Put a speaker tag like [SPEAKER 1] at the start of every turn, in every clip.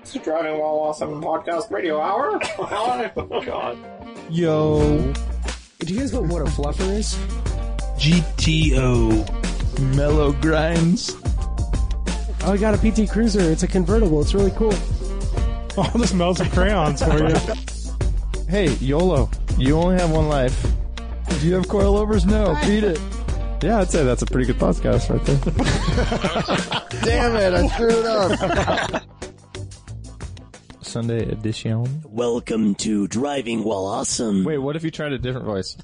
[SPEAKER 1] It's Driving While Awesome Podcast Radio Hour. oh, God.
[SPEAKER 2] Yo,
[SPEAKER 3] Do you guys know what a fluffer is?
[SPEAKER 2] GTO, mellow grinds.
[SPEAKER 3] Oh, I got a PT Cruiser. It's a convertible. It's really cool.
[SPEAKER 4] All the smells of crayons for you.
[SPEAKER 2] Hey, YOLO, you only have one life. Do you have coilovers? No, beat it. Yeah, I'd say that's a pretty good podcast right there.
[SPEAKER 5] Damn it, I screwed up.
[SPEAKER 2] Sunday edition.
[SPEAKER 6] Welcome to Driving While Awesome.
[SPEAKER 2] Wait, what if you tried a different voice?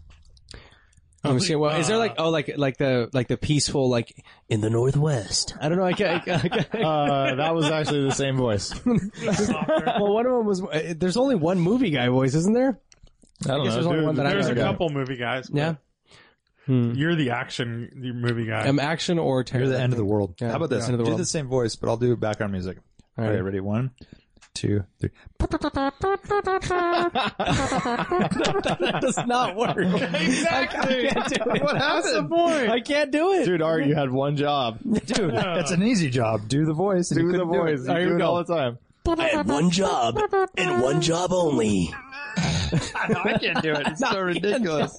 [SPEAKER 3] Let me see. Well, is there like oh like like the like the peaceful like
[SPEAKER 6] In the Northwest.
[SPEAKER 3] I don't know. I can't. I can't-
[SPEAKER 2] Uh, that was actually the same voice. I
[SPEAKER 3] well, one of them was. uh, There's only one movie guy voice, isn't there?
[SPEAKER 2] don't
[SPEAKER 3] guess Oh,
[SPEAKER 2] know.
[SPEAKER 3] there's only
[SPEAKER 2] dude.
[SPEAKER 3] one that I
[SPEAKER 4] There's a
[SPEAKER 3] Okay.
[SPEAKER 4] couple movie guys. but
[SPEAKER 3] Yeah.
[SPEAKER 4] You're the action movie guy.
[SPEAKER 3] Um, action or terror.
[SPEAKER 7] You're the end of the world.
[SPEAKER 3] Yeah,
[SPEAKER 7] How about this?
[SPEAKER 3] end of the
[SPEAKER 7] do
[SPEAKER 3] world.
[SPEAKER 7] the same voice, but I'll do background music. All right,
[SPEAKER 3] right.
[SPEAKER 7] ready? One, two, three.
[SPEAKER 3] that does not work. exactly. I can't do it.
[SPEAKER 2] That's the
[SPEAKER 3] I can't do it.
[SPEAKER 2] Dude, Art, you had one job.
[SPEAKER 7] Dude, that's an easy job. Do the voice. and you
[SPEAKER 2] Do the
[SPEAKER 7] couldn't it.
[SPEAKER 2] voice. You
[SPEAKER 7] There
[SPEAKER 2] do it all the time.
[SPEAKER 6] I had one job and one job only.
[SPEAKER 2] I can't do it. It's so ridiculous.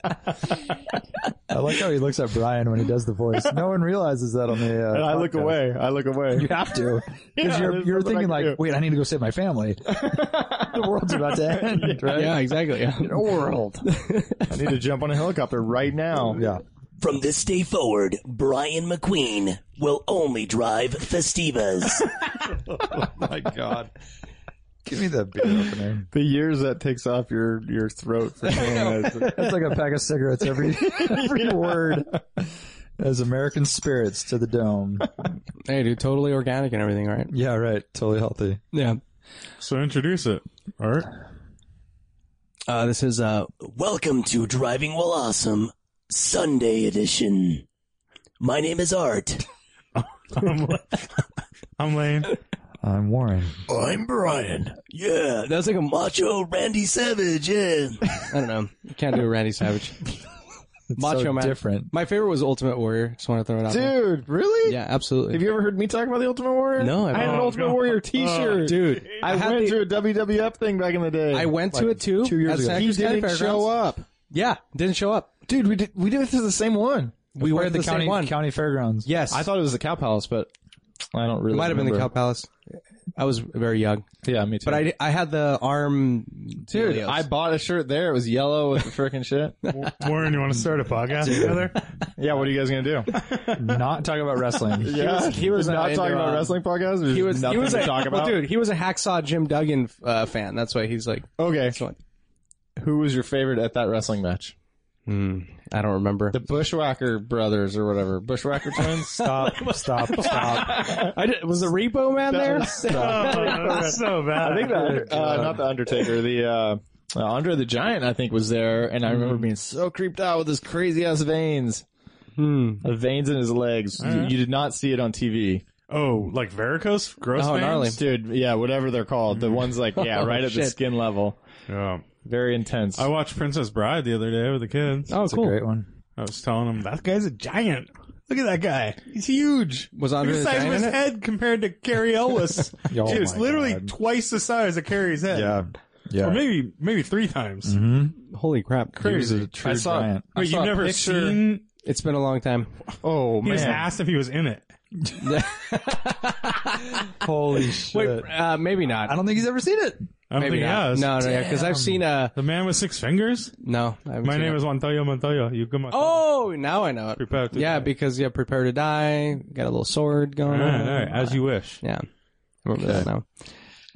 [SPEAKER 7] I like how he looks at Brian when he does the voice. No one realizes that on the. Uh,
[SPEAKER 2] And I look
[SPEAKER 7] podcast.
[SPEAKER 2] away. I look away.
[SPEAKER 7] You have to, because you're
[SPEAKER 2] there's
[SPEAKER 7] you're
[SPEAKER 2] nothing I
[SPEAKER 7] thinking
[SPEAKER 2] can
[SPEAKER 7] like,
[SPEAKER 2] do.
[SPEAKER 7] wait, I need to go save my family. the world's about to end, right?
[SPEAKER 3] Yeah, exactly. Yeah.
[SPEAKER 2] World. I need to jump on a helicopter right now.
[SPEAKER 7] Yeah.
[SPEAKER 6] From this day forward, Brian McQueen will only drive Festivas.
[SPEAKER 2] My God.
[SPEAKER 7] Give me the beer opener.
[SPEAKER 2] The years that takes off your your throat for saying that.
[SPEAKER 7] That's like a pack of cigarettes every every word. As American spirits to the dome.
[SPEAKER 3] Hey, dude, totally organic and everything, right?
[SPEAKER 7] Yeah, right. Totally healthy.
[SPEAKER 3] Yeah.
[SPEAKER 4] so introduce it. All right.
[SPEAKER 3] Uh, this is uh,
[SPEAKER 6] Welcome to Driving While Awesome Sunday edition. My name is Art.
[SPEAKER 4] I'm Lane.
[SPEAKER 7] I'm Warren.
[SPEAKER 6] I'm Brian. Yeah, that's like a macho Randy Savage. Yeah.
[SPEAKER 3] I don't know. Can't do Randy Savage.
[SPEAKER 7] It's
[SPEAKER 3] Macho
[SPEAKER 7] so
[SPEAKER 3] Man.
[SPEAKER 7] different.
[SPEAKER 3] My favorite was Ultimate Warrior. Just want to throw it out there.
[SPEAKER 2] Dude, really?
[SPEAKER 3] Yeah, absolutely.
[SPEAKER 2] Have you ever heard me talk about the Ultimate Warrior?
[SPEAKER 3] No, I
[SPEAKER 2] I, had an
[SPEAKER 3] haven't.
[SPEAKER 2] Ultimate
[SPEAKER 4] Oh,
[SPEAKER 7] Uh,
[SPEAKER 2] Warrior T-shirt,
[SPEAKER 3] dude, I
[SPEAKER 2] I
[SPEAKER 3] had
[SPEAKER 2] went
[SPEAKER 3] the-
[SPEAKER 2] to a WWF thing back in the day.
[SPEAKER 3] I went to it too.
[SPEAKER 7] two years
[SPEAKER 3] at
[SPEAKER 7] ago.
[SPEAKER 3] Santa
[SPEAKER 2] He
[SPEAKER 3] Cruz County
[SPEAKER 2] didn't
[SPEAKER 3] Fairgrounds.
[SPEAKER 2] show up,
[SPEAKER 3] Yeah, didn't show up.
[SPEAKER 2] dude. We did. We did it to the same one.
[SPEAKER 3] We were at the,
[SPEAKER 7] county
[SPEAKER 3] same one.
[SPEAKER 7] county fairgrounds.
[SPEAKER 3] Yes,
[SPEAKER 2] I thought it was the Cow Palace, but I don't really.
[SPEAKER 3] it might have been the Cow Palace. I was very young,
[SPEAKER 2] Yeah, me too.
[SPEAKER 3] but I, di- I had the arm.
[SPEAKER 2] dude,
[SPEAKER 3] dealios.
[SPEAKER 2] I bought a shirt there. It was yellow with the freaking shit.
[SPEAKER 4] Warren, you want to start a podcast together?
[SPEAKER 2] yeah, what are you guys gonna do?
[SPEAKER 7] Not talking about wrestling.
[SPEAKER 2] Yeah,
[SPEAKER 3] was- he was not
[SPEAKER 2] not
[SPEAKER 3] into,
[SPEAKER 2] talking
[SPEAKER 3] uh,
[SPEAKER 2] about wrestling podcasts. There's
[SPEAKER 3] he was
[SPEAKER 2] nothing
[SPEAKER 3] he was
[SPEAKER 2] to
[SPEAKER 3] a,
[SPEAKER 2] talk about.
[SPEAKER 3] Well, dude, he was a hacksaw Jim Duggan uh, fan. That's why he's like.
[SPEAKER 2] okay,
[SPEAKER 3] Excellent.
[SPEAKER 2] who was your favorite at that wrestling match?
[SPEAKER 3] I don't remember.
[SPEAKER 2] The Bushwhacker brothers or whatever, Bushwhacker twins.
[SPEAKER 7] Stop, stop, stop.
[SPEAKER 3] I did, was the Repo Man there?
[SPEAKER 4] Oh, that's so bad.
[SPEAKER 2] I think that uh, not the Undertaker, the uh, uh, Andre the Giant, I think was there, and I remember being so creeped out with his crazy ass veins,
[SPEAKER 3] Hmm.
[SPEAKER 2] the veins in his legs. You, you did not see it on TV,
[SPEAKER 4] Oh, like varicose? Gross
[SPEAKER 3] Oh,
[SPEAKER 4] veins?
[SPEAKER 3] gnarly. Hmm. Oh,
[SPEAKER 2] dude. Yeah, whatever they're called, the ones like yeah, right at the
[SPEAKER 3] shit.
[SPEAKER 2] skin level,
[SPEAKER 4] Yeah.
[SPEAKER 2] very intense.
[SPEAKER 4] I watched Princess Bride the other day with the kids.
[SPEAKER 3] Oh,
[SPEAKER 7] That's a great one.
[SPEAKER 4] I was telling them, that guy's a giant. Look at that guy. He's huge.
[SPEAKER 3] Was
[SPEAKER 4] Look
[SPEAKER 3] Andre
[SPEAKER 4] at the
[SPEAKER 3] the
[SPEAKER 4] size of
[SPEAKER 3] Giant
[SPEAKER 4] his
[SPEAKER 3] in it?
[SPEAKER 4] head compared to Carrie Ellis.
[SPEAKER 7] Oh
[SPEAKER 4] Dude, it's
[SPEAKER 7] my
[SPEAKER 4] literally
[SPEAKER 7] God.
[SPEAKER 4] twice the size of Carrie's head.
[SPEAKER 7] Yeah, yeah.
[SPEAKER 4] Or maybe maybe three times.
[SPEAKER 3] Holy crap!
[SPEAKER 4] Crazy.
[SPEAKER 7] True
[SPEAKER 2] I saw-
[SPEAKER 7] giant.
[SPEAKER 2] I
[SPEAKER 4] Wait,
[SPEAKER 2] saw
[SPEAKER 4] you've
[SPEAKER 2] a
[SPEAKER 4] never
[SPEAKER 2] picture-
[SPEAKER 4] seen?
[SPEAKER 3] It's been a long time.
[SPEAKER 2] Oh
[SPEAKER 4] He was
[SPEAKER 2] man,
[SPEAKER 4] asked if he was in it.
[SPEAKER 7] Holy shit!
[SPEAKER 3] Wait, uh, maybe not.
[SPEAKER 7] I don't think he's ever seen it.
[SPEAKER 4] I don't
[SPEAKER 3] maybe
[SPEAKER 4] think he
[SPEAKER 3] not.
[SPEAKER 4] has.
[SPEAKER 3] No, no, yeah, because I've seen a
[SPEAKER 4] The man with six fingers.
[SPEAKER 3] no. I haven't
[SPEAKER 4] My
[SPEAKER 3] seen
[SPEAKER 4] name
[SPEAKER 3] it.
[SPEAKER 4] is Montoya Montoya. You come on.
[SPEAKER 3] Oh, now I know it.
[SPEAKER 4] prepare to
[SPEAKER 3] yeah,
[SPEAKER 4] die.
[SPEAKER 3] because yeah, prepare to die. Got a little sword going
[SPEAKER 4] All right,
[SPEAKER 3] on.
[SPEAKER 4] all right, as you wish.
[SPEAKER 3] Yeah, I remember that now.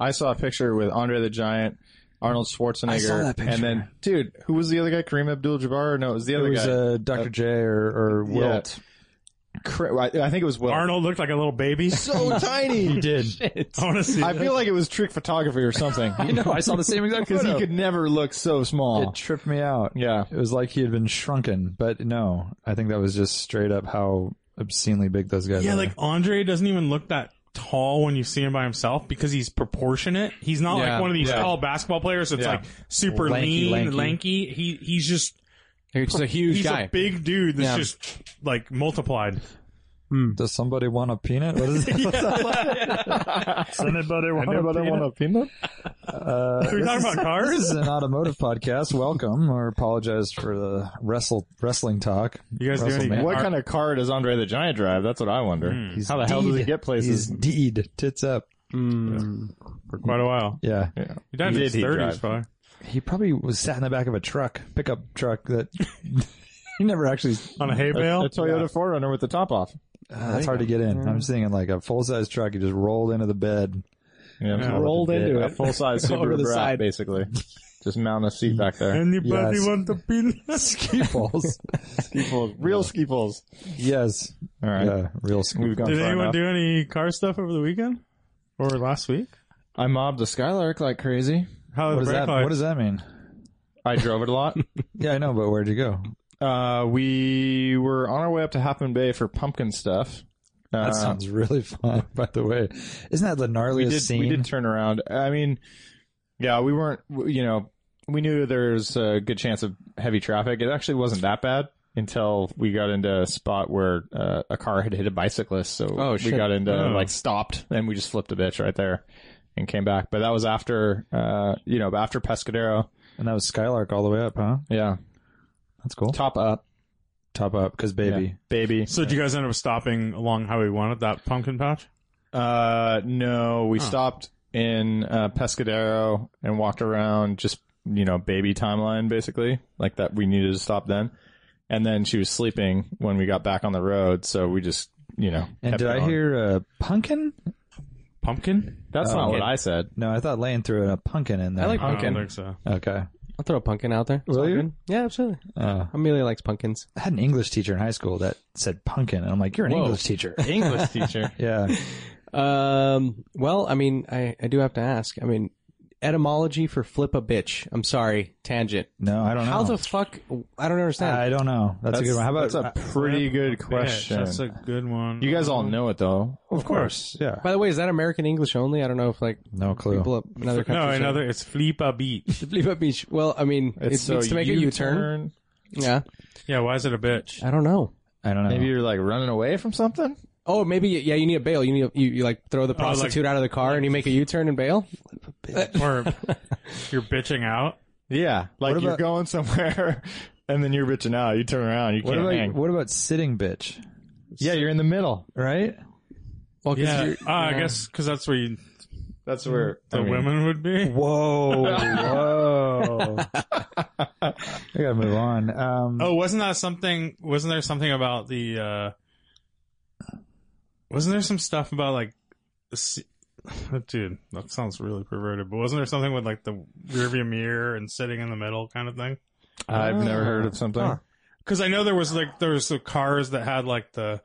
[SPEAKER 2] I saw a picture with Andre the Giant. Arnold Schwarzenegger,
[SPEAKER 7] saw that picture.
[SPEAKER 2] and then dude, who was the other guy? Kareem Abdul-Jabbar? No, it was the
[SPEAKER 7] It
[SPEAKER 2] other
[SPEAKER 7] was
[SPEAKER 2] guy.
[SPEAKER 7] uh, Dr. J or, or
[SPEAKER 2] yeah.
[SPEAKER 7] Wilt.
[SPEAKER 2] Cra- I I think it was Will.
[SPEAKER 4] Arnold looked like a little baby.
[SPEAKER 2] so tiny.
[SPEAKER 7] He did.
[SPEAKER 4] I want to see.
[SPEAKER 2] I
[SPEAKER 4] that.
[SPEAKER 2] feel like it was trick photography or something.
[SPEAKER 7] No, I saw the same exact
[SPEAKER 2] Because he could never look so small.
[SPEAKER 7] It tripped me out.
[SPEAKER 2] yeah.
[SPEAKER 7] It was like he had been shrunken, but no, I think that was just straight up how obscenely big those guys.
[SPEAKER 4] yeah,
[SPEAKER 7] are.
[SPEAKER 4] like Andre doesn't even look that tall when you see him by himself because he's proportionate. He's not
[SPEAKER 3] Yeah,
[SPEAKER 4] like one of these
[SPEAKER 2] yeah.
[SPEAKER 4] tall basketball players. That's
[SPEAKER 2] Yeah.
[SPEAKER 4] like super
[SPEAKER 7] Lanky,
[SPEAKER 4] lean,
[SPEAKER 7] lanky.
[SPEAKER 4] lanky. He he's just
[SPEAKER 3] He's a huge
[SPEAKER 4] he's
[SPEAKER 3] guy.
[SPEAKER 4] a big dude that's
[SPEAKER 3] Yeah.
[SPEAKER 4] just like multiplied.
[SPEAKER 7] Does somebody want a peanut? What is it?
[SPEAKER 8] Does anybody want
[SPEAKER 2] Anybody
[SPEAKER 8] a peanut?
[SPEAKER 2] want a peanut?
[SPEAKER 7] Uh,
[SPEAKER 4] Are we
[SPEAKER 7] this
[SPEAKER 4] talking
[SPEAKER 7] is-
[SPEAKER 4] about cars?
[SPEAKER 7] This is an automotive podcast. Welcome, or apologize for the wrestle wrestling talk.
[SPEAKER 4] You guys do any-
[SPEAKER 7] WrestleMania.
[SPEAKER 2] What
[SPEAKER 4] Are-
[SPEAKER 2] kind of car does Andre the Giant drive? That's what I wonder.
[SPEAKER 4] Hmm.
[SPEAKER 2] How the hell does he
[SPEAKER 7] Deed.
[SPEAKER 2] get places?
[SPEAKER 7] He's deed tits up.
[SPEAKER 4] for quite a while.
[SPEAKER 7] Yeah,
[SPEAKER 4] He died in
[SPEAKER 2] Did
[SPEAKER 4] his
[SPEAKER 2] he
[SPEAKER 4] 30s,
[SPEAKER 2] drive?
[SPEAKER 4] probably.
[SPEAKER 7] he probably was sat in the back of a truck, pickup truck that he never actually.
[SPEAKER 4] On a hay
[SPEAKER 2] A,
[SPEAKER 4] bale?
[SPEAKER 2] a Toyota 4Runner with the top off.
[SPEAKER 7] Uh, it's hard to get in. I'm just thinking like a full size truck. He just rolled into the bed.
[SPEAKER 2] Yeah,
[SPEAKER 4] Yeah.
[SPEAKER 2] so
[SPEAKER 9] Rolled
[SPEAKER 2] with a
[SPEAKER 9] into
[SPEAKER 2] big-
[SPEAKER 9] it.
[SPEAKER 2] A full size
[SPEAKER 9] Over
[SPEAKER 2] Subaru
[SPEAKER 9] the
[SPEAKER 2] Brat,
[SPEAKER 9] side.
[SPEAKER 2] basically. Just mount a seat back there.
[SPEAKER 4] Anybody
[SPEAKER 7] Yes.
[SPEAKER 4] want a peanut?
[SPEAKER 7] Ski balls.
[SPEAKER 2] Ski poles. Real ski poles.
[SPEAKER 7] yes.
[SPEAKER 2] All right.
[SPEAKER 7] Yeah. Real ski.
[SPEAKER 2] We've gone
[SPEAKER 4] Did
[SPEAKER 2] far
[SPEAKER 4] anyone
[SPEAKER 2] enough.
[SPEAKER 4] do any car stuff over the weekend? Or last week?
[SPEAKER 2] I mobbed the Skylark like crazy.
[SPEAKER 4] How are
[SPEAKER 7] What
[SPEAKER 4] the
[SPEAKER 7] does
[SPEAKER 4] brake
[SPEAKER 7] that?
[SPEAKER 4] lights?
[SPEAKER 7] What does that mean?
[SPEAKER 2] I drove it a lot.
[SPEAKER 7] Yeah, I know, but where'd you go?
[SPEAKER 2] uh, we were on our way up to Half Moon Bay for pumpkin stuff. Uh,
[SPEAKER 7] That sounds really fun, by the way. Isn't that the gnarliest
[SPEAKER 2] we did,
[SPEAKER 7] scene?
[SPEAKER 2] We did turn around. I mean, yeah, we weren't. w- You know, we knew there's a good chance of heavy traffic. It actually wasn't that bad until we got into a spot where uh, a car had hit a bicyclist. So
[SPEAKER 7] Oh,
[SPEAKER 2] we
[SPEAKER 7] shit.
[SPEAKER 2] got into
[SPEAKER 4] Oh.
[SPEAKER 2] like stopped, and we just flipped a bitch right there and came back. But that was after, uh, you know, after Pescadero.
[SPEAKER 7] and that was Skylark all the way up, huh?
[SPEAKER 2] Yeah,
[SPEAKER 7] That's cool.
[SPEAKER 2] top up,
[SPEAKER 7] Top up, because baby.
[SPEAKER 2] Yeah. baby.
[SPEAKER 4] So did you guys end up stopping along Highway 1 at that pumpkin patch?
[SPEAKER 2] Uh, no, we stopped in uh, Pescadero and walked around just you know baby timeline basically like that. We needed to stop then, and then she was sleeping when we got back on the road, so we just you know.
[SPEAKER 7] And
[SPEAKER 2] kept
[SPEAKER 7] did
[SPEAKER 2] it
[SPEAKER 7] I
[SPEAKER 2] on.
[SPEAKER 7] hear a pumpkin?
[SPEAKER 4] Pumpkin?
[SPEAKER 2] That's
[SPEAKER 7] um,
[SPEAKER 2] not what I said.
[SPEAKER 7] No, I thought Lane threw a pumpkin in there.
[SPEAKER 3] I like
[SPEAKER 4] I
[SPEAKER 3] pumpkin.
[SPEAKER 4] don't think so.
[SPEAKER 7] okay.
[SPEAKER 3] I'll throw a pumpkin out there. Will
[SPEAKER 7] you?
[SPEAKER 3] Yeah, absolutely.
[SPEAKER 7] Uh,
[SPEAKER 3] Amelia likes pumpkins.
[SPEAKER 7] I had an English teacher in high school that said pumpkin, and I'm like, you're an English teacher.
[SPEAKER 2] English teacher.
[SPEAKER 7] Yeah.
[SPEAKER 3] Um, well, I mean, I, I do have to ask. I mean, etymology for flip a bitch. I'm sorry, tangent.
[SPEAKER 7] No, I don't know.
[SPEAKER 3] How the fuck? I don't understand.
[SPEAKER 7] I don't know. That's, a good one. How about
[SPEAKER 2] that's a pretty good question.
[SPEAKER 4] That's a good one. Mm.
[SPEAKER 2] you guys all
[SPEAKER 7] Mhm.
[SPEAKER 2] know it though.
[SPEAKER 7] of course? Yeah.
[SPEAKER 3] By the way, is that American English only? I don't know if like
[SPEAKER 7] No clue.
[SPEAKER 3] people up in other
[SPEAKER 4] Uh, No,
[SPEAKER 3] countries.
[SPEAKER 4] another. It's Flipa Beach.
[SPEAKER 3] Flip a bitch. Well, I mean, it
[SPEAKER 2] so
[SPEAKER 3] needs to make a U-turn.
[SPEAKER 2] U-turn.
[SPEAKER 3] Yeah,
[SPEAKER 4] Yeah, why is it a bitch?
[SPEAKER 3] I don't know.
[SPEAKER 7] I don't know.
[SPEAKER 2] Maybe you're like running away from something.
[SPEAKER 3] Oh, maybe yeah. You need a bail. You need a, you, you like throw the
[SPEAKER 4] Oh, like-
[SPEAKER 3] prostitute out of the car and you make a U-turn and bail.
[SPEAKER 4] or you're bitching out?
[SPEAKER 2] Yeah, like you're
[SPEAKER 7] about-
[SPEAKER 2] going somewhere, and then you're bitching out. You turn around, you
[SPEAKER 7] what
[SPEAKER 2] can't
[SPEAKER 7] about
[SPEAKER 2] hang.
[SPEAKER 7] what about sitting bitch?
[SPEAKER 2] Yeah, you're in the middle.
[SPEAKER 7] Right?
[SPEAKER 3] Well, 'cause
[SPEAKER 4] Yeah.
[SPEAKER 3] you're-
[SPEAKER 4] Uh, I guess because that's where you,
[SPEAKER 2] That's where
[SPEAKER 4] the women would be.
[SPEAKER 7] Whoa, whoa! I gotta move on. Um,
[SPEAKER 4] Oh, wasn't that something? Wasn't there something about the? uh Wasn't there some stuff about like, the se- dude, that sounds really perverted. But wasn't there something with like the rearview mirror and sitting in the middle kind of thing?
[SPEAKER 2] I've never heard of something.
[SPEAKER 4] Because I know there was like there was the cars that had like the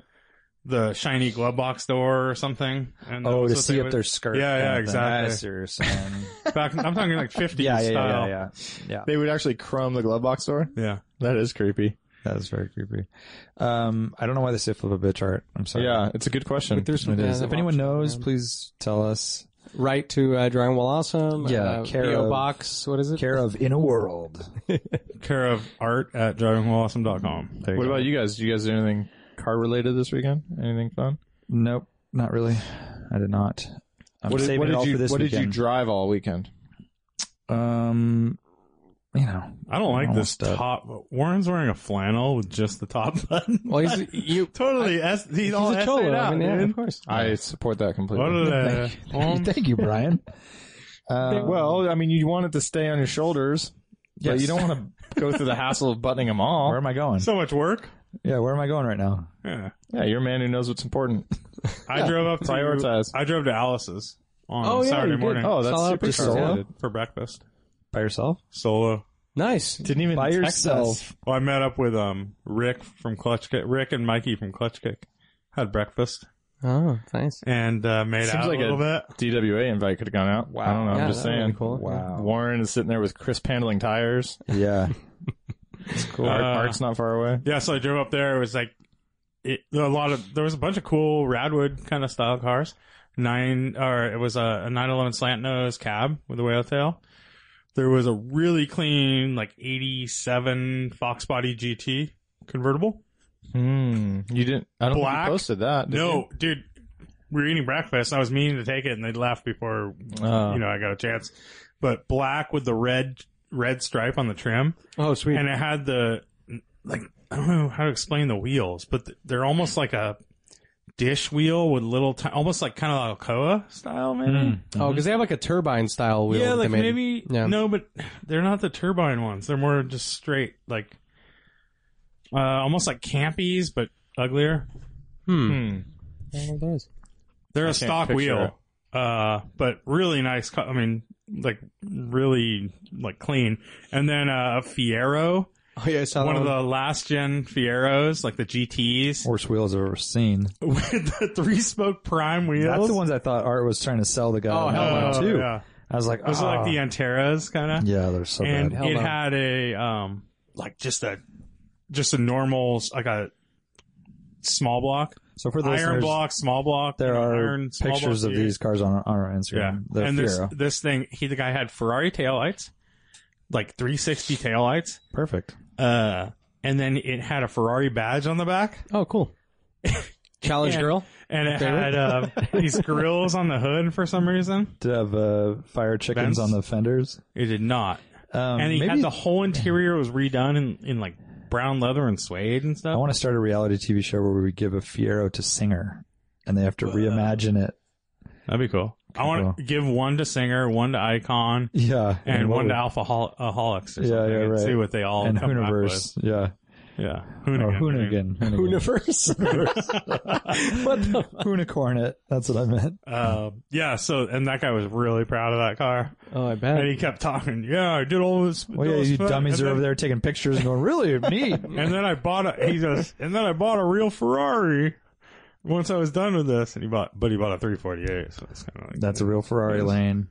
[SPEAKER 4] the shiny glove box door or something. And that
[SPEAKER 7] oh,
[SPEAKER 4] was
[SPEAKER 7] to
[SPEAKER 4] what
[SPEAKER 7] see
[SPEAKER 4] they
[SPEAKER 7] up
[SPEAKER 4] would-
[SPEAKER 7] their skirt.
[SPEAKER 4] Yeah, yeah,
[SPEAKER 7] kind of thing.
[SPEAKER 4] exactly.
[SPEAKER 7] I see what you're saying.
[SPEAKER 4] Back, I'm talking like 50s
[SPEAKER 7] yeah, yeah, yeah,
[SPEAKER 4] style.
[SPEAKER 7] yeah, yeah.
[SPEAKER 2] They would actually crumb the glove box door.
[SPEAKER 4] yeah.
[SPEAKER 2] That is creepy.
[SPEAKER 7] That is very creepy. Um, I don't know why they say flip a bitch art. I'm sorry.
[SPEAKER 2] Yeah, it's a good question.
[SPEAKER 3] there's some,
[SPEAKER 7] It is.
[SPEAKER 3] yeah,
[SPEAKER 7] if anyone
[SPEAKER 3] option,
[SPEAKER 7] knows,
[SPEAKER 3] man.
[SPEAKER 7] please tell us.
[SPEAKER 3] right to uh, drawing well awesome.
[SPEAKER 7] Yeah,
[SPEAKER 3] uh,
[SPEAKER 7] care
[SPEAKER 3] PO
[SPEAKER 7] of-
[SPEAKER 3] box. What is it?
[SPEAKER 7] Care of in a world.
[SPEAKER 4] care of art at drivingwellawesome.com.
[SPEAKER 2] What about you guys? Did you guys do anything car related this weekend? Anything fun?
[SPEAKER 7] Nope, not really. I did not. I'm
[SPEAKER 2] what did,
[SPEAKER 7] saving
[SPEAKER 2] what
[SPEAKER 7] it
[SPEAKER 2] did
[SPEAKER 7] all
[SPEAKER 2] you
[SPEAKER 7] for this
[SPEAKER 2] What did you
[SPEAKER 7] weekend.
[SPEAKER 2] drive all weekend?
[SPEAKER 7] um, you know,
[SPEAKER 4] I don't like this
[SPEAKER 7] Almost up.
[SPEAKER 4] top. Warren's wearing a flannel with just the top button.
[SPEAKER 3] Well, he's, you,
[SPEAKER 4] totally. es- he's, all
[SPEAKER 3] he's a
[SPEAKER 4] essayed
[SPEAKER 3] cholo.
[SPEAKER 4] out,
[SPEAKER 3] I mean, yeah,
[SPEAKER 4] dude.
[SPEAKER 3] of course.
[SPEAKER 2] I support that completely.
[SPEAKER 4] What a- um,
[SPEAKER 7] thank you, Brian. Uh,
[SPEAKER 2] well, I mean, you want it to stay on your shoulders, but
[SPEAKER 7] Yes.
[SPEAKER 2] you don't want to go through the hassle of buttoning them all.
[SPEAKER 7] where am I going?
[SPEAKER 4] so much work.
[SPEAKER 7] Yeah, where am I going right now?
[SPEAKER 4] Yeah.
[SPEAKER 2] yeah, you're a man who knows what's important.
[SPEAKER 4] I drove up to
[SPEAKER 2] Prioritize.
[SPEAKER 4] I drove to Alice's on
[SPEAKER 3] Oh, yeah,
[SPEAKER 4] Saturday
[SPEAKER 3] you did.
[SPEAKER 4] morning
[SPEAKER 2] Oh, that's
[SPEAKER 3] Solid
[SPEAKER 2] super
[SPEAKER 3] picture.
[SPEAKER 2] solid.
[SPEAKER 3] Yeah.
[SPEAKER 4] for breakfast
[SPEAKER 7] By yourself?
[SPEAKER 4] solo.
[SPEAKER 3] Nice.
[SPEAKER 2] Didn't even
[SPEAKER 7] By
[SPEAKER 2] text us.
[SPEAKER 7] yourself?
[SPEAKER 4] Well, I met up with um Rick from Clutch Kick. Rick and Mikey from Clutch Kick had breakfast
[SPEAKER 3] Oh, nice.
[SPEAKER 4] and uh, made
[SPEAKER 2] Seems
[SPEAKER 4] out
[SPEAKER 2] like
[SPEAKER 4] a little
[SPEAKER 2] a-
[SPEAKER 4] bit.
[SPEAKER 2] DWA invite could have gone out. I don't know.
[SPEAKER 3] Yeah,
[SPEAKER 2] I'm just
[SPEAKER 3] that would've
[SPEAKER 2] saying.
[SPEAKER 3] been cool.
[SPEAKER 7] Wow.
[SPEAKER 2] Warren is sitting there with crisp handling tires.
[SPEAKER 7] Yeah. It's cool.
[SPEAKER 2] Mark,
[SPEAKER 4] Uh,
[SPEAKER 2] Mark's not far away.
[SPEAKER 4] Yeah, so I drove up there. It was like it, there were a lot of there was a bunch of cool Radwood kind of style cars. Nine or it was a, a 911 slant nose cab with a whale tail. There was a really clean like 87 Fox body GT convertible.
[SPEAKER 2] Hmm. You didn't. I don't think
[SPEAKER 4] Black?
[SPEAKER 2] you posted that. did
[SPEAKER 4] No, dude, we were eating breakfast. I was meaning to take it, and they left before
[SPEAKER 2] you? Uh,
[SPEAKER 4] you know I got a chance. But black with the red red stripe on the trim,
[SPEAKER 3] Oh, sweet.
[SPEAKER 4] and it had the like I don't know how to explain the wheels, but th- they're almost like a dish wheel with little, ti almost like kind of Alcoa style, maybe.
[SPEAKER 3] Oh, because they have like a turbine style wheel.
[SPEAKER 4] Yeah,
[SPEAKER 3] that they
[SPEAKER 4] like
[SPEAKER 3] made.
[SPEAKER 4] maybe
[SPEAKER 3] Yeah.
[SPEAKER 4] no, but they're not the turbine ones. They're more just straight, like uh, almost like campies, but uglier.
[SPEAKER 3] Hmm.
[SPEAKER 2] hmm.
[SPEAKER 4] They're a
[SPEAKER 2] can't
[SPEAKER 4] stock
[SPEAKER 2] picture
[SPEAKER 4] wheel, uh, but really nice. Co- I mean, like really like clean. And then uh, a Fiero,
[SPEAKER 3] Oh yeah, I saw
[SPEAKER 4] one
[SPEAKER 3] that
[SPEAKER 4] of the last gen Fieros, like the GTS
[SPEAKER 7] Worst wheels I've ever seen.
[SPEAKER 4] with the three spoke prime wheels.
[SPEAKER 7] That's the ones I thought Art was trying to sell the guy.
[SPEAKER 3] Oh,
[SPEAKER 7] on
[SPEAKER 3] hell
[SPEAKER 7] that
[SPEAKER 4] Oh,
[SPEAKER 7] one, too.
[SPEAKER 4] Yeah.
[SPEAKER 7] I was like,
[SPEAKER 4] Those
[SPEAKER 7] ah.
[SPEAKER 4] are like the Anteras kind of.
[SPEAKER 7] yeah, they're so
[SPEAKER 4] and
[SPEAKER 7] bad.
[SPEAKER 3] Hell
[SPEAKER 4] it
[SPEAKER 3] no.
[SPEAKER 4] had a um like just a just a normal like a small block
[SPEAKER 7] So for the
[SPEAKER 4] iron
[SPEAKER 7] listeners,
[SPEAKER 4] block small block
[SPEAKER 7] there
[SPEAKER 4] you know,
[SPEAKER 7] are
[SPEAKER 4] iron, small
[SPEAKER 7] pictures
[SPEAKER 4] block
[SPEAKER 7] of
[SPEAKER 4] here.
[SPEAKER 7] these cars on, on our
[SPEAKER 4] yeah
[SPEAKER 7] Instagram. The
[SPEAKER 4] and this
[SPEAKER 7] Fiero.
[SPEAKER 4] this thing he the guy had ferrari taillights like 360 taillights
[SPEAKER 7] Perfect.
[SPEAKER 4] uh and then it had a ferrari badge on the back
[SPEAKER 3] Oh, cool. Challenge
[SPEAKER 4] And-
[SPEAKER 3] girl.
[SPEAKER 4] and it
[SPEAKER 3] Favorite?
[SPEAKER 4] had uh, these grills on the hood for some reason
[SPEAKER 7] Did it have uh, fire chickens
[SPEAKER 4] Vents?
[SPEAKER 7] on the fenders?
[SPEAKER 4] it did not
[SPEAKER 7] Um,
[SPEAKER 4] and he
[SPEAKER 7] maybe
[SPEAKER 4] had the whole interior was redone in, in like brown leather and suede and
[SPEAKER 7] I
[SPEAKER 4] stuff
[SPEAKER 7] want to start a reality TV show where we give a Fiero to Singer, and they have to
[SPEAKER 4] Uh,
[SPEAKER 7] reimagine it.
[SPEAKER 4] That'd be cool. I want to give one to Singer, one to Icon,
[SPEAKER 7] Yeah,
[SPEAKER 4] and,
[SPEAKER 7] what
[SPEAKER 4] one
[SPEAKER 7] we-
[SPEAKER 4] to Alphaholics. Or
[SPEAKER 7] Yeah,
[SPEAKER 4] something,
[SPEAKER 7] yeah,
[SPEAKER 4] and
[SPEAKER 7] right.
[SPEAKER 4] See what they all
[SPEAKER 7] and
[SPEAKER 4] come back with.
[SPEAKER 7] Hooniverse. Yeah,
[SPEAKER 4] Yeah,
[SPEAKER 7] or
[SPEAKER 4] Hoonigan.
[SPEAKER 7] Hoonigan. Hoonigan.
[SPEAKER 3] What the?
[SPEAKER 7] Hoonicornet. That's what I meant.
[SPEAKER 4] Uh, yeah. So, and that guy was really proud of that car,
[SPEAKER 3] Oh, I
[SPEAKER 4] and
[SPEAKER 3] bet.
[SPEAKER 4] he kept talking. Yeah, I did all this.
[SPEAKER 7] Well,
[SPEAKER 4] did
[SPEAKER 7] Uh, Oh,
[SPEAKER 4] all
[SPEAKER 7] yeah,
[SPEAKER 4] this
[SPEAKER 7] you
[SPEAKER 4] fun,"
[SPEAKER 7] dummies
[SPEAKER 4] and
[SPEAKER 7] are
[SPEAKER 4] then-
[SPEAKER 7] over there taking pictures and going, really, me?
[SPEAKER 4] And then I bought a. He goes, and then I bought a real Ferrari. Once I was done with this, and he bought, but he bought a 348. So it's kind of like
[SPEAKER 7] That's a real Ferrari
[SPEAKER 4] Yes.
[SPEAKER 7] lane.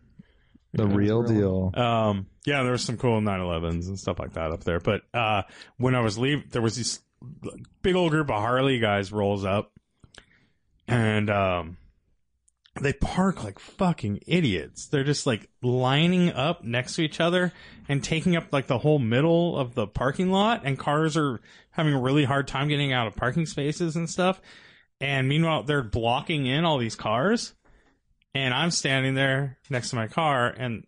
[SPEAKER 7] The
[SPEAKER 4] Yeah,
[SPEAKER 7] real deal.
[SPEAKER 4] Um, yeah, there was some cool 911s and stuff like that up there. But uh, when I was leaving, there was this big old group of Harley guys rolls up, and um, they park like fucking idiots. They're just like lining up next to each other and taking up like the whole middle of the parking lot, and cars are having a really hard time getting out of parking spaces and stuff. And meanwhile, they're blocking in all these cars. And I'm standing there next to my car, and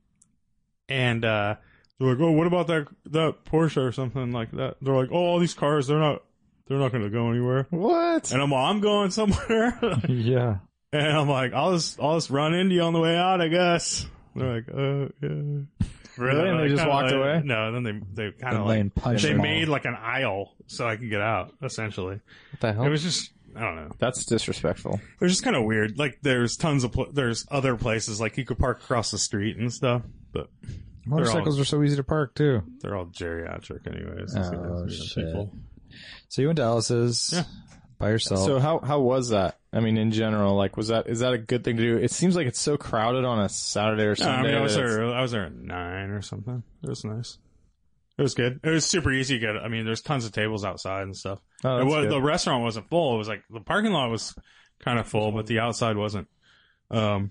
[SPEAKER 4] and uh they're like, "Oh, what about that that Porsche or something like that?" They're like, "Oh, all these cars, they're not they're not going to go anywhere."
[SPEAKER 2] What?
[SPEAKER 4] And I'm like, "I'm going somewhere."
[SPEAKER 7] yeah.
[SPEAKER 4] and I'm like, "I'll just I'll just run into you on the way out, I guess." They're like, "Uh, yeah."
[SPEAKER 2] Really? And they just
[SPEAKER 4] kinda
[SPEAKER 2] walked
[SPEAKER 4] like-
[SPEAKER 2] away?
[SPEAKER 4] No, then they they kind
[SPEAKER 7] The
[SPEAKER 4] of like
[SPEAKER 7] lane punched
[SPEAKER 4] they
[SPEAKER 7] them
[SPEAKER 4] made
[SPEAKER 7] all.
[SPEAKER 4] like an aisle so I could get out. Essentially,
[SPEAKER 3] What the
[SPEAKER 4] it
[SPEAKER 3] hell?
[SPEAKER 4] was just I don't know.
[SPEAKER 2] That's disrespectful.
[SPEAKER 4] It was just kind of weird. Like there's tons of pl- there's other places like you could park across the street and stuff, but
[SPEAKER 7] Motorcycles are so easy to park, too.
[SPEAKER 4] they're all geriatric anyways.
[SPEAKER 7] Oh, shit. So you went to Alice's
[SPEAKER 4] Yeah.
[SPEAKER 7] by yourself.
[SPEAKER 2] So how how was that? I mean, in general, like, was that is that a good thing to do? It seems like it's so crowded on a Saturday or
[SPEAKER 4] No, I
[SPEAKER 2] Sunday.
[SPEAKER 4] mean, I was
[SPEAKER 2] that it's-
[SPEAKER 4] there. I was there at nine or something. It was nice. It was good. It was super easy to get. I mean, there's tons of tables outside and stuff.
[SPEAKER 2] Oh,
[SPEAKER 4] it
[SPEAKER 2] that's
[SPEAKER 4] was,
[SPEAKER 2] good.
[SPEAKER 4] the restaurant wasn't full. It was like the parking lot was kind of full, but the outside wasn't. Um,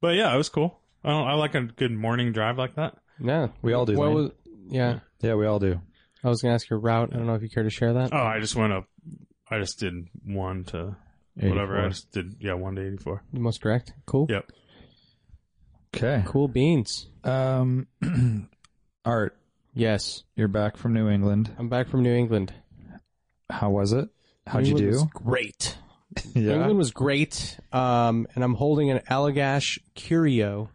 [SPEAKER 4] but yeah, it was cool. I, don't, I like a good morning drive like that.
[SPEAKER 3] Yeah,
[SPEAKER 7] We all do,
[SPEAKER 3] What
[SPEAKER 7] Lane.
[SPEAKER 3] was- yeah,
[SPEAKER 7] yeah, we all do.
[SPEAKER 3] I was gonna ask your route. I don't know if you care to share that.
[SPEAKER 4] Oh, I just went up. I just did one to whatever. I
[SPEAKER 7] 84.
[SPEAKER 4] just did yeah one to eighty four.
[SPEAKER 3] The most direct. Cool.
[SPEAKER 4] Yep.
[SPEAKER 7] Okay.
[SPEAKER 3] Cool beans.
[SPEAKER 7] Um, Art,
[SPEAKER 3] Yes,
[SPEAKER 7] you're back from New England.
[SPEAKER 3] I'm back from New England.
[SPEAKER 7] How was it? How'd
[SPEAKER 3] New
[SPEAKER 7] you do?
[SPEAKER 3] England was great. New
[SPEAKER 7] yeah.
[SPEAKER 3] England was great. Um, and I'm holding an Allagash Curio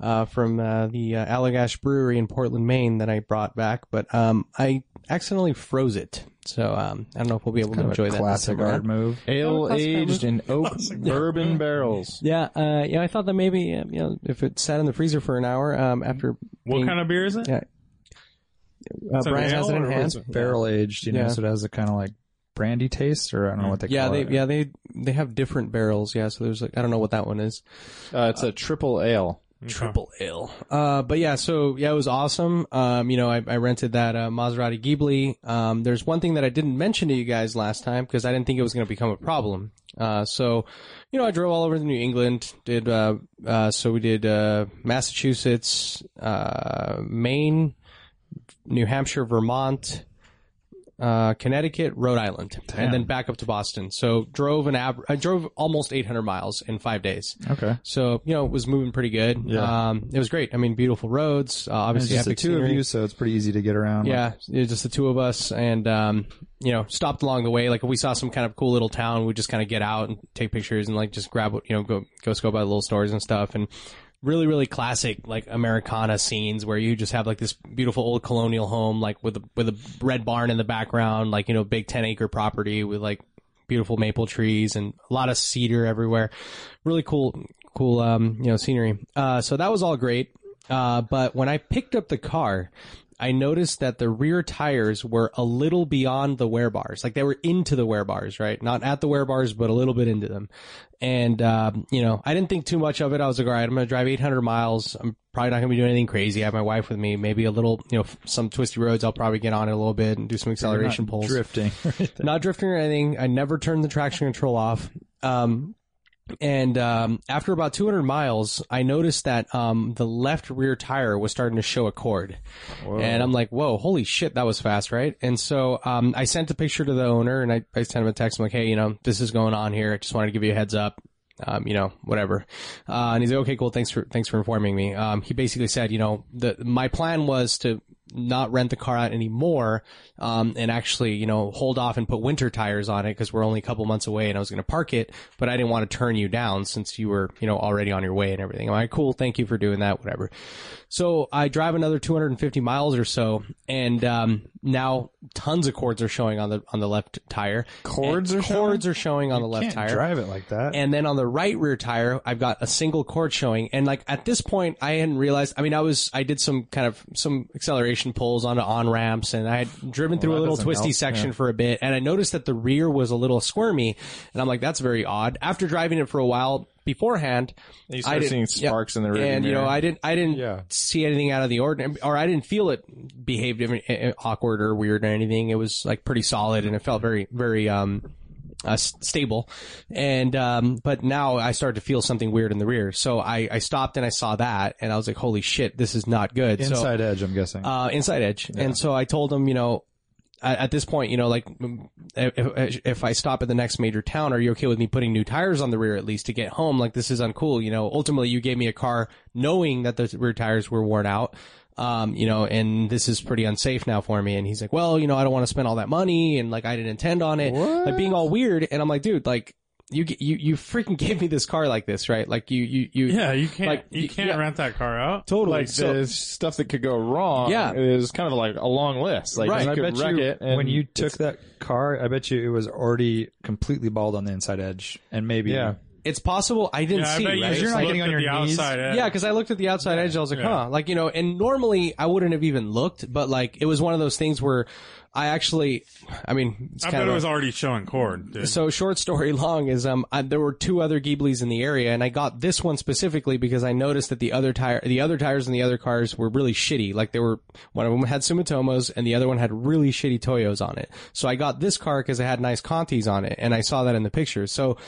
[SPEAKER 3] uh, from uh, the uh, Allagash Brewery in Portland, Maine that I brought back, but um, I accidentally froze it. So um, I don't know if we'll be able to
[SPEAKER 7] Kind of
[SPEAKER 3] enjoy
[SPEAKER 7] a
[SPEAKER 3] that.
[SPEAKER 7] classic
[SPEAKER 3] this time
[SPEAKER 7] Art
[SPEAKER 3] around.
[SPEAKER 7] move.
[SPEAKER 2] Ale aged in oak bourbon barrels.
[SPEAKER 3] Yeah, uh, yeah. I thought that maybe uh, you know if it sat in the freezer for an hour um, after
[SPEAKER 4] What
[SPEAKER 3] being-
[SPEAKER 4] kind of beer is it?
[SPEAKER 3] Yeah. uh,
[SPEAKER 4] It's an
[SPEAKER 3] Brian has
[SPEAKER 4] ale
[SPEAKER 3] it in
[SPEAKER 4] or
[SPEAKER 3] hand.
[SPEAKER 7] It's barrel aged, you know,
[SPEAKER 3] Yeah.
[SPEAKER 7] so it has a kind of like brandy taste, or I don't know what they
[SPEAKER 3] Yeah,
[SPEAKER 7] call
[SPEAKER 3] they
[SPEAKER 7] it.
[SPEAKER 3] yeah they they have different barrels. Yeah, so there's like I don't know what that one is.
[SPEAKER 2] Uh, it's a triple ale.
[SPEAKER 3] Triple ale. Uh, but yeah, so yeah, it was awesome. Um, you know, I, I rented that uh, Maserati Ghibli. Um, there's one thing that I didn't mention to you guys last time because I didn't think it was going to become a problem. Uh, so, you know, I drove all over New England. Did uh, uh, so we did uh, Massachusetts, uh, Maine, New Hampshire, Vermont, uh, Connecticut, Rhode Island, and then back up to Boston. So drove an ab- I drove almost 800 miles in five days.
[SPEAKER 2] Okay.
[SPEAKER 3] So you know, it was moving pretty good.
[SPEAKER 2] Yeah.
[SPEAKER 3] Um, it was great. I mean, beautiful roads.
[SPEAKER 7] It's
[SPEAKER 3] Uh, obviously,
[SPEAKER 7] just the
[SPEAKER 3] epic
[SPEAKER 7] two
[SPEAKER 3] scenery.
[SPEAKER 7] of you, so it's pretty easy to get around.
[SPEAKER 3] Yeah, it was just the two of us, and um, you know, stopped along the way. Like if we saw some kind of cool little town, we just kind of get out and take pictures and like just grab what you know, go go scope out little stores and stuff, and really really classic like Americana scenes where you just have like this beautiful old colonial home like with a with a red barn in the background, like you know, big ten acre property with like beautiful maple trees and a lot of cedar everywhere. Really cool, cool, um, you know, scenery. Uh, so that was all great. Uh, but when I picked up the car, I noticed that the rear tires were a little beyond the wear bars. Like they were into the wear bars, right? Not at the wear bars, but a little bit into them. And, um, you know, I didn't think too much of it. I was like, all right, I'm going to drive 800 miles. I'm probably not going to be doing anything crazy. I have my wife with me. Maybe a little, you know, f- some twisty roads. I'll probably get on it a little bit and do some
[SPEAKER 7] You're not
[SPEAKER 3] acceleration pulls
[SPEAKER 7] drifting.
[SPEAKER 3] not drifting or anything. I never turned the traction control off. Um, and um, after about 200 miles, I noticed that um, the left rear tire was starting to show a cord. And I'm like, whoa, holy shit, that was fast, right? And so um, I sent a picture to the owner and I, I sent him a text. I'm like, hey, you know, this is going on here. I just wanted to give you a heads up. Um, you know, whatever. Uh, and he's like, okay, cool. Thanks for, thanks for informing me. Um, he basically said, you know, the, my plan was to not rent the car out anymore, um, and actually, you know, hold off and put winter tires on it because we're only a couple months away and I was going to park it, but I didn't want to turn you down since you were, you know, already on your way and everything. I'm like, cool. Thank you for doing that. Whatever. So I drive another 250 miles or so, and um, now tons of cords are showing on the on the left tire.
[SPEAKER 2] Cords
[SPEAKER 3] And
[SPEAKER 2] are showing?
[SPEAKER 3] cords are showing on the left
[SPEAKER 7] Can't
[SPEAKER 3] tire.
[SPEAKER 7] drive it like that.
[SPEAKER 3] And then on the right rear tire, I've got a single cord showing. And like at this point, I hadn't realized. I mean, I was I did some kind of some acceleration pulls onto on ramps, and I had driven
[SPEAKER 2] Oh,
[SPEAKER 3] through a little
[SPEAKER 7] doesn't
[SPEAKER 3] twisty
[SPEAKER 7] help,
[SPEAKER 3] section for a bit, and I noticed that the rear was a little squirmy, and I'm like, that's very odd. After driving it for a while beforehand,
[SPEAKER 2] You
[SPEAKER 3] I
[SPEAKER 2] start
[SPEAKER 3] did-
[SPEAKER 2] seeing
[SPEAKER 3] yeah.
[SPEAKER 2] sparks in the rear.
[SPEAKER 3] and you know,
[SPEAKER 2] mirror.
[SPEAKER 3] I didn't, I didn't
[SPEAKER 2] Yeah.
[SPEAKER 3] see anything out of the ordinary, or I didn't feel it behaved even- eh, awkward or weird or anything. It was like pretty solid, and it felt very, very um, uh, s- stable. And um, but now I started to feel something weird in the rear, so I, I stopped and I saw that, and I was like, "Holy shit, this is not good." so,
[SPEAKER 7] Inside edge, I'm guessing.
[SPEAKER 3] uh, Inside Edge. And so I told him, you know, at, at this point, you know, like mm, if, if I stop at the next major town, are you okay with me putting new tires on the rear at least to get home? Like this is uncool. You know, ultimately you gave me a car knowing that the rear tires were worn out. Um, you know, and this is pretty unsafe now for me. And he's like, well, you know, I don't want to spend all that money and like I didn't intend on it. Like being all weird. And I'm like, dude, like you, you, you freaking gave me this car like this, right? Like you, you, you,
[SPEAKER 4] Yeah, you can't
[SPEAKER 3] Like, y-
[SPEAKER 4] you can't
[SPEAKER 3] yeah.
[SPEAKER 4] rent that car out.
[SPEAKER 3] totally.
[SPEAKER 2] like
[SPEAKER 3] So-
[SPEAKER 2] the stuff that could go wrong
[SPEAKER 3] Yeah.
[SPEAKER 2] is kind of like a long list. Like
[SPEAKER 3] Right.
[SPEAKER 2] you
[SPEAKER 7] I
[SPEAKER 2] could
[SPEAKER 7] bet
[SPEAKER 2] wreck
[SPEAKER 7] you,
[SPEAKER 2] it and
[SPEAKER 7] when you took that car, I bet you it was already completely bald on the inside edge, and maybe
[SPEAKER 2] Yeah.
[SPEAKER 3] it's possible I didn't
[SPEAKER 4] Yeah, I
[SPEAKER 3] see,
[SPEAKER 4] bet you
[SPEAKER 3] right?
[SPEAKER 4] just
[SPEAKER 7] You're not
[SPEAKER 4] looked
[SPEAKER 7] getting on
[SPEAKER 4] at
[SPEAKER 7] your
[SPEAKER 4] the
[SPEAKER 7] knees.
[SPEAKER 4] outside edge.
[SPEAKER 3] Yeah, because I looked at the outside edge. I was like,
[SPEAKER 4] Yeah.
[SPEAKER 3] huh, like you know. And normally I wouldn't have even looked, but like it was one of those things where I actually, I mean, it's
[SPEAKER 4] I
[SPEAKER 3] kind of
[SPEAKER 4] bet it
[SPEAKER 3] a-
[SPEAKER 4] was already showing cord. dude.
[SPEAKER 3] so short story long is um I, there were two other Ghiblis in the area and I got this one specifically because I noticed that the other tire the other tires in the other cars were really shitty like they were one of them had Sumitomos and the other one had really shitty Toyos on it so I got this car because it had nice Contis on it and I saw that in the picture so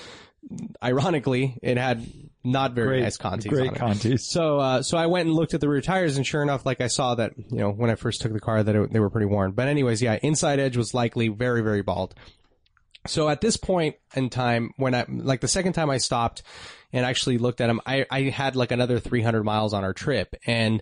[SPEAKER 3] ironically it had not very
[SPEAKER 7] Great-
[SPEAKER 3] nice Contis
[SPEAKER 7] great
[SPEAKER 3] on it.
[SPEAKER 7] Contis.
[SPEAKER 3] so uh so I went and looked at the rear tires and sure enough like I saw that you know when I first took the car that it, they were pretty worn but anyways yeah inside edge was likely very very bald so at this point in time, when I like the second time I stopped and actually looked at him, I, I had like another 300 miles on our trip, and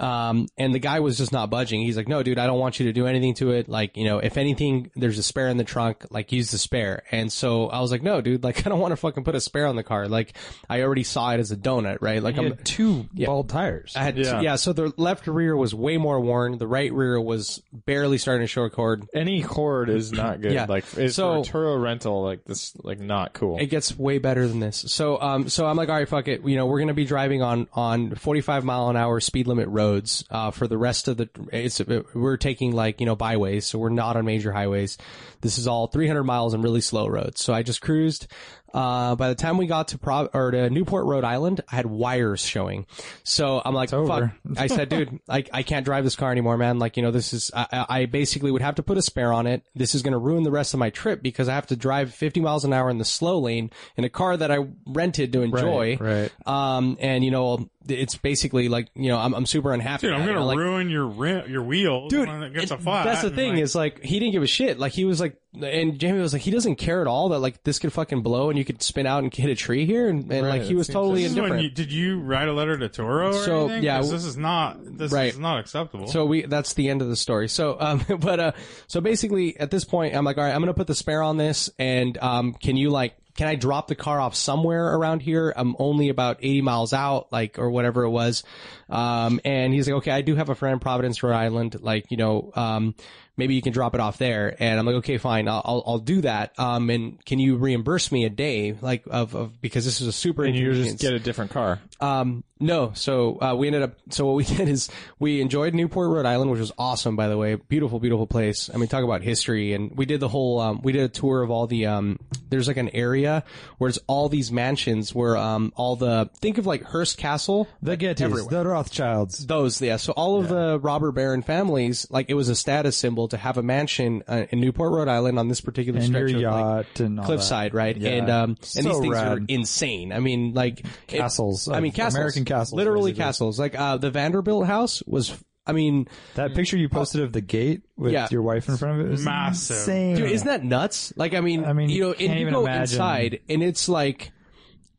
[SPEAKER 3] um and the guy was just not budging. He's like, "No, dude, I don't want you to do anything to it. Like, you know, if anything, there's a spare in the trunk. Like, use the spare." And so I was like, "No, dude, like I don't want to fucking put a spare on the car. Like, I already saw it as a donut, right? Like, I'm
[SPEAKER 7] two
[SPEAKER 3] Yeah.
[SPEAKER 7] bald tires.
[SPEAKER 3] I had yeah. yeah. So the left rear was way more worn. The right rear was barely starting to show a cord.
[SPEAKER 2] any cord is not good.
[SPEAKER 3] Yeah.
[SPEAKER 2] Like it's
[SPEAKER 3] So-
[SPEAKER 2] for a Turo rental, like this, like not cool.
[SPEAKER 3] It gets way better than this. So, um, so I'm like, all right, fuck it. You know, we're gonna be driving on on 45 mile an hour speed limit roads uh, for the rest of the. It's we're taking like you know byways, so we're not on major highways. This is all 300 miles and really slow roads. So I just cruised. Uh, by the time we got to Pro- or to Newport, Rhode Island, I had wires showing. So I'm like, fuck.
[SPEAKER 2] over.
[SPEAKER 3] I said, dude, I, I can't drive this car anymore, man. Like, you know, this is, I, I I basically would have to put a spare on it. This is going to ruin the rest of my trip because I have to drive 50 miles an hour in the slow lane in a car that I rented to enjoy.
[SPEAKER 2] right.
[SPEAKER 3] Um, and you know, it's basically like, you know, I'm, I'm super unhappy.
[SPEAKER 4] Dude, I'm
[SPEAKER 3] now, you
[SPEAKER 4] gonna
[SPEAKER 3] know, like,
[SPEAKER 4] ruin your rim, your wheels.
[SPEAKER 3] dude,
[SPEAKER 4] when it gets
[SPEAKER 3] and
[SPEAKER 4] a flat.
[SPEAKER 3] that's the
[SPEAKER 4] and,
[SPEAKER 3] thing
[SPEAKER 4] like,
[SPEAKER 3] is like he didn't give a shit. Like he was like, and Jamie was like, he doesn't care at all that like this could fucking blow and you could spin out and hit a tree here, and, and like he was totally
[SPEAKER 4] this is when
[SPEAKER 3] indifferent.
[SPEAKER 4] you, did you write a letter to Toro? Or
[SPEAKER 3] So,
[SPEAKER 4] anything?
[SPEAKER 3] yeah,
[SPEAKER 4] 'Cause
[SPEAKER 3] w-
[SPEAKER 4] this is not this
[SPEAKER 3] right.
[SPEAKER 4] is not acceptable.
[SPEAKER 3] So we that's the end of the story. So um but uh so basically at this point I'm like all right I'm going to put the spare on this and um can you like can I drop the car off somewhere around here? I'm only about 80 miles out like or whatever it was. Um and he's like okay I do have a friend in Providence Rhode Island like you know um maybe you can drop it off there and I'm like okay fine I'll I'll, I'll do that. Um and can you reimburse me a day like of, of because this is a super
[SPEAKER 2] And you
[SPEAKER 3] inconvenience.
[SPEAKER 2] just get a different car.
[SPEAKER 3] Um, no. So uh, we ended up. So what we did is we enjoyed Newport, Rhode Island, which was awesome, by the way. Beautiful, beautiful place. I mean, talk about history. And we did the whole. Um, we did a tour of all the. Um, there's like an area where it's all these mansions where um all the think of like Hearst Castle.
[SPEAKER 7] The Gettys,
[SPEAKER 3] everywhere.
[SPEAKER 7] the Rothschilds.
[SPEAKER 3] Those, yeah. So all of the robber baron families, like it was a status symbol to have a mansion uh, in Newport, Rhode Island, on this particular
[SPEAKER 7] and your
[SPEAKER 3] stretch of like,
[SPEAKER 7] yacht and all
[SPEAKER 3] cliffside, right?
[SPEAKER 7] Yeah.
[SPEAKER 3] And um, and
[SPEAKER 7] So
[SPEAKER 3] these things
[SPEAKER 7] rad.
[SPEAKER 3] are insane. I mean, like it-
[SPEAKER 7] Castles,
[SPEAKER 3] I
[SPEAKER 7] uh,
[SPEAKER 3] mean, castles,
[SPEAKER 7] American castles,
[SPEAKER 3] literally
[SPEAKER 7] basically.
[SPEAKER 3] castles. Like uh, the Vanderbilt house was. I mean,
[SPEAKER 7] That. that picture you posted of the gate with
[SPEAKER 3] Mm. Yeah.
[SPEAKER 7] your wife in front of it is
[SPEAKER 4] Massive.
[SPEAKER 7] Insane.
[SPEAKER 3] dude, isn't that nuts? Like, I mean,
[SPEAKER 7] I mean,
[SPEAKER 3] you know,
[SPEAKER 7] you
[SPEAKER 3] and
[SPEAKER 7] can't
[SPEAKER 3] you
[SPEAKER 7] even
[SPEAKER 3] go
[SPEAKER 7] imagine.
[SPEAKER 3] inside, and it's like,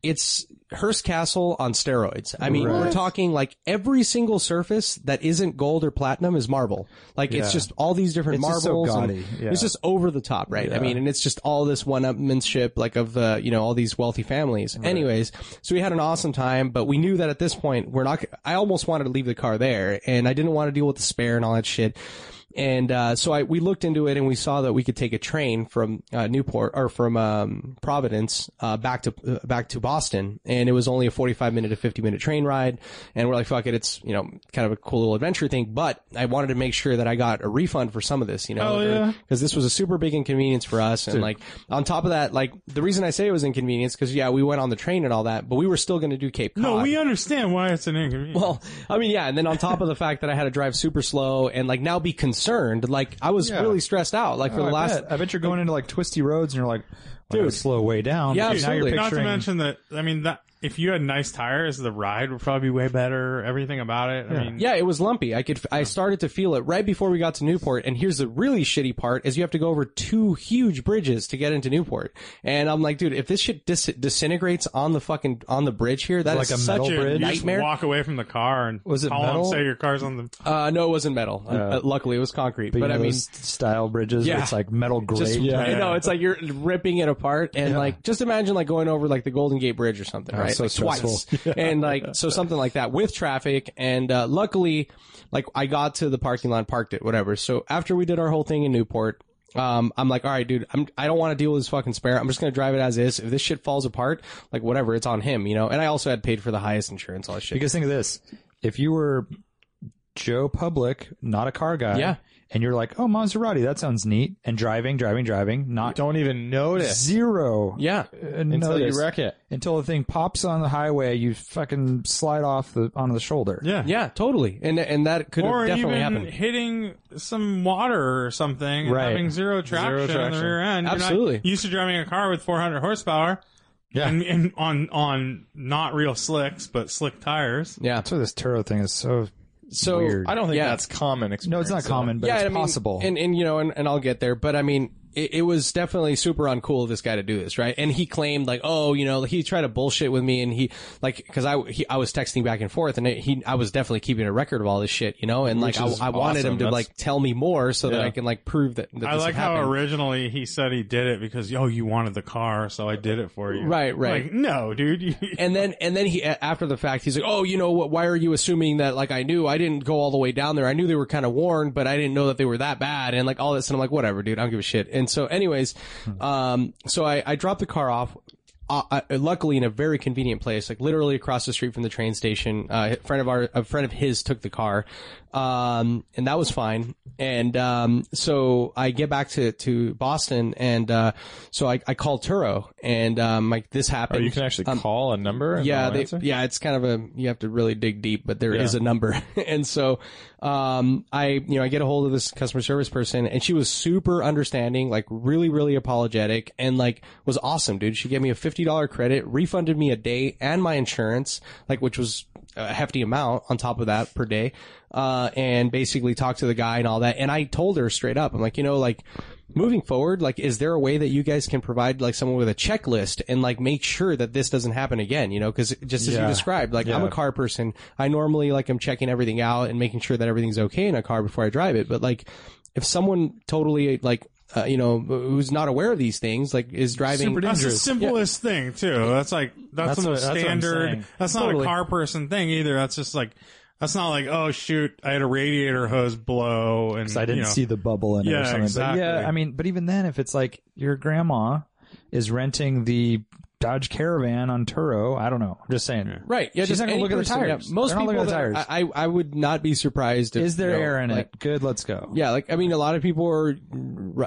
[SPEAKER 3] it's Hearst Castle on steroids. I mean, we're talking like every single surface that isn't gold or platinum is marble. Like, it's just all these different
[SPEAKER 7] It's just
[SPEAKER 3] marbles.
[SPEAKER 7] so
[SPEAKER 3] and
[SPEAKER 7] gaudy, yeah.
[SPEAKER 3] It's just over the top, right? I mean, and it's just all this one-upmanship, like of uh, you know all these wealthy families. Anyways, so we had an awesome time, but we knew that at this point we're not. I almost wanted to leave the car there, and I didn't want to deal with the spare and all that shit. And uh, so I we looked into it, and we saw that we could take a train from uh, Newport or from um, Providence uh, back to uh, back to Boston, and it was only a forty-five minute to fifty-minute train ride. And we're like, fuck it, it's you know kind of a cool little adventure thing. But I wanted to make sure that I got a refund for some of this, you know,
[SPEAKER 4] Oh, yeah.
[SPEAKER 3] because this was a super big inconvenience for us. And like on top of that, like the reason I say it was inconvenience because yeah, we went on the train and all that, but we were still going to do Cape Cod.
[SPEAKER 4] no, we understand why it's an inconvenience.
[SPEAKER 3] Well, I mean, yeah, and then on top of the fact that I had to drive super slow and like now be concerned, like I was really stressed out, like for
[SPEAKER 7] Oh,
[SPEAKER 3] the
[SPEAKER 7] I
[SPEAKER 3] last.
[SPEAKER 7] bet. I bet you're going into like twisty roads and you're like, well, dude, slow way down.
[SPEAKER 3] Yeah,
[SPEAKER 7] But
[SPEAKER 3] absolutely.
[SPEAKER 7] Now
[SPEAKER 4] Not
[SPEAKER 7] you're
[SPEAKER 4] to
[SPEAKER 7] picturing
[SPEAKER 4] mention that I mean that if you had nice tires, the ride would probably be way better. Everything about it. I mean,
[SPEAKER 3] Yeah, it was lumpy. I could, I started to feel it right before we got to Newport. And here's the really shitty part is you have to go over two huge bridges to get into Newport. And I'm like, dude, if this shit dis- disintegrates on the fucking, on the bridge here, that is
[SPEAKER 7] Like a
[SPEAKER 3] such
[SPEAKER 7] metal
[SPEAKER 4] Dude,
[SPEAKER 3] a
[SPEAKER 7] bridge?
[SPEAKER 4] you just
[SPEAKER 3] nightmare.
[SPEAKER 4] walk away from the car and
[SPEAKER 7] Was it
[SPEAKER 4] call 'em,
[SPEAKER 7] metal?
[SPEAKER 4] say your car's on the.
[SPEAKER 3] Uh, no, it wasn't metal. Uh, uh, luckily, it was concrete. But,
[SPEAKER 7] you know,
[SPEAKER 3] I mean,
[SPEAKER 7] those style bridges.
[SPEAKER 3] Yeah.
[SPEAKER 7] where It's like metal grate.
[SPEAKER 3] just you know, it's like you're ripping it apart, and like just imagine like going over like the Golden Gate Bridge or something, right?
[SPEAKER 7] so
[SPEAKER 3] like, twice, and like so something like that with traffic. And uh, luckily, like I got to the parking lot, parked it, whatever. So after we did our whole thing in Newport. Um, I'm like, all right, dude, I'm, I don't want to deal with this fucking spare. I'm just going to drive it as is. If this shit falls apart, like whatever, it's on him, you know? And I also had paid for the highest insurance, all that shit.
[SPEAKER 7] Because think of this: if you were Joe Public, not a car guy,
[SPEAKER 3] Yeah.
[SPEAKER 7] and you're like, "Oh, Maserati, that sounds neat," and driving, driving, driving, not
[SPEAKER 2] Don't even notice
[SPEAKER 7] zero,
[SPEAKER 3] yeah.
[SPEAKER 7] uh,
[SPEAKER 2] until
[SPEAKER 7] notice
[SPEAKER 2] you wreck it.
[SPEAKER 7] until the thing pops on the highway, you fucking slide off the onto the shoulder.
[SPEAKER 4] Yeah.
[SPEAKER 3] Yeah, totally. And, and that could
[SPEAKER 4] Or
[SPEAKER 3] have definitely
[SPEAKER 4] even
[SPEAKER 3] happened.
[SPEAKER 4] hitting some water or something, and
[SPEAKER 7] Right.
[SPEAKER 4] having zero traction, on the
[SPEAKER 2] traction.
[SPEAKER 4] rear end. You're not
[SPEAKER 3] Absolutely.
[SPEAKER 4] used to driving a car with 400 horsepower,
[SPEAKER 7] Yeah.
[SPEAKER 4] and, and on on not real slicks but slick tires.
[SPEAKER 3] Yeah.
[SPEAKER 7] That's why this Turo thing is so.
[SPEAKER 3] So
[SPEAKER 7] Weird.
[SPEAKER 2] I don't think
[SPEAKER 3] Yeah.
[SPEAKER 2] that's common. Experience,
[SPEAKER 7] No, it's not
[SPEAKER 2] though.
[SPEAKER 7] common, but
[SPEAKER 3] yeah,
[SPEAKER 7] it's
[SPEAKER 3] and I mean,
[SPEAKER 7] possible.
[SPEAKER 3] And and you know, and, and I'll get there, but I mean, it, it was definitely super uncool of this guy to do this, right? And he claimed like, oh, you know, he tried to bullshit with me, and he like because I he, I was texting back and forth, and it, he I was definitely keeping a record of all this shit, you know, and like I,
[SPEAKER 2] is
[SPEAKER 3] I wanted
[SPEAKER 2] awesome.
[SPEAKER 3] him to
[SPEAKER 2] That's-
[SPEAKER 3] like tell me more so that
[SPEAKER 2] Yeah.
[SPEAKER 3] I can like prove that. that
[SPEAKER 4] I
[SPEAKER 3] this
[SPEAKER 4] like
[SPEAKER 3] happened.
[SPEAKER 4] how originally he said he did it because yo, you wanted the car, so I did it for you.
[SPEAKER 3] Right, right.
[SPEAKER 4] Like, no, dude. You,
[SPEAKER 3] and then and then he a- after the fact he's like oh you know what why are you assuming that like i knew i didn't go all the way down there i knew they were kind of warned but i didn't know that they were that bad and like all
[SPEAKER 2] Hmm.
[SPEAKER 3] this and i'm like whatever dude i don't give a shit and so anyways um so i i dropped the car off uh, uh, luckily in a very convenient place, like literally across the street from the train station. Uh, a friend of our, a friend of his took the car, um, and that was fine. And um, so I get back to to Boston, and uh, so I, I called Turo, and um, like this happened. Um,
[SPEAKER 2] Oh, you can actually call a number. And
[SPEAKER 3] yeah,
[SPEAKER 2] they'll
[SPEAKER 3] they,
[SPEAKER 2] answer?
[SPEAKER 3] yeah, it's kind of a you have to really dig deep, but there is a number, and so um, I you know I get a hold of this customer service person, and she was super understanding, like really really apologetic, and like was awesome, dude. She gave me a fifty dollar credit, refunded me a day and my insurance, like which was a hefty amount on top of that per day, uh, and basically talked to the guy and all that, and I told her straight up, I'm like, you know, like moving forward like is there a way that you guys can provide like someone with a checklist and like make sure that this doesn't happen again you know because just as you described like i'm a car person i normally like i'm checking everything out and making sure that everything's okay in a car before i drive it but like if someone totally like uh, you know who's not aware of these things like is driving
[SPEAKER 4] That's the simplest thing too. That's like
[SPEAKER 8] That's
[SPEAKER 4] that's, the
[SPEAKER 8] what- that's what I'm
[SPEAKER 4] standard.
[SPEAKER 8] saying.
[SPEAKER 4] That's, not a car person thing either. That's just like that's not like oh shoot, I had a radiator hose blow and
[SPEAKER 7] I didn't
[SPEAKER 4] you know,
[SPEAKER 7] see the bubble in it
[SPEAKER 4] Yeah,
[SPEAKER 7] or something.
[SPEAKER 4] exactly.
[SPEAKER 7] But yeah, I mean, but even then, if it's like your grandma is renting the Dodge Caravan on Turo, I don't know. I'm just saying.
[SPEAKER 3] right yeah
[SPEAKER 7] She's
[SPEAKER 3] just
[SPEAKER 7] not gonna
[SPEAKER 3] any
[SPEAKER 7] look at the
[SPEAKER 3] person, yeah.
[SPEAKER 7] tires.
[SPEAKER 3] most
[SPEAKER 7] They're not
[SPEAKER 3] people
[SPEAKER 7] looking at the
[SPEAKER 3] that-
[SPEAKER 7] tires.
[SPEAKER 3] I, I I would not be surprised if,
[SPEAKER 7] Is there
[SPEAKER 3] you know,
[SPEAKER 7] air in
[SPEAKER 3] like,
[SPEAKER 7] it? Good, let's go.
[SPEAKER 3] Yeah, like I mean, a lot of people are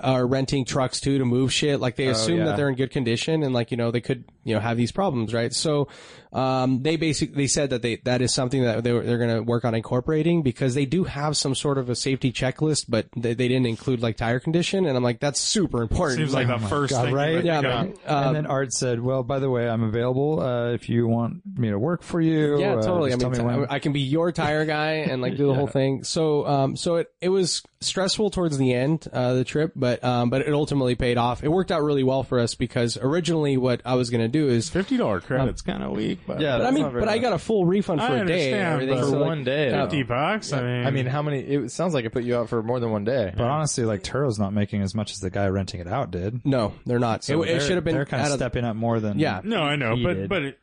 [SPEAKER 3] are renting trucks too to move shit. Like they assume that they're in good condition and like you know they could you know have these problems, right? So, um, they basically they said that they that is something that they were, they're going to work on incorporating because they do have some sort of a safety checklist, but they, they didn't include like tire condition, and I'm like that's super important.
[SPEAKER 4] seems like
[SPEAKER 3] Like,
[SPEAKER 4] the first thing. you
[SPEAKER 7] right?
[SPEAKER 4] would
[SPEAKER 3] yeah, man.
[SPEAKER 4] think of.
[SPEAKER 3] Um,
[SPEAKER 7] and then Art said, "Well, by the way, I'm available uh, if you want me to work for you.
[SPEAKER 3] Yeah,
[SPEAKER 7] uh,
[SPEAKER 3] totally. I
[SPEAKER 7] just
[SPEAKER 3] mean,
[SPEAKER 7] tell me when."
[SPEAKER 3] I can be your tire guy and like do the whole thing. So, um, so it, it was stressful towards the end, uh, the trip, but, um, but it ultimately paid off. It worked out really well for us because originally what I was going to do is,
[SPEAKER 4] Fifty dollar credit's kind of weak, but
[SPEAKER 2] yeah.
[SPEAKER 3] but I
[SPEAKER 2] that's
[SPEAKER 3] mean,
[SPEAKER 2] not very
[SPEAKER 3] but I
[SPEAKER 2] much.
[SPEAKER 3] got a full refund for
[SPEAKER 4] I
[SPEAKER 3] a day and
[SPEAKER 4] understand,
[SPEAKER 3] everything.
[SPEAKER 4] but
[SPEAKER 3] so
[SPEAKER 2] for
[SPEAKER 3] like,
[SPEAKER 2] one day. though.
[SPEAKER 4] fifty bucks. I mean,
[SPEAKER 2] I mean, how many? It sounds like it put you out for more than one day.
[SPEAKER 7] but honestly, like Turo's not making as much as the guy renting it out did.
[SPEAKER 3] no, they're not.
[SPEAKER 7] So
[SPEAKER 3] it it
[SPEAKER 7] they're-
[SPEAKER 3] should have been
[SPEAKER 7] They're kind
[SPEAKER 3] out
[SPEAKER 7] of
[SPEAKER 3] of the-
[SPEAKER 7] stepping up more than
[SPEAKER 3] Yeah.
[SPEAKER 4] no, I know, but
[SPEAKER 7] did.
[SPEAKER 4] but it,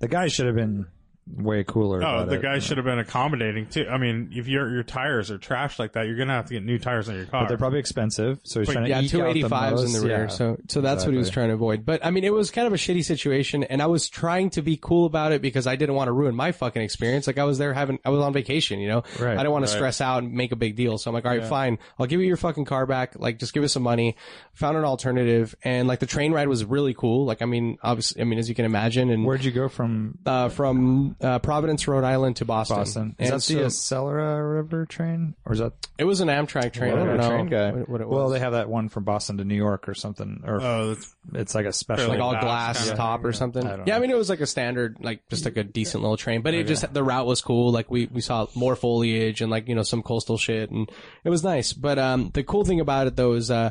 [SPEAKER 7] The guy should have been way cooler.
[SPEAKER 4] oh,
[SPEAKER 7] about
[SPEAKER 4] the
[SPEAKER 7] it.
[SPEAKER 4] guy should have been accommodating too. I mean, if your your tires are trashed like that, you're gonna have to get new tires on your car.
[SPEAKER 7] But they're probably expensive, so he's trying to
[SPEAKER 3] yeah,
[SPEAKER 7] eke out
[SPEAKER 3] two
[SPEAKER 7] the
[SPEAKER 3] eighty fives in the
[SPEAKER 7] most.
[SPEAKER 3] rear.
[SPEAKER 7] Yeah.
[SPEAKER 3] So, so that's what he was
[SPEAKER 7] exactly.
[SPEAKER 3] trying to avoid. But I mean, it was kind of a shitty situation, and I was trying to be cool about it because I didn't want to ruin my fucking experience. Like I was there having, I was on vacation, you know.
[SPEAKER 7] Right,
[SPEAKER 3] I didn't want to stress out and make a big deal. So I'm like, all right, fine, I'll give you your fucking car back. Like, just give us some money. Found an alternative, and like the train ride was really cool. Like, I mean, obviously, I mean, as you can imagine, and
[SPEAKER 7] Where'd you go from
[SPEAKER 3] uh, from uh, Providence, Rhode Island to Boston.
[SPEAKER 7] Boston? Is
[SPEAKER 3] And
[SPEAKER 7] that
[SPEAKER 3] so-
[SPEAKER 7] the Accelera River train, or is that?
[SPEAKER 3] it was an Amtrak train. I
[SPEAKER 2] Whoa,
[SPEAKER 3] don't know
[SPEAKER 2] train guy.
[SPEAKER 3] what, what it was.
[SPEAKER 7] Well, they have that one from Boston to New York or something, or
[SPEAKER 4] oh, that's
[SPEAKER 7] it's like a special.
[SPEAKER 3] like all
[SPEAKER 4] glass
[SPEAKER 3] glass
[SPEAKER 4] kinda
[SPEAKER 3] top or something.
[SPEAKER 7] I don't
[SPEAKER 3] yeah, I
[SPEAKER 7] know.
[SPEAKER 3] mean it was like a standard, like just like a decent little train, but it just the route was cool. Like we we saw more foliage and like you know some coastal shit, and it was nice. But um, the cool thing about it though is uh.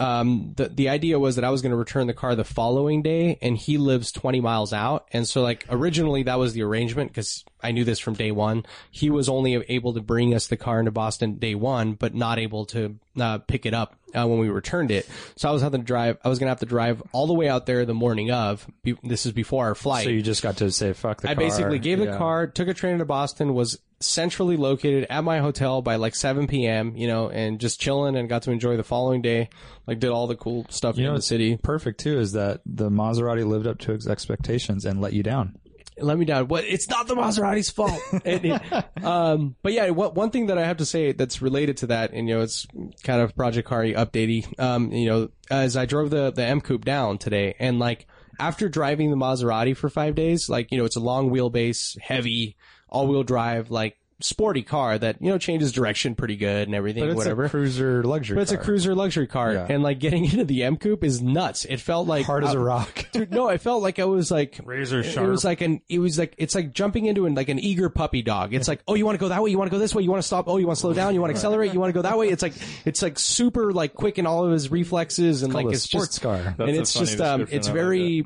[SPEAKER 3] Um, the, the idea was that I was going to return the car the following day and he lives 20 miles out. And so like originally that was the arrangement because I knew this from day one. He was only able to bring us the car into Boston day one, but not able to uh, pick it up uh, when we returned it. So I was having to drive. I was gonna have to drive all the way out there the morning of. Be, this is before our flight.
[SPEAKER 7] so you just got to say fuck the
[SPEAKER 3] I
[SPEAKER 7] car.
[SPEAKER 3] basically gave the
[SPEAKER 7] Yeah.
[SPEAKER 3] car, took a train to Boston, was centrally located at my hotel by like 7 p.m. You know, and just chilling and got to enjoy the following day. Like did all the cool stuff in the
[SPEAKER 7] what's
[SPEAKER 3] city.
[SPEAKER 7] Perfect too is that the Maserati lived up to its expectations and let you down.
[SPEAKER 3] Let me down. What? It's not the Maserati's fault. It- it- um, but yeah, what, one thing that I have to say that's related to that, and you know, it's kind of Project Kari updatey. Um, you know, as I drove the the M Coupe down today, and like after driving the Maserati for five days, like you know, it's a long wheelbase, heavy, all wheel drive, like sporty car that you know changes direction pretty good and everything,
[SPEAKER 7] But it's
[SPEAKER 3] whatever.
[SPEAKER 7] a cruiser luxury.
[SPEAKER 3] but it's a cruiser luxury car,
[SPEAKER 7] Yeah.
[SPEAKER 3] and like getting into the M Coupe is nuts. It felt like
[SPEAKER 7] hard as a
[SPEAKER 3] I-
[SPEAKER 7] rock.
[SPEAKER 3] Dude, no, I felt like I was like
[SPEAKER 4] razor
[SPEAKER 3] it-
[SPEAKER 4] sharp.
[SPEAKER 3] It was like an. It was like it's like jumping into an like an eager puppy dog. It's like, oh, you want to go that way? You want to go this way? You want to stop? Oh, you want to slow down? You want to accelerate? You want to go that way? It's like it's like super like quick in all of his reflexes and like
[SPEAKER 7] a
[SPEAKER 3] it's
[SPEAKER 7] sports
[SPEAKER 3] just
[SPEAKER 7] car.
[SPEAKER 2] That's
[SPEAKER 3] and
[SPEAKER 2] a
[SPEAKER 3] it's
[SPEAKER 2] funny
[SPEAKER 3] just um
[SPEAKER 2] description.
[SPEAKER 3] it's
[SPEAKER 2] I like
[SPEAKER 3] very.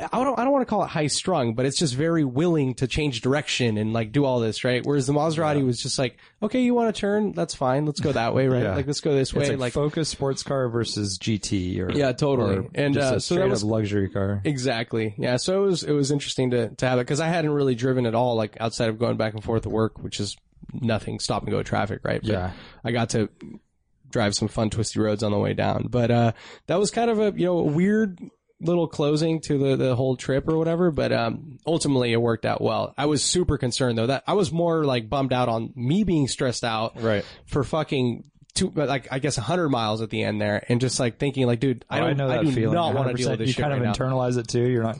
[SPEAKER 3] I don't. I don't want to call it high strung, but it's just very willing to change direction and like do all this right. Whereas the Maserati was just like, okay, you want to turn? That's fine. Let's go that way, right?
[SPEAKER 7] Yeah.
[SPEAKER 3] Like let's go this
[SPEAKER 7] It's
[SPEAKER 3] way.
[SPEAKER 7] like, focus sports car versus GT or
[SPEAKER 3] Yeah, totally.
[SPEAKER 7] or
[SPEAKER 3] And,
[SPEAKER 7] just
[SPEAKER 3] uh,
[SPEAKER 7] a
[SPEAKER 3] so that
[SPEAKER 7] straight
[SPEAKER 3] was-
[SPEAKER 7] up luxury car.
[SPEAKER 3] Exactly. Yeah. So it was it was interesting to to have it because I hadn't really driven at all, like outside of going back and forth to work, which is nothing stop and go traffic, right? But
[SPEAKER 7] Yeah.
[SPEAKER 3] I got to drive some fun twisty roads on the way down, but uh, that was kind of a you know a weird little closing to the, the whole trip or whatever, but um, ultimately it worked out well. I was super concerned though that I was more like bummed out on me being stressed out
[SPEAKER 2] Right.
[SPEAKER 3] for fucking two, but, like I guess hundred miles at the end there, and just like thinking like, dude, I
[SPEAKER 7] Oh,
[SPEAKER 3] don't, I,
[SPEAKER 7] know that
[SPEAKER 3] do
[SPEAKER 7] feeling.
[SPEAKER 3] not want to deal
[SPEAKER 7] 100%.
[SPEAKER 3] with this
[SPEAKER 7] You
[SPEAKER 3] shit
[SPEAKER 7] kind
[SPEAKER 3] right now.
[SPEAKER 7] of internalize it too. You're not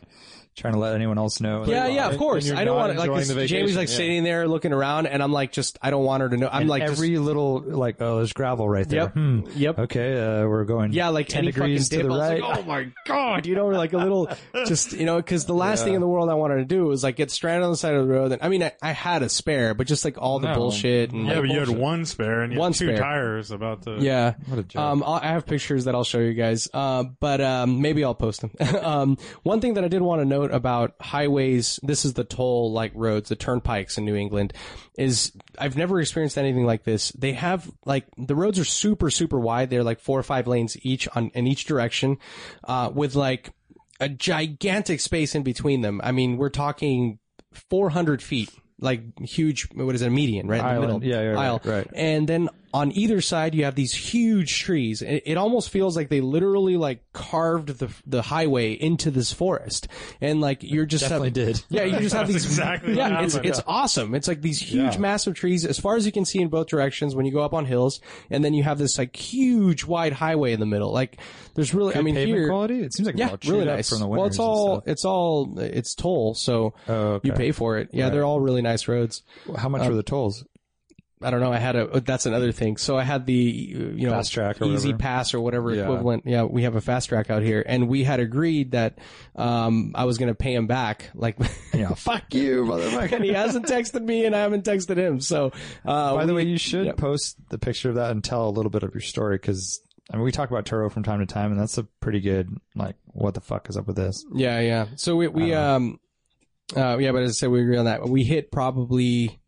[SPEAKER 7] trying to let anyone else know.
[SPEAKER 3] Yeah,
[SPEAKER 7] Like,
[SPEAKER 3] yeah, of
[SPEAKER 2] And-
[SPEAKER 3] course.
[SPEAKER 2] and you're
[SPEAKER 3] I don't
[SPEAKER 2] not
[SPEAKER 3] want to like
[SPEAKER 2] enjoying
[SPEAKER 3] 'cause
[SPEAKER 2] the vacation,
[SPEAKER 3] Jamie's like
[SPEAKER 2] yeah.
[SPEAKER 3] sitting there looking around, and I'm like, just I don't want her to know. I'm
[SPEAKER 7] and
[SPEAKER 3] like, just-
[SPEAKER 7] every little like, oh, there's gravel right there.
[SPEAKER 3] Yep.
[SPEAKER 7] Hmm.
[SPEAKER 3] Yep.
[SPEAKER 7] Okay, uh, we're going.
[SPEAKER 3] yeah, like
[SPEAKER 7] ten
[SPEAKER 3] any
[SPEAKER 7] degrees
[SPEAKER 3] fucking
[SPEAKER 7] to the
[SPEAKER 3] dip, I was
[SPEAKER 7] right.
[SPEAKER 3] like, oh my god, you know, like a little, just you know, because the last thing in the world I wanted to do was like get stranded on the side of the road. And I mean, I, I had a spare, but just like all the
[SPEAKER 7] No.
[SPEAKER 3] bullshit and
[SPEAKER 4] Yeah, but you had one spare and you
[SPEAKER 3] One
[SPEAKER 4] had two
[SPEAKER 3] spare.
[SPEAKER 4] tires about to.
[SPEAKER 3] yeah.
[SPEAKER 7] What a joke.
[SPEAKER 3] Um, I'll, I have pictures that I'll show you guys, uh, but um, maybe I'll post them. um, one thing that I did want to note about highways, this is the toll like roads, the turnpikes in New England, is I've never experienced anything like this. They have like the roads are super super wide. They're like four or five lanes each on in each direction, uh, with like a gigantic space in between them. I mean, we're talking 400 feet, like huge. What is it? A median, right? In the
[SPEAKER 7] Island.
[SPEAKER 3] middle.
[SPEAKER 7] Yeah, yeah, right,
[SPEAKER 3] aisle.
[SPEAKER 7] right.
[SPEAKER 3] And then on either side, you have these huge trees. It, it almost feels like they literally like carved the the highway into this forest, and like you're just
[SPEAKER 7] Definitely
[SPEAKER 3] have,
[SPEAKER 7] did.
[SPEAKER 3] Yeah, you just have these.
[SPEAKER 4] exactly what
[SPEAKER 3] yeah, it's
[SPEAKER 4] happened.
[SPEAKER 3] it's awesome. It's like these huge, massive trees as far as you can see in both directions when you go up on hills, and then you have this like huge, wide highway in the middle. Like there's really, I mean,
[SPEAKER 7] pavement
[SPEAKER 3] here
[SPEAKER 7] quality. It seems like
[SPEAKER 3] yeah,
[SPEAKER 7] it's all
[SPEAKER 3] really
[SPEAKER 7] chewed up
[SPEAKER 3] nice.
[SPEAKER 7] from the
[SPEAKER 3] well,
[SPEAKER 7] winters
[SPEAKER 3] it's
[SPEAKER 7] and
[SPEAKER 3] all
[SPEAKER 7] stuff. Oh,
[SPEAKER 3] it's all it's toll, so you pay for it. Yeah, they're all really nice roads.
[SPEAKER 7] How
[SPEAKER 3] uh,
[SPEAKER 7] much were the tolls?
[SPEAKER 3] I don't know. I had a oh, that's another thing. So I had the you know
[SPEAKER 7] Fast track or
[SPEAKER 3] easy
[SPEAKER 7] whatever.
[SPEAKER 3] pass or whatever
[SPEAKER 7] Yeah.
[SPEAKER 3] equivalent. Yeah, we have a fast track out here, and we had agreed that um I was going to pay him back. Like,
[SPEAKER 7] Yeah.
[SPEAKER 3] fuck you, motherfucker. and he hasn't texted me, and I haven't texted him. So uh,
[SPEAKER 7] By
[SPEAKER 3] we-
[SPEAKER 7] the way, you should
[SPEAKER 3] yeah.
[SPEAKER 7] post the picture of that and tell a little bit of your story because I mean we talk about Turo from time to time, and that's a pretty good like what the fuck is up with this?
[SPEAKER 3] Yeah, yeah. So we we
[SPEAKER 7] Uh-huh.
[SPEAKER 3] um uh yeah, but as I said, we agree on that. We hit probably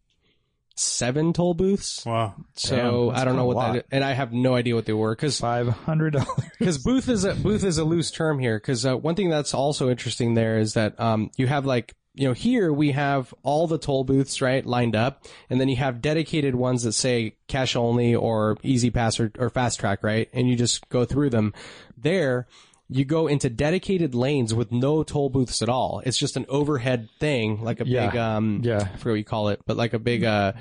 [SPEAKER 3] seven toll booths.
[SPEAKER 4] Wow.
[SPEAKER 3] So
[SPEAKER 7] Damn, that's
[SPEAKER 3] I don't
[SPEAKER 7] quite a
[SPEAKER 3] know what
[SPEAKER 7] lot.
[SPEAKER 3] that, and I have no idea what they were because
[SPEAKER 7] Five hundred dollars.
[SPEAKER 3] because booth is a booth is a loose term here because uh, one thing that's also interesting there is that um you have like you know here we have all the toll booths right lined up and then you have dedicated ones that say cash only or easy pass or, or fast track right and you just go through them there you go into dedicated lanes with no toll booths at all it's just an overhead thing like a
[SPEAKER 7] Yeah.
[SPEAKER 3] big um
[SPEAKER 7] Yeah.
[SPEAKER 3] i forget what you call it but like a big uh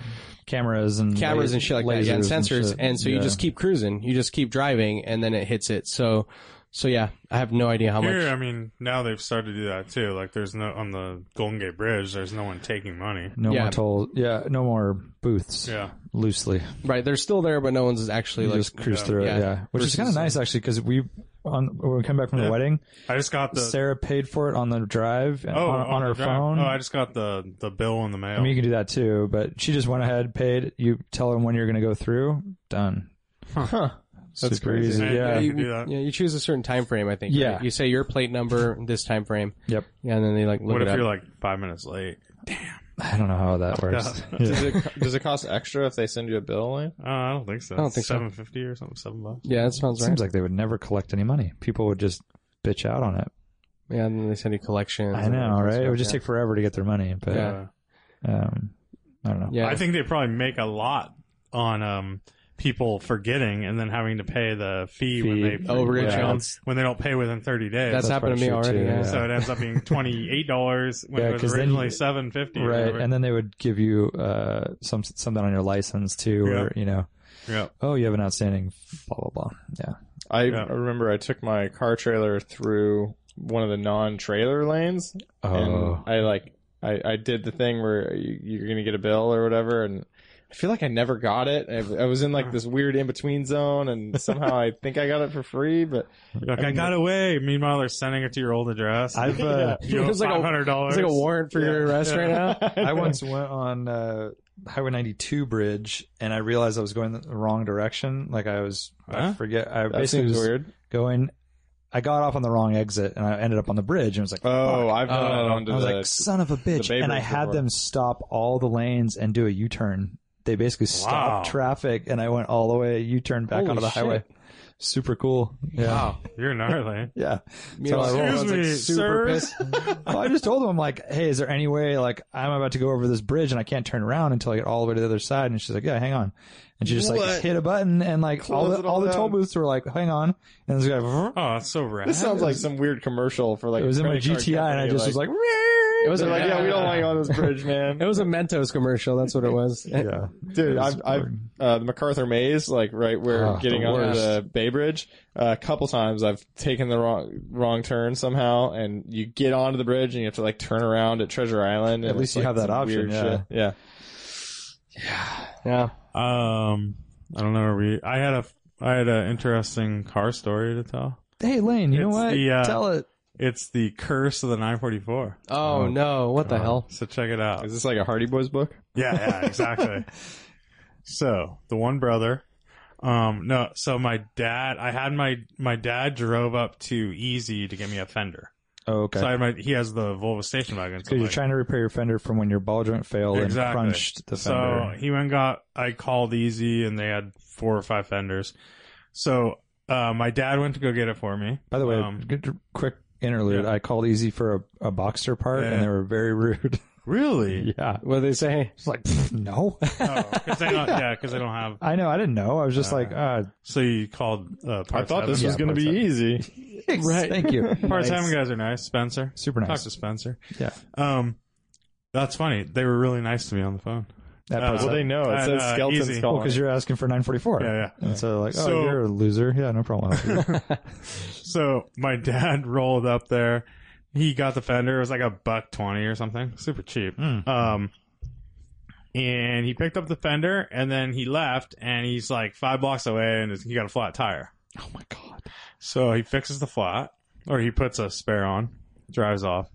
[SPEAKER 7] Cameras and
[SPEAKER 3] cameras and shit like that, yeah, and
[SPEAKER 7] lasers
[SPEAKER 3] sensors.
[SPEAKER 7] shit.
[SPEAKER 3] And, so you
[SPEAKER 7] Yeah.
[SPEAKER 3] just keep cruising, you just keep driving, and then it hits it. So, so yeah, I have no idea how
[SPEAKER 4] Here,
[SPEAKER 3] much.
[SPEAKER 4] I mean, now they've started to do that too. Like, there's no on the Golden Gate Bridge. There's no one taking money.
[SPEAKER 7] no
[SPEAKER 3] Yeah.
[SPEAKER 7] more tolls. Yeah, no more booths.
[SPEAKER 4] Yeah.
[SPEAKER 7] loosely.
[SPEAKER 3] Right, they're still there, but no one's actually
[SPEAKER 7] You
[SPEAKER 3] like.
[SPEAKER 7] just cruise
[SPEAKER 4] yeah.
[SPEAKER 7] through
[SPEAKER 3] Yeah.
[SPEAKER 7] it. Yeah, which is
[SPEAKER 3] Versus,
[SPEAKER 7] kind of nice actually because we on when we come back from
[SPEAKER 4] Yeah.
[SPEAKER 7] the wedding,
[SPEAKER 4] I just got the
[SPEAKER 7] Sarah paid for it on the drive and
[SPEAKER 4] oh
[SPEAKER 7] on, on
[SPEAKER 4] the
[SPEAKER 7] her
[SPEAKER 4] drive.
[SPEAKER 7] phone.
[SPEAKER 4] Oh, I just got the the bill in the mail.
[SPEAKER 7] I mean, you can do that too, but she just went ahead, paid. You tell them when you're going to go through. Done. That's Super
[SPEAKER 2] crazy.
[SPEAKER 7] easy.
[SPEAKER 4] Yeah,
[SPEAKER 7] Yeah.
[SPEAKER 4] you
[SPEAKER 3] you,
[SPEAKER 4] can do that.
[SPEAKER 3] yeah, uh, you choose a certain time frame, I think.
[SPEAKER 7] Yeah.
[SPEAKER 3] right? You say your plate number, this time frame.
[SPEAKER 7] Yep.
[SPEAKER 3] Yeah, and then they like look
[SPEAKER 4] What
[SPEAKER 3] it
[SPEAKER 4] if
[SPEAKER 3] up.
[SPEAKER 4] you're like five minutes late?
[SPEAKER 7] I don't know how that works.
[SPEAKER 2] Does it, does it cost extra if they send you a bill? Lane?
[SPEAKER 4] Oh, I don't think so. I
[SPEAKER 3] don't think so.
[SPEAKER 4] seven fifty or something. Seven bucks.
[SPEAKER 3] yeah, that sounds right.
[SPEAKER 7] Seems like they would never collect any money. People would just bitch out on it.
[SPEAKER 3] yeah, and then they send you collections.
[SPEAKER 7] I
[SPEAKER 3] and
[SPEAKER 7] know,
[SPEAKER 3] all that
[SPEAKER 7] right? It
[SPEAKER 3] stuff,
[SPEAKER 7] would just
[SPEAKER 3] yeah.
[SPEAKER 7] take forever to get their money, but
[SPEAKER 3] Yeah.
[SPEAKER 7] um, I don't know.
[SPEAKER 3] Yeah,
[SPEAKER 4] I think they probably make a lot on um people forgetting and then having to pay the fee, when
[SPEAKER 7] Fee.
[SPEAKER 4] they
[SPEAKER 3] Overage
[SPEAKER 4] when they don't-
[SPEAKER 3] amounts.
[SPEAKER 4] when they don't pay within thirty days.
[SPEAKER 3] Oh. that's, happened to me
[SPEAKER 7] probably
[SPEAKER 3] already.
[SPEAKER 7] true, too,
[SPEAKER 3] yeah.
[SPEAKER 7] yeah.
[SPEAKER 4] so it ends up being twenty eight dollars when
[SPEAKER 7] Yeah,
[SPEAKER 4] it was
[SPEAKER 7] 'cause then
[SPEAKER 4] originally
[SPEAKER 7] you-
[SPEAKER 4] seven fifty.
[SPEAKER 7] Right, and then they would give you uh, some something on your license too, or you know,
[SPEAKER 4] yeah.
[SPEAKER 7] oh, you have an outstanding blah blah blah. Yeah,
[SPEAKER 2] I
[SPEAKER 4] Yeah.
[SPEAKER 2] remember I took my car trailer through one of the non-trailer lanes,
[SPEAKER 7] Oh.
[SPEAKER 2] and I like I, I did the thing where you, you're gonna get a bill or whatever, and I feel like I never got it. I, I was in like this weird in-between zone, and somehow I think I got it for free, but
[SPEAKER 4] You're Like, I got away. Meanwhile, they're sending it to your old address.
[SPEAKER 7] I've uh,
[SPEAKER 4] you
[SPEAKER 3] It
[SPEAKER 4] owe
[SPEAKER 3] was like a-
[SPEAKER 4] five hundred dollars.
[SPEAKER 3] It's like a warrant for your arrest right now.
[SPEAKER 7] I once went on uh, Highway 92 bridge and I realized I was going the wrong direction. Like I was, I
[SPEAKER 4] Huh?
[SPEAKER 7] forget. I
[SPEAKER 2] that
[SPEAKER 7] basically
[SPEAKER 2] seems
[SPEAKER 7] was
[SPEAKER 2] weird.
[SPEAKER 7] going. I got off on the wrong exit and I ended up on the bridge and was like,
[SPEAKER 2] Oh, I've
[SPEAKER 7] fuck.
[SPEAKER 2] done that onto
[SPEAKER 7] I was
[SPEAKER 2] the
[SPEAKER 7] like, son of a bitch.
[SPEAKER 2] Bay
[SPEAKER 7] And I
[SPEAKER 2] Bridge
[SPEAKER 7] had
[SPEAKER 2] before.
[SPEAKER 7] them stop all the lanes and do a U turn. they basically stopped
[SPEAKER 4] Wow.
[SPEAKER 7] traffic and I went all the way, U turned back
[SPEAKER 3] Holy
[SPEAKER 7] onto the
[SPEAKER 3] shit.
[SPEAKER 7] highway. Super cool. Yeah.
[SPEAKER 4] You're gnarly.
[SPEAKER 7] Yeah.
[SPEAKER 3] Me
[SPEAKER 7] So I
[SPEAKER 3] and my
[SPEAKER 7] rolled-
[SPEAKER 3] friend was, like,
[SPEAKER 4] Excuse me,
[SPEAKER 3] super
[SPEAKER 4] sir.
[SPEAKER 3] pissed.
[SPEAKER 7] well, I just told him, I'm like, hey, is there any way, like, I'm about to go over this bridge and I can't turn around until I get all the way to the other side? And she's like, yeah, hang on. And she just like hit a button and like all
[SPEAKER 2] Close
[SPEAKER 7] the,
[SPEAKER 2] it
[SPEAKER 7] all
[SPEAKER 2] all
[SPEAKER 7] the toll
[SPEAKER 2] down.
[SPEAKER 7] booths were like, hang on. And this guy,
[SPEAKER 4] Oh, that's so rad.
[SPEAKER 2] This sounds like some weird commercial for like.
[SPEAKER 7] it was in my
[SPEAKER 2] credit card
[SPEAKER 7] GTI and I
[SPEAKER 2] company,
[SPEAKER 7] just was like,
[SPEAKER 3] It was
[SPEAKER 2] They're like, yeah, we don't want you on this bridge, man.
[SPEAKER 3] It was a Mentos commercial. That's what it was.
[SPEAKER 7] yeah.
[SPEAKER 2] Dude, I've, I've uh, the MacArthur Maze, like right where
[SPEAKER 7] Ah,
[SPEAKER 2] getting
[SPEAKER 7] the
[SPEAKER 2] on
[SPEAKER 3] worst.
[SPEAKER 2] the Bay Bridge, uh, a couple times I've taken the wrong wrong turn somehow, and you get onto the bridge and you have to like turn around at Treasure Island.
[SPEAKER 7] At
[SPEAKER 2] and
[SPEAKER 7] least
[SPEAKER 2] it's,
[SPEAKER 7] you
[SPEAKER 2] like,
[SPEAKER 7] have that
[SPEAKER 2] some
[SPEAKER 7] option,
[SPEAKER 2] weird
[SPEAKER 7] yeah.
[SPEAKER 2] shit. Yeah,
[SPEAKER 3] Yeah.
[SPEAKER 4] Um, I don't know. Are we, I had a, I had an interesting car story to tell.
[SPEAKER 7] Hey, Lane, you know
[SPEAKER 4] It's
[SPEAKER 7] what?
[SPEAKER 4] the, uh,
[SPEAKER 7] Tell it.
[SPEAKER 4] It's the curse of the 944.
[SPEAKER 3] Oh, no! What the hell?
[SPEAKER 4] So check it out.
[SPEAKER 2] is this like a Hardy Boys book?
[SPEAKER 4] Yeah, yeah, exactly. so the one brother, um, no, so my dad, I had my my dad drove up to Easy to get me a fender.
[SPEAKER 7] Oh, okay.
[SPEAKER 4] So I had my he has the Volvo station wagon. So
[SPEAKER 7] Because you're
[SPEAKER 4] like-
[SPEAKER 7] trying to repair your fender from when your ball joint failed and
[SPEAKER 4] Exactly.
[SPEAKER 7] crunched the fender.
[SPEAKER 4] So he went and got I called Easy and they had four or five fenders. So uh, my dad went to go get it for me.
[SPEAKER 7] By the way,
[SPEAKER 4] um,
[SPEAKER 7] good, quick interlude. I called Easy for a, a Boxster part,
[SPEAKER 4] Yeah.
[SPEAKER 7] and they were very rude.
[SPEAKER 4] really?
[SPEAKER 7] yeah,
[SPEAKER 3] What did they say?
[SPEAKER 7] it's like "Pff, no.
[SPEAKER 4] Oh, because they don't. Yeah, because they don't have.
[SPEAKER 7] I know. I didn't know. I was just like, uh,
[SPEAKER 4] So you called. Uh,
[SPEAKER 2] I
[SPEAKER 4] Parts
[SPEAKER 2] thought this
[SPEAKER 4] Heaven?
[SPEAKER 2] was
[SPEAKER 7] Yeah,
[SPEAKER 2] going to
[SPEAKER 7] Parts
[SPEAKER 2] be
[SPEAKER 7] Heaven.
[SPEAKER 2] easy.
[SPEAKER 7] right. Thank you. Nice.
[SPEAKER 4] Parts Heaven guys are nice. Spencer,
[SPEAKER 7] Super
[SPEAKER 4] talk
[SPEAKER 7] nice.
[SPEAKER 4] to Spencer.
[SPEAKER 7] Yeah.
[SPEAKER 4] Um, that's funny. They were really nice to me on the phone.
[SPEAKER 7] That
[SPEAKER 4] Uh,
[SPEAKER 7] part's
[SPEAKER 2] Well,
[SPEAKER 7] up.
[SPEAKER 2] they know it
[SPEAKER 4] Uh,
[SPEAKER 2] says
[SPEAKER 4] uh,
[SPEAKER 2] skeleton
[SPEAKER 4] easy.
[SPEAKER 2] skull.
[SPEAKER 7] Well, because you're asking for 944.
[SPEAKER 4] Yeah, yeah.
[SPEAKER 7] And so like, oh,
[SPEAKER 4] So-
[SPEAKER 7] you're a loser. Yeah, no problem.
[SPEAKER 4] So my dad rolled up there. He got the fender. It was like a buck twenty or something, super cheap.
[SPEAKER 7] Hmm.
[SPEAKER 4] Um, and he picked up the fender, and then he left, and he's like five blocks away, and he got a flat tire.
[SPEAKER 7] oh my god.
[SPEAKER 4] So he fixes the flat, or he puts a spare on, drives off,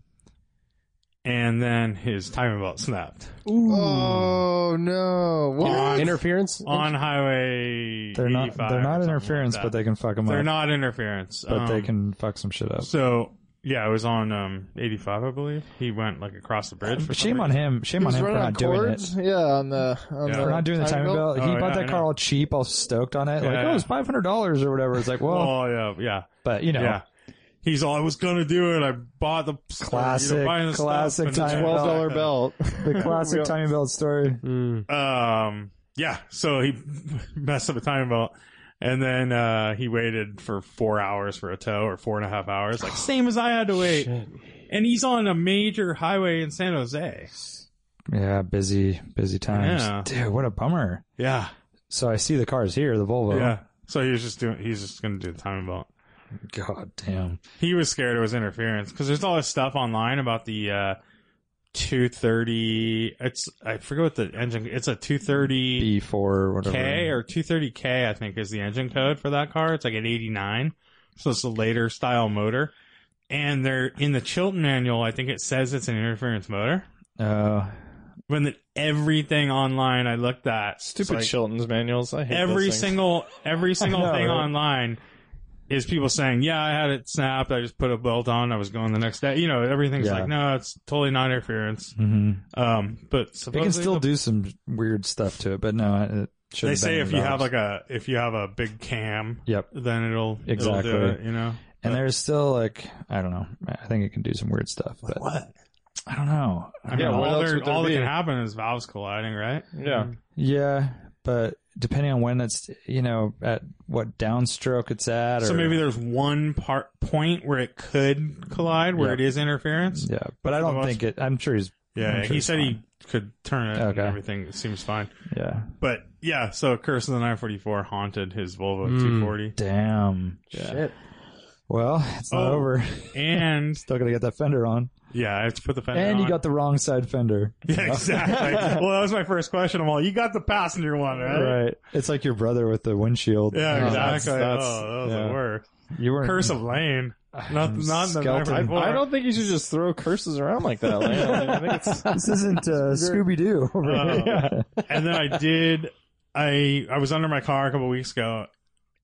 [SPEAKER 4] and then his timing belt snapped
[SPEAKER 2] Oh no!
[SPEAKER 4] on,
[SPEAKER 3] Interference?
[SPEAKER 4] on highway.
[SPEAKER 7] They're not.
[SPEAKER 4] 85
[SPEAKER 7] They're
[SPEAKER 4] or
[SPEAKER 7] not
[SPEAKER 4] something
[SPEAKER 7] interference,
[SPEAKER 4] like
[SPEAKER 7] but
[SPEAKER 4] that.
[SPEAKER 7] they can fuck them
[SPEAKER 4] they're
[SPEAKER 7] up.
[SPEAKER 4] not interference,
[SPEAKER 7] But they
[SPEAKER 4] um,
[SPEAKER 7] can fuck some shit up.
[SPEAKER 4] So yeah, it was on um, 85, I believe. He went like across the bridge. For
[SPEAKER 7] Shame
[SPEAKER 4] some
[SPEAKER 7] on
[SPEAKER 4] reason.
[SPEAKER 7] him. Shame on him for not doing it.
[SPEAKER 2] Yeah, on the on
[SPEAKER 4] Yeah.
[SPEAKER 7] We're not doing the timing belt. He
[SPEAKER 4] Oh,
[SPEAKER 7] bought
[SPEAKER 4] yeah,
[SPEAKER 7] that
[SPEAKER 4] I
[SPEAKER 7] car
[SPEAKER 4] know.
[SPEAKER 7] all cheap, all stoked on it. Like,
[SPEAKER 4] Yeah.
[SPEAKER 7] oh, it's five hundred dollars or whatever. It's like, well,
[SPEAKER 4] Oh yeah, yeah,
[SPEAKER 7] but you know,
[SPEAKER 4] yeah. He's all I was gonna do it. I bought the
[SPEAKER 7] Classic-
[SPEAKER 4] you know, buying the stuff
[SPEAKER 7] classic
[SPEAKER 4] and then-
[SPEAKER 7] timing
[SPEAKER 2] twelve dollar belt.
[SPEAKER 7] the classic timing belt story.
[SPEAKER 3] Mm.
[SPEAKER 4] Um, yeah. So he messed up the timing belt, and then uh, he waited for four hours for a tow, or four and a half hours, like same as I had to wait. And he's on a major highway in San Jose.
[SPEAKER 7] Yeah, busy, busy times.
[SPEAKER 4] Yeah.
[SPEAKER 7] Dude, what a bummer.
[SPEAKER 4] Yeah,
[SPEAKER 7] So I see the cars here, the Volvo.
[SPEAKER 4] yeah. So he was just doing. He's just gonna do the timing belt.
[SPEAKER 7] God damn.
[SPEAKER 4] he was scared it was interference because there's all this stuff online about the uh 230 it's i forget what the engine it's a 230k
[SPEAKER 7] B E four whatever.
[SPEAKER 4] or 230k i think is the engine code for that car it's like an 89 so it's a later style motor and they're in the chilton manual i think it says it's an interference motor
[SPEAKER 7] Uh,
[SPEAKER 4] when the, everything online i looked at it's
[SPEAKER 2] Stupid
[SPEAKER 4] like,
[SPEAKER 2] Chilton's manuals. I hate
[SPEAKER 4] every
[SPEAKER 2] those things.
[SPEAKER 4] single every single
[SPEAKER 7] know,
[SPEAKER 4] thing
[SPEAKER 7] right?
[SPEAKER 4] online is people saying, "Yeah, I had it snapped. I just put a belt on. I was going the next day." You know, everything's
[SPEAKER 7] Yeah.
[SPEAKER 4] like, "No, it's totally not interference."
[SPEAKER 7] mhm.
[SPEAKER 4] Um, but
[SPEAKER 7] They can
[SPEAKER 4] supposedly
[SPEAKER 7] still do some weird stuff to it, but no, it should.
[SPEAKER 4] They say if you have like a if you have a Uh, big cam,
[SPEAKER 7] Yep.
[SPEAKER 4] then it'll it'll
[SPEAKER 7] Exactly.
[SPEAKER 4] do it, you know.
[SPEAKER 7] And there's still like I don't know. I think it can do some weird stuff, but
[SPEAKER 4] What?
[SPEAKER 7] I don't know.
[SPEAKER 4] I mean,
[SPEAKER 2] Yeah, what
[SPEAKER 4] all,
[SPEAKER 2] else
[SPEAKER 4] there,
[SPEAKER 2] would there
[SPEAKER 4] all that
[SPEAKER 2] be?
[SPEAKER 4] can happen is valves colliding, right?
[SPEAKER 2] Yeah.
[SPEAKER 7] Yeah, but depending on when it's, you know, at what downstroke it's at, or
[SPEAKER 4] So maybe there's one part point where it could collide, where
[SPEAKER 7] Yeah.
[SPEAKER 4] it is interference.
[SPEAKER 7] yeah. But I don't
[SPEAKER 4] Otherwise-
[SPEAKER 7] think it. I'm sure he's. I'm
[SPEAKER 4] Yeah,
[SPEAKER 7] sure
[SPEAKER 4] he
[SPEAKER 7] it's
[SPEAKER 4] said
[SPEAKER 7] fine.
[SPEAKER 4] he could turn it and
[SPEAKER 7] Okay.
[SPEAKER 4] everything. It seems fine.
[SPEAKER 7] Yeah.
[SPEAKER 4] But yeah, so Curse of the 944 haunted his Volvo 240,
[SPEAKER 7] Damn.
[SPEAKER 3] Shit.
[SPEAKER 7] Well, it's not
[SPEAKER 4] Oh.
[SPEAKER 7] over.
[SPEAKER 4] and
[SPEAKER 7] Still gotta get that fender on,
[SPEAKER 4] yeah, I have to put the fender.
[SPEAKER 7] and you
[SPEAKER 4] on.
[SPEAKER 7] got the wrong side fender.
[SPEAKER 4] yeah, exactly. well, that was my first question. I'm all, you got the passenger one, right?
[SPEAKER 7] Right. It's like your brother with the windshield.
[SPEAKER 4] Yeah,
[SPEAKER 7] Oh,
[SPEAKER 4] exactly.
[SPEAKER 7] that's-
[SPEAKER 4] oh, that was
[SPEAKER 7] yeah.
[SPEAKER 4] the worst.
[SPEAKER 7] You weren't.
[SPEAKER 4] Curse of Lane. Not, not the
[SPEAKER 7] Skeleton.
[SPEAKER 4] 944.
[SPEAKER 2] I don't think you should just throw curses around like that. Lane. I think it's
[SPEAKER 7] This isn't uh, Scooby Doo.
[SPEAKER 4] Uh, and then I did. I I was under my car a couple weeks ago.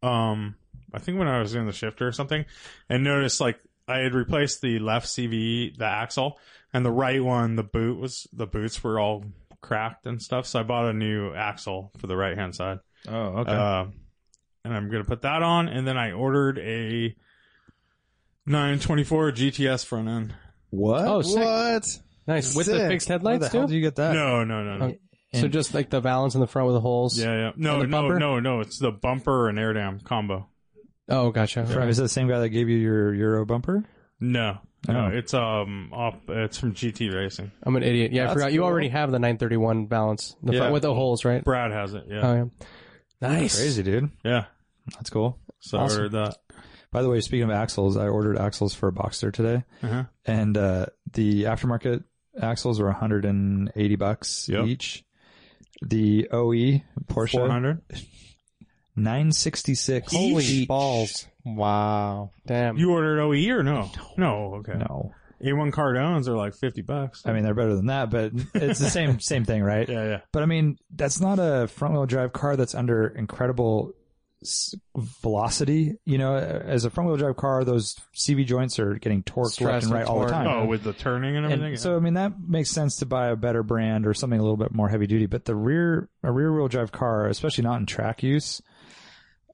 [SPEAKER 4] Um, I think when I was doing the shifter or something, and noticed like I had replaced the left CV, the axle, and the right one. The boot was the boots were all cracked and stuff. So I bought a new axle for the right hand side.
[SPEAKER 2] Oh, okay.
[SPEAKER 4] Uh, and I'm gonna put that on, and then I ordered a 924 GTS front end.
[SPEAKER 7] What?
[SPEAKER 3] Oh, sick.
[SPEAKER 2] what?
[SPEAKER 3] Nice. With the
[SPEAKER 7] Sick.
[SPEAKER 3] fixed
[SPEAKER 7] Where the
[SPEAKER 3] headlights
[SPEAKER 7] hell
[SPEAKER 3] too.
[SPEAKER 7] do you get that?
[SPEAKER 4] No, no, no, no.
[SPEAKER 3] Okay. so just like the valance in the front with the holes.
[SPEAKER 4] Yeah, yeah. No,
[SPEAKER 3] And the
[SPEAKER 4] no,
[SPEAKER 3] bumper?
[SPEAKER 4] no, no. It's the bumper and air dam combo.
[SPEAKER 3] Oh, gotcha.
[SPEAKER 7] From- Is it the same guy that gave you your Euro bumper?
[SPEAKER 4] No, no.
[SPEAKER 7] Oh.
[SPEAKER 4] It's um off. It's from GT Racing.
[SPEAKER 3] I'm an idiot. Yeah, I
[SPEAKER 7] That's
[SPEAKER 3] forgot. You
[SPEAKER 7] cool.
[SPEAKER 3] already have the 931 balance the
[SPEAKER 4] Yeah.
[SPEAKER 3] front with the holes, right?
[SPEAKER 4] Brad has it. Yeah,
[SPEAKER 3] Oh, yeah. Nice.
[SPEAKER 7] Crazy, dude.
[SPEAKER 4] yeah.
[SPEAKER 7] That's cool.
[SPEAKER 4] So
[SPEAKER 3] Awesome.
[SPEAKER 4] I ordered that.
[SPEAKER 7] By the way, speaking of axles, I ordered axles for a Boxster today,
[SPEAKER 4] Uh-huh.
[SPEAKER 7] and uh, the aftermarket axles were 180 bucks
[SPEAKER 4] Yep.
[SPEAKER 7] each. The OE
[SPEAKER 4] Four
[SPEAKER 7] Porsche
[SPEAKER 4] hundred.
[SPEAKER 7] 966.
[SPEAKER 3] Holy
[SPEAKER 7] each.
[SPEAKER 3] balls! Wow. Damn.
[SPEAKER 4] You ordered OE or no? No. Okay.
[SPEAKER 7] No, Uh,
[SPEAKER 4] A1 Cardones are like fifty bucks.
[SPEAKER 7] I mean they're better than that, but it's the same same thing, right?
[SPEAKER 4] yeah, yeah.
[SPEAKER 7] But I mean, that's not a front wheel drive car that's under incredible s- velocity. You know, as a front wheel drive car, those CV joints are getting torqued left
[SPEAKER 3] Stress
[SPEAKER 7] and right
[SPEAKER 3] and
[SPEAKER 7] all the
[SPEAKER 3] torque.
[SPEAKER 7] time.
[SPEAKER 4] Oh, with the turning and everything.
[SPEAKER 7] And so I mean that makes sense to buy a better brand or something a little bit more heavy duty. But the rear a rear wheel drive car, especially not in track use,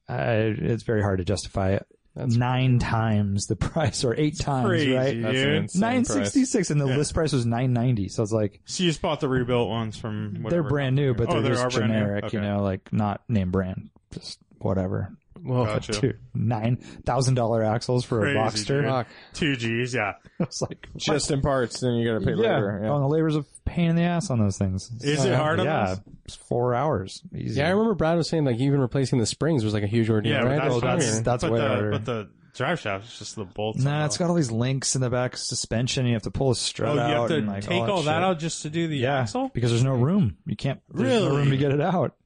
[SPEAKER 7] I, it's very hard to justify it. Nine times the price or eight times,
[SPEAKER 4] crazy,
[SPEAKER 7] right?
[SPEAKER 2] That's an
[SPEAKER 4] dude.
[SPEAKER 2] insane
[SPEAKER 7] Nine sixty
[SPEAKER 2] price.
[SPEAKER 7] six, and the list price was nine ninety. So it's like
[SPEAKER 4] So you just bought the rebuilt ones from whatever.
[SPEAKER 7] they're brand new, but they're
[SPEAKER 4] Oh, they are
[SPEAKER 7] just
[SPEAKER 4] brand new?
[SPEAKER 7] generic, you
[SPEAKER 4] Okay.
[SPEAKER 7] know, like not name brand, just whatever.
[SPEAKER 3] Well,
[SPEAKER 7] But
[SPEAKER 4] Gotcha.
[SPEAKER 7] dude, nine thousand dollar axles for
[SPEAKER 4] Crazy,
[SPEAKER 7] a Boxster.
[SPEAKER 4] dude.
[SPEAKER 3] fuck.
[SPEAKER 4] Two G's. Yeah,
[SPEAKER 7] It's like
[SPEAKER 2] Just in parts, then you got to pay
[SPEAKER 7] yeah.
[SPEAKER 2] later.
[SPEAKER 7] Oh, and the labor's a pain in the ass on those things.
[SPEAKER 4] Is it hard on
[SPEAKER 7] Yeah,
[SPEAKER 4] those?
[SPEAKER 7] it's four hours. Easy.
[SPEAKER 3] Yeah, I remember Brad was saying like even replacing the springs was like a huge ordeal,
[SPEAKER 4] yeah.
[SPEAKER 3] right?
[SPEAKER 4] but
[SPEAKER 7] Oh,
[SPEAKER 4] that's,
[SPEAKER 7] that's-
[SPEAKER 4] fine.
[SPEAKER 7] that's
[SPEAKER 4] but
[SPEAKER 7] way
[SPEAKER 4] the,
[SPEAKER 7] harder.
[SPEAKER 4] But the drive shaft is just the bolts.
[SPEAKER 7] Nah, it's
[SPEAKER 4] it's
[SPEAKER 7] got all these links in the back suspension. You have to pull a strut
[SPEAKER 4] Oh, you
[SPEAKER 7] out.
[SPEAKER 4] have to
[SPEAKER 7] and, like,
[SPEAKER 4] take all,
[SPEAKER 7] that
[SPEAKER 4] that
[SPEAKER 7] shit.
[SPEAKER 4] out just to do the
[SPEAKER 7] Yeah,
[SPEAKER 4] axle.
[SPEAKER 7] because there's no room. You can't. There's no
[SPEAKER 4] Really?
[SPEAKER 7] room to get it out.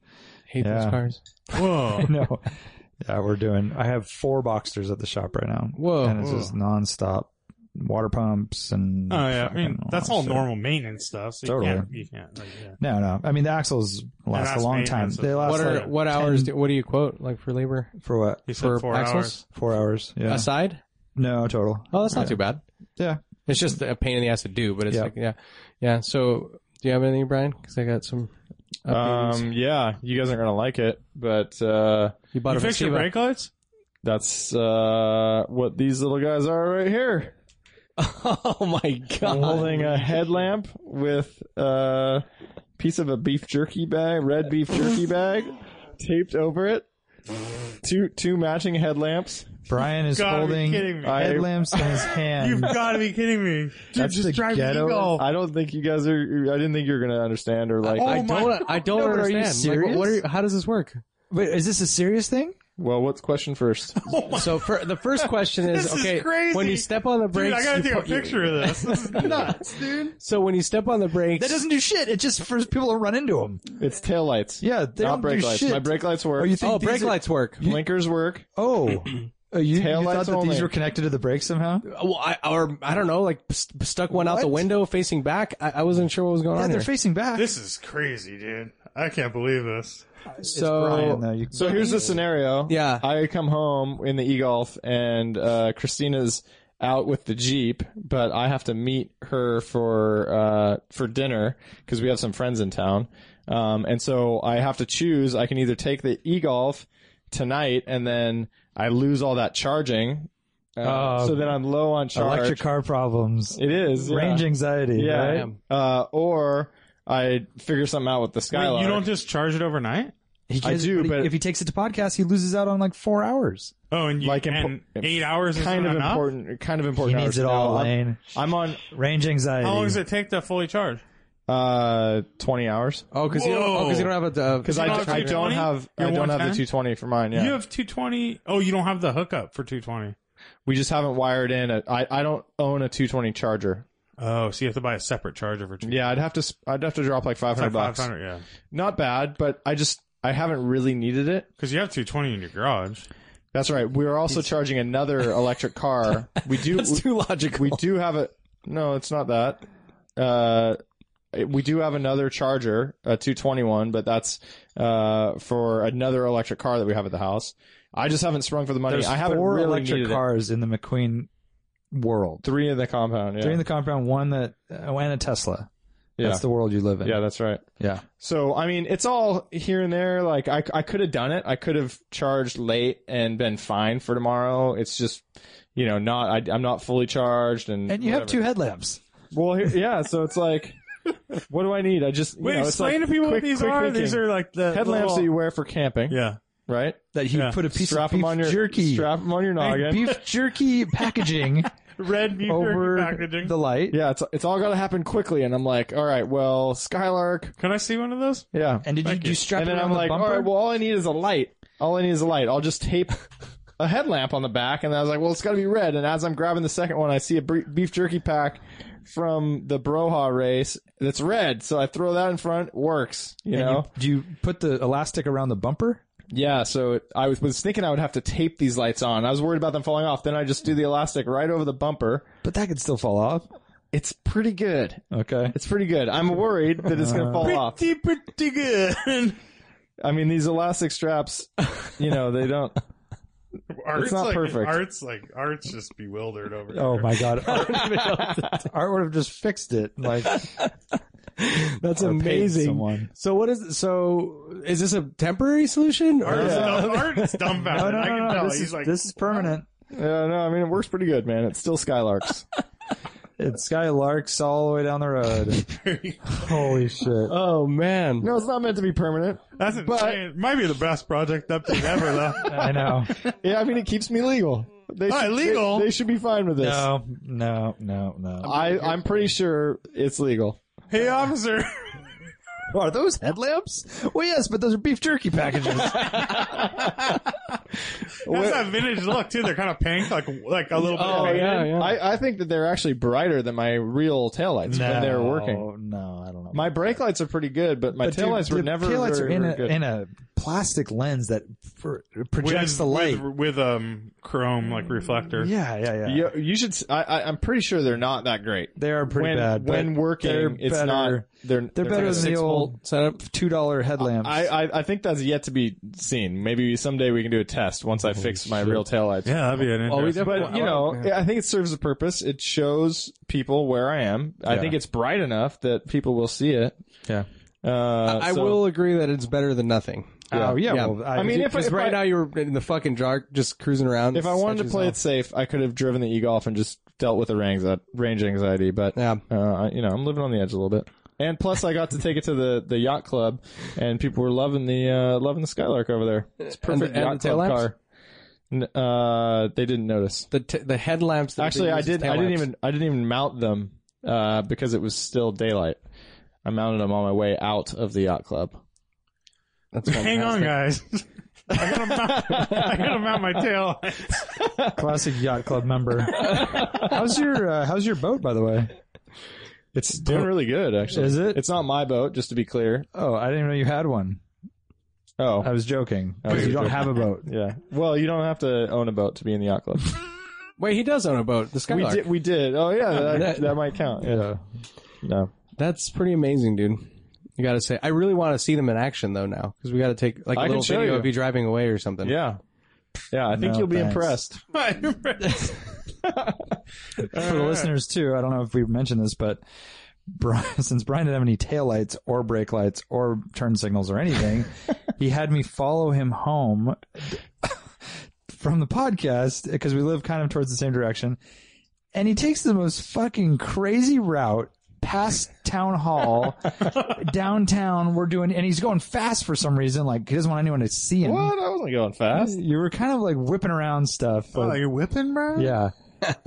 [SPEAKER 3] Hate
[SPEAKER 7] Yeah.
[SPEAKER 3] those cars.
[SPEAKER 4] Whoa.
[SPEAKER 7] no. Yeah, we're doing. I have four Boxsters at the shop right now.
[SPEAKER 3] Whoa.
[SPEAKER 7] And it's just nonstop water pumps and.
[SPEAKER 4] Oh yeah, I mean
[SPEAKER 7] fucking
[SPEAKER 4] that's
[SPEAKER 7] that
[SPEAKER 4] all
[SPEAKER 7] shit.
[SPEAKER 4] normal maintenance stuff. So you
[SPEAKER 7] Totally.
[SPEAKER 4] can't, you can't. Like, yeah.
[SPEAKER 7] No, no. I mean the axles last a
[SPEAKER 4] that's
[SPEAKER 7] long time.
[SPEAKER 4] maintenance.
[SPEAKER 7] They last
[SPEAKER 3] What are
[SPEAKER 7] like
[SPEAKER 3] what
[SPEAKER 7] 10
[SPEAKER 3] hours? Do, what do you quote like for labor
[SPEAKER 7] for what?
[SPEAKER 4] He said
[SPEAKER 3] for
[SPEAKER 4] four
[SPEAKER 3] axles?
[SPEAKER 4] hours.
[SPEAKER 7] Four hours. Yeah.
[SPEAKER 3] Aside?
[SPEAKER 7] No total.
[SPEAKER 3] Oh, that's not too bad.
[SPEAKER 7] Yeah.
[SPEAKER 3] It's just a pain in the ass to do, but it's
[SPEAKER 7] Yeah.
[SPEAKER 3] like yeah, yeah. So do you have anything, Brian? Because I got some. updates.
[SPEAKER 2] Um, yeah, you guys aren't gonna like it, but uh,
[SPEAKER 3] you bought
[SPEAKER 4] You
[SPEAKER 3] a
[SPEAKER 4] fix your
[SPEAKER 3] Vestiva.
[SPEAKER 4] brake lights?
[SPEAKER 2] that's uh what these little guys are right here.
[SPEAKER 3] Oh my
[SPEAKER 2] I'm
[SPEAKER 3] god!
[SPEAKER 2] holding a headlamp with a piece of a beef jerky bag, red beef jerky bag, taped over it. Two two matching headlamps.
[SPEAKER 7] Brian is
[SPEAKER 4] Gotta be
[SPEAKER 7] holding
[SPEAKER 4] kidding me.
[SPEAKER 7] headlamps in his
[SPEAKER 4] You've
[SPEAKER 7] hand.
[SPEAKER 4] got to be kidding me! Dude,
[SPEAKER 7] That's
[SPEAKER 4] just
[SPEAKER 7] the
[SPEAKER 4] drive
[SPEAKER 7] ghetto-
[SPEAKER 4] Eagle.
[SPEAKER 2] I don't think you guys are. I didn't think you were gonna understand or
[SPEAKER 4] Oh.
[SPEAKER 2] like.
[SPEAKER 3] I don't. I don't
[SPEAKER 7] No, but are you
[SPEAKER 3] understand. Like,
[SPEAKER 7] serious?
[SPEAKER 3] what are you, how does this work?
[SPEAKER 7] Wait, is this a serious thing?
[SPEAKER 2] well, what's question first?
[SPEAKER 3] So for, the first question is
[SPEAKER 4] This is
[SPEAKER 3] okay.
[SPEAKER 4] crazy.
[SPEAKER 3] When you step on the
[SPEAKER 4] Dude,
[SPEAKER 3] brakes,
[SPEAKER 4] I gotta
[SPEAKER 3] you
[SPEAKER 4] take a
[SPEAKER 3] put- you-
[SPEAKER 4] picture of this. This is nuts, dude.
[SPEAKER 3] so when you step on the brakes,
[SPEAKER 7] That doesn't do shit. It just for people to run into them.
[SPEAKER 2] It's tail lights.
[SPEAKER 7] Yeah, they
[SPEAKER 2] not
[SPEAKER 7] don't
[SPEAKER 2] brake
[SPEAKER 7] do
[SPEAKER 2] lights.
[SPEAKER 7] shit.
[SPEAKER 2] My brake lights work.
[SPEAKER 7] Oh, you think
[SPEAKER 3] oh,
[SPEAKER 7] these
[SPEAKER 3] brake
[SPEAKER 7] are-
[SPEAKER 3] lights work.
[SPEAKER 2] blinkers work.
[SPEAKER 7] Oh, Uh, you, you
[SPEAKER 2] Tail
[SPEAKER 7] thought
[SPEAKER 2] lights
[SPEAKER 7] that
[SPEAKER 2] only.
[SPEAKER 7] these were connected to the brake somehow?
[SPEAKER 3] Well, I, or I don't know, like st- stuck one out the
[SPEAKER 7] What?
[SPEAKER 3] window facing back. I, I wasn't sure what was going
[SPEAKER 7] Yeah,
[SPEAKER 3] on
[SPEAKER 7] they're
[SPEAKER 3] there.
[SPEAKER 7] facing back.
[SPEAKER 4] This is crazy, dude. I can't believe this.
[SPEAKER 3] so
[SPEAKER 7] Brian, though, you-
[SPEAKER 2] So here's the scenario.
[SPEAKER 3] Yeah.
[SPEAKER 2] I come home in the e-golf and uh, Christina's out with the Jeep, but I have to meet her for uh, for dinner because we have some friends in town. Um, and so I have to choose. I can either take the e-golf tonight and then I lose all that charging. Uh,
[SPEAKER 7] Oh.
[SPEAKER 2] so then I'm low on charge.
[SPEAKER 7] electric car problems,
[SPEAKER 2] It is. yeah.
[SPEAKER 7] range anxiety.
[SPEAKER 2] Yeah.
[SPEAKER 7] right?
[SPEAKER 2] Uh, or I figure something out with the
[SPEAKER 4] Wait,
[SPEAKER 2] Skylark.
[SPEAKER 4] you don't just charge it overnight?
[SPEAKER 7] He
[SPEAKER 2] I
[SPEAKER 7] gets-
[SPEAKER 2] do,
[SPEAKER 7] he-
[SPEAKER 2] but-
[SPEAKER 7] if he takes it to podcast, he loses out on like four hours.
[SPEAKER 4] Oh, and you
[SPEAKER 2] Like impo-
[SPEAKER 4] and eight hours is
[SPEAKER 2] kind
[SPEAKER 4] not
[SPEAKER 2] of
[SPEAKER 4] enough?
[SPEAKER 2] important. Kind of
[SPEAKER 7] He
[SPEAKER 2] important.
[SPEAKER 7] needs
[SPEAKER 2] hours.
[SPEAKER 7] it all, eh?
[SPEAKER 2] No, I'm-
[SPEAKER 7] Lane.
[SPEAKER 2] I'm on
[SPEAKER 7] Range anxiety.
[SPEAKER 4] How long does it take to fully charge?
[SPEAKER 2] uh 20 hours
[SPEAKER 3] oh, because you don't, oh, 'cause you don't have a
[SPEAKER 2] because I,
[SPEAKER 4] don't have
[SPEAKER 2] I don't
[SPEAKER 4] 220?
[SPEAKER 2] have
[SPEAKER 4] You're
[SPEAKER 2] I don't have the
[SPEAKER 4] 110?
[SPEAKER 2] 220 for mine. Yeah,
[SPEAKER 4] You have 220. Oh, you don't have the hookup for 220.
[SPEAKER 2] we just haven't wired in. A, I I don't own a 220 charger.
[SPEAKER 4] Oh, so you have to buy a separate charger for 220.
[SPEAKER 2] Yeah, I'd have to sp- I'd have to drop like 500
[SPEAKER 4] It's like
[SPEAKER 2] bucks.
[SPEAKER 4] 500, yeah.
[SPEAKER 2] Not bad, but I just I haven't really needed it.
[SPEAKER 4] Because you have 220 in your garage.
[SPEAKER 2] That's right. We are also charging another electric car. We do we,
[SPEAKER 3] too logical.
[SPEAKER 2] we do have a no. It's not that. Uh. it- We do have another charger, a 221, but that's uh, for another electric car that we have at the house. I just haven't sprung for the money.
[SPEAKER 7] There's
[SPEAKER 2] I haven't
[SPEAKER 7] four
[SPEAKER 2] really
[SPEAKER 7] electric
[SPEAKER 2] needed it.
[SPEAKER 7] cars in the McQueen world.
[SPEAKER 2] Three in the compound. Yeah.
[SPEAKER 7] Three in the compound, one that uh, and a Tesla.
[SPEAKER 2] Yeah.
[SPEAKER 7] That's the world you live in.
[SPEAKER 2] yeah, that's right.
[SPEAKER 7] Yeah.
[SPEAKER 2] So I mean, it's all here and there. Like I, I could have done it. I could have charged late and been fine for tomorrow. It's just, you know, not. I, I'm not fully charged, and
[SPEAKER 7] And you have
[SPEAKER 2] whatever.
[SPEAKER 7] two headlamps.
[SPEAKER 2] Well, here, yeah. So it's like, what do I need? I just you
[SPEAKER 4] Wait,
[SPEAKER 2] know, it's
[SPEAKER 4] explain
[SPEAKER 2] like
[SPEAKER 4] to people what
[SPEAKER 2] quick-
[SPEAKER 4] these
[SPEAKER 2] quick
[SPEAKER 4] are.
[SPEAKER 2] thinking.
[SPEAKER 4] These are like the
[SPEAKER 2] headlamps
[SPEAKER 4] little-
[SPEAKER 2] that you wear for camping,
[SPEAKER 4] yeah.
[SPEAKER 2] right?
[SPEAKER 7] That you
[SPEAKER 4] Yeah.
[SPEAKER 7] put a piece
[SPEAKER 2] strap
[SPEAKER 7] of beef
[SPEAKER 2] them on your
[SPEAKER 7] jerky,
[SPEAKER 2] Strap them on your noggin.
[SPEAKER 7] beef jerky packaging
[SPEAKER 4] Red beef
[SPEAKER 7] over
[SPEAKER 4] jerky packaging.
[SPEAKER 7] the light.
[SPEAKER 2] Yeah, it's it's all got to happen quickly, and I'm like, all right, well, Skylark,
[SPEAKER 4] Can I see one of those?
[SPEAKER 2] yeah.
[SPEAKER 7] And did you,
[SPEAKER 4] Thank
[SPEAKER 7] do
[SPEAKER 4] you.
[SPEAKER 7] you strap
[SPEAKER 2] and
[SPEAKER 7] it
[SPEAKER 2] then
[SPEAKER 7] on
[SPEAKER 2] I'm
[SPEAKER 7] the
[SPEAKER 2] like,
[SPEAKER 7] bumper?
[SPEAKER 2] all right, well, all I need is a light. All I need is a light. I'll just tape a headlamp on the back. And I was like, well, it's got to be red. And as I'm grabbing the second one, I see a br- beef jerky pack from the Broha race that's red. So I throw that in front. Works, you
[SPEAKER 7] And
[SPEAKER 2] know?
[SPEAKER 7] do you put the elastic around the bumper?
[SPEAKER 2] yeah. So it, I was, was thinking I would have to tape these lights on. I was worried about them falling off. Then I just do the elastic right over the bumper.
[SPEAKER 7] But that could still fall off.
[SPEAKER 2] It's pretty good.
[SPEAKER 7] Okay.
[SPEAKER 2] It's pretty good. I'm worried that it's going to fall off.
[SPEAKER 4] Pretty, pretty good.
[SPEAKER 2] I mean, these elastic straps, you know, they don't.
[SPEAKER 4] Art's
[SPEAKER 2] not
[SPEAKER 4] like,
[SPEAKER 2] perfect.
[SPEAKER 4] Art's like Art's just bewildered over.
[SPEAKER 7] Oh
[SPEAKER 4] here.
[SPEAKER 7] my god. Art, Art would have just fixed it. Like
[SPEAKER 3] That's
[SPEAKER 7] or paid
[SPEAKER 3] amazing.
[SPEAKER 7] Someone.
[SPEAKER 3] So what is so is this a temporary solution? Or
[SPEAKER 4] Art's,
[SPEAKER 3] is it-
[SPEAKER 4] dumb, Art's dumbfounded.
[SPEAKER 7] No, no,
[SPEAKER 4] I can
[SPEAKER 7] no, no.
[SPEAKER 4] tell.
[SPEAKER 7] This
[SPEAKER 4] He's
[SPEAKER 7] is,
[SPEAKER 4] like,
[SPEAKER 7] this is permanent.
[SPEAKER 2] Yeah, no, I mean it works pretty good, man. It's still Skylarks.
[SPEAKER 7] It's Skylarks all the way down the road. Holy shit.
[SPEAKER 3] Oh man.
[SPEAKER 2] no, it's not meant to be permanent.
[SPEAKER 4] That's insane. It might be the best project update ever, though.
[SPEAKER 7] I know.
[SPEAKER 2] Yeah, I mean it keeps me legal. They
[SPEAKER 4] Not
[SPEAKER 2] should,
[SPEAKER 4] illegal.
[SPEAKER 2] They, they should be fine with this.
[SPEAKER 7] No, no, no, no.
[SPEAKER 2] I, I'm pretty sure it's legal.
[SPEAKER 4] hey, officer.
[SPEAKER 7] Are those headlamps? Well, yes, but those are beef jerky packages.
[SPEAKER 4] That's that vintage look too. They're kind of pink, like like a little bit.
[SPEAKER 3] Oh
[SPEAKER 4] faded.
[SPEAKER 3] yeah, yeah.
[SPEAKER 2] I, I think that they're actually brighter than my real taillights when they were working.
[SPEAKER 7] No, I don't know.
[SPEAKER 2] My brake lights are pretty good, but my
[SPEAKER 7] dude,
[SPEAKER 2] taillights were
[SPEAKER 7] the
[SPEAKER 2] never
[SPEAKER 7] taillights
[SPEAKER 2] very,
[SPEAKER 7] are in
[SPEAKER 2] very
[SPEAKER 7] a,
[SPEAKER 2] good.
[SPEAKER 7] in a plastic lens that for,
[SPEAKER 4] With-
[SPEAKER 7] projects the light.
[SPEAKER 4] with, with um chrome like reflector.
[SPEAKER 7] yeah, yeah, yeah.
[SPEAKER 2] you, you should. s- I, I, am pretty sure they're not that great.
[SPEAKER 7] They are pretty
[SPEAKER 2] when
[SPEAKER 7] bad. but
[SPEAKER 2] when
[SPEAKER 7] they're
[SPEAKER 2] working, it's
[SPEAKER 7] better-
[SPEAKER 2] not. They're
[SPEAKER 7] They're better
[SPEAKER 2] like a
[SPEAKER 7] than the
[SPEAKER 2] six
[SPEAKER 7] old setup two dollar headlamps.
[SPEAKER 2] I, I, I think that's yet to be seen. Maybe someday we can do a test once I fix my real taillights.
[SPEAKER 4] Yeah, that'd be an
[SPEAKER 3] Well, we
[SPEAKER 4] interesting.
[SPEAKER 2] But you know, I think it serves a purpose. It shows people where I am. I
[SPEAKER 7] Yeah.
[SPEAKER 2] think it's bright enough that people will see it.
[SPEAKER 7] Yeah.
[SPEAKER 2] Uh,
[SPEAKER 3] I
[SPEAKER 2] so-
[SPEAKER 3] will agree that it's better than nothing.
[SPEAKER 7] Oh yeah.
[SPEAKER 3] Yeah.
[SPEAKER 7] Well,
[SPEAKER 2] I mean, if,
[SPEAKER 3] Because
[SPEAKER 2] if
[SPEAKER 3] right
[SPEAKER 2] I,
[SPEAKER 3] now you're in the fucking dark, just cruising around.
[SPEAKER 2] if I wanted to
[SPEAKER 3] such
[SPEAKER 2] play it
[SPEAKER 3] as
[SPEAKER 2] safe, I could have driven the e golf and just dealt with the range range anxiety. But
[SPEAKER 3] Yeah.
[SPEAKER 2] uh, I- you know, I'm living on the edge a little bit. And plus, I got to take it to the, the yacht club, and people were loving the uh, loving the Skylark over there. It's a
[SPEAKER 3] And the-
[SPEAKER 2] perfect
[SPEAKER 3] and
[SPEAKER 2] yacht
[SPEAKER 3] the tail
[SPEAKER 2] club
[SPEAKER 3] lamps?
[SPEAKER 2] car. N- uh, they didn't notice.
[SPEAKER 3] all. the t- the headlamps. That
[SPEAKER 2] Actually,
[SPEAKER 3] they
[SPEAKER 2] I
[SPEAKER 3] use as
[SPEAKER 2] didn't. I didn't
[SPEAKER 3] taillamps.
[SPEAKER 2] even. I didn't even mount them uh, because it was still daylight. I mounted them on my way out of the yacht club.
[SPEAKER 3] That's
[SPEAKER 4] hang on, guys. I gotta mount, I gotta mount my tail.
[SPEAKER 7] classic yacht club member. how's your uh, How's your boat, by the way?
[SPEAKER 2] It's doing really good, actually.
[SPEAKER 7] Is it?
[SPEAKER 2] It's not my boat, just to be clear.
[SPEAKER 7] Oh, I didn't know you had one.
[SPEAKER 2] Oh,
[SPEAKER 7] I was joking.
[SPEAKER 2] Oh,
[SPEAKER 7] you
[SPEAKER 2] you're
[SPEAKER 7] don't
[SPEAKER 2] joking.
[SPEAKER 7] have a boat.
[SPEAKER 2] yeah. Well, you don't have to own a boat to be in the yacht club.
[SPEAKER 3] Wait, he does own a boat. The
[SPEAKER 2] we
[SPEAKER 3] Skylark.
[SPEAKER 2] did. We did. Oh yeah, that,
[SPEAKER 3] That-
[SPEAKER 2] that might count. Yeah.
[SPEAKER 7] Yeah.
[SPEAKER 2] No.
[SPEAKER 3] That's pretty amazing, dude. You got to say, I really want to see them in action though now because we got to take like a
[SPEAKER 2] I can
[SPEAKER 3] little
[SPEAKER 2] show
[SPEAKER 3] video
[SPEAKER 2] you.
[SPEAKER 3] of you driving away or something.
[SPEAKER 2] Yeah. Yeah, I think
[SPEAKER 7] No,
[SPEAKER 2] you'll be
[SPEAKER 7] thanks.
[SPEAKER 2] impressed.
[SPEAKER 7] For the listeners too, I don't know if we mentioned this, but Brian, since Brian didn't have any taillights or brake lights or turn signals or anything, he had me follow him home from the podcast because we live kind of towards the same direction. And he takes the most fucking crazy route past town hall, downtown. We're doing, and he's going fast for some reason. Like he doesn't want anyone to see him.
[SPEAKER 2] What? I wasn't going fast.
[SPEAKER 7] You were kind of like whipping around stuff. but-
[SPEAKER 4] you're whipping, bro.
[SPEAKER 7] yeah.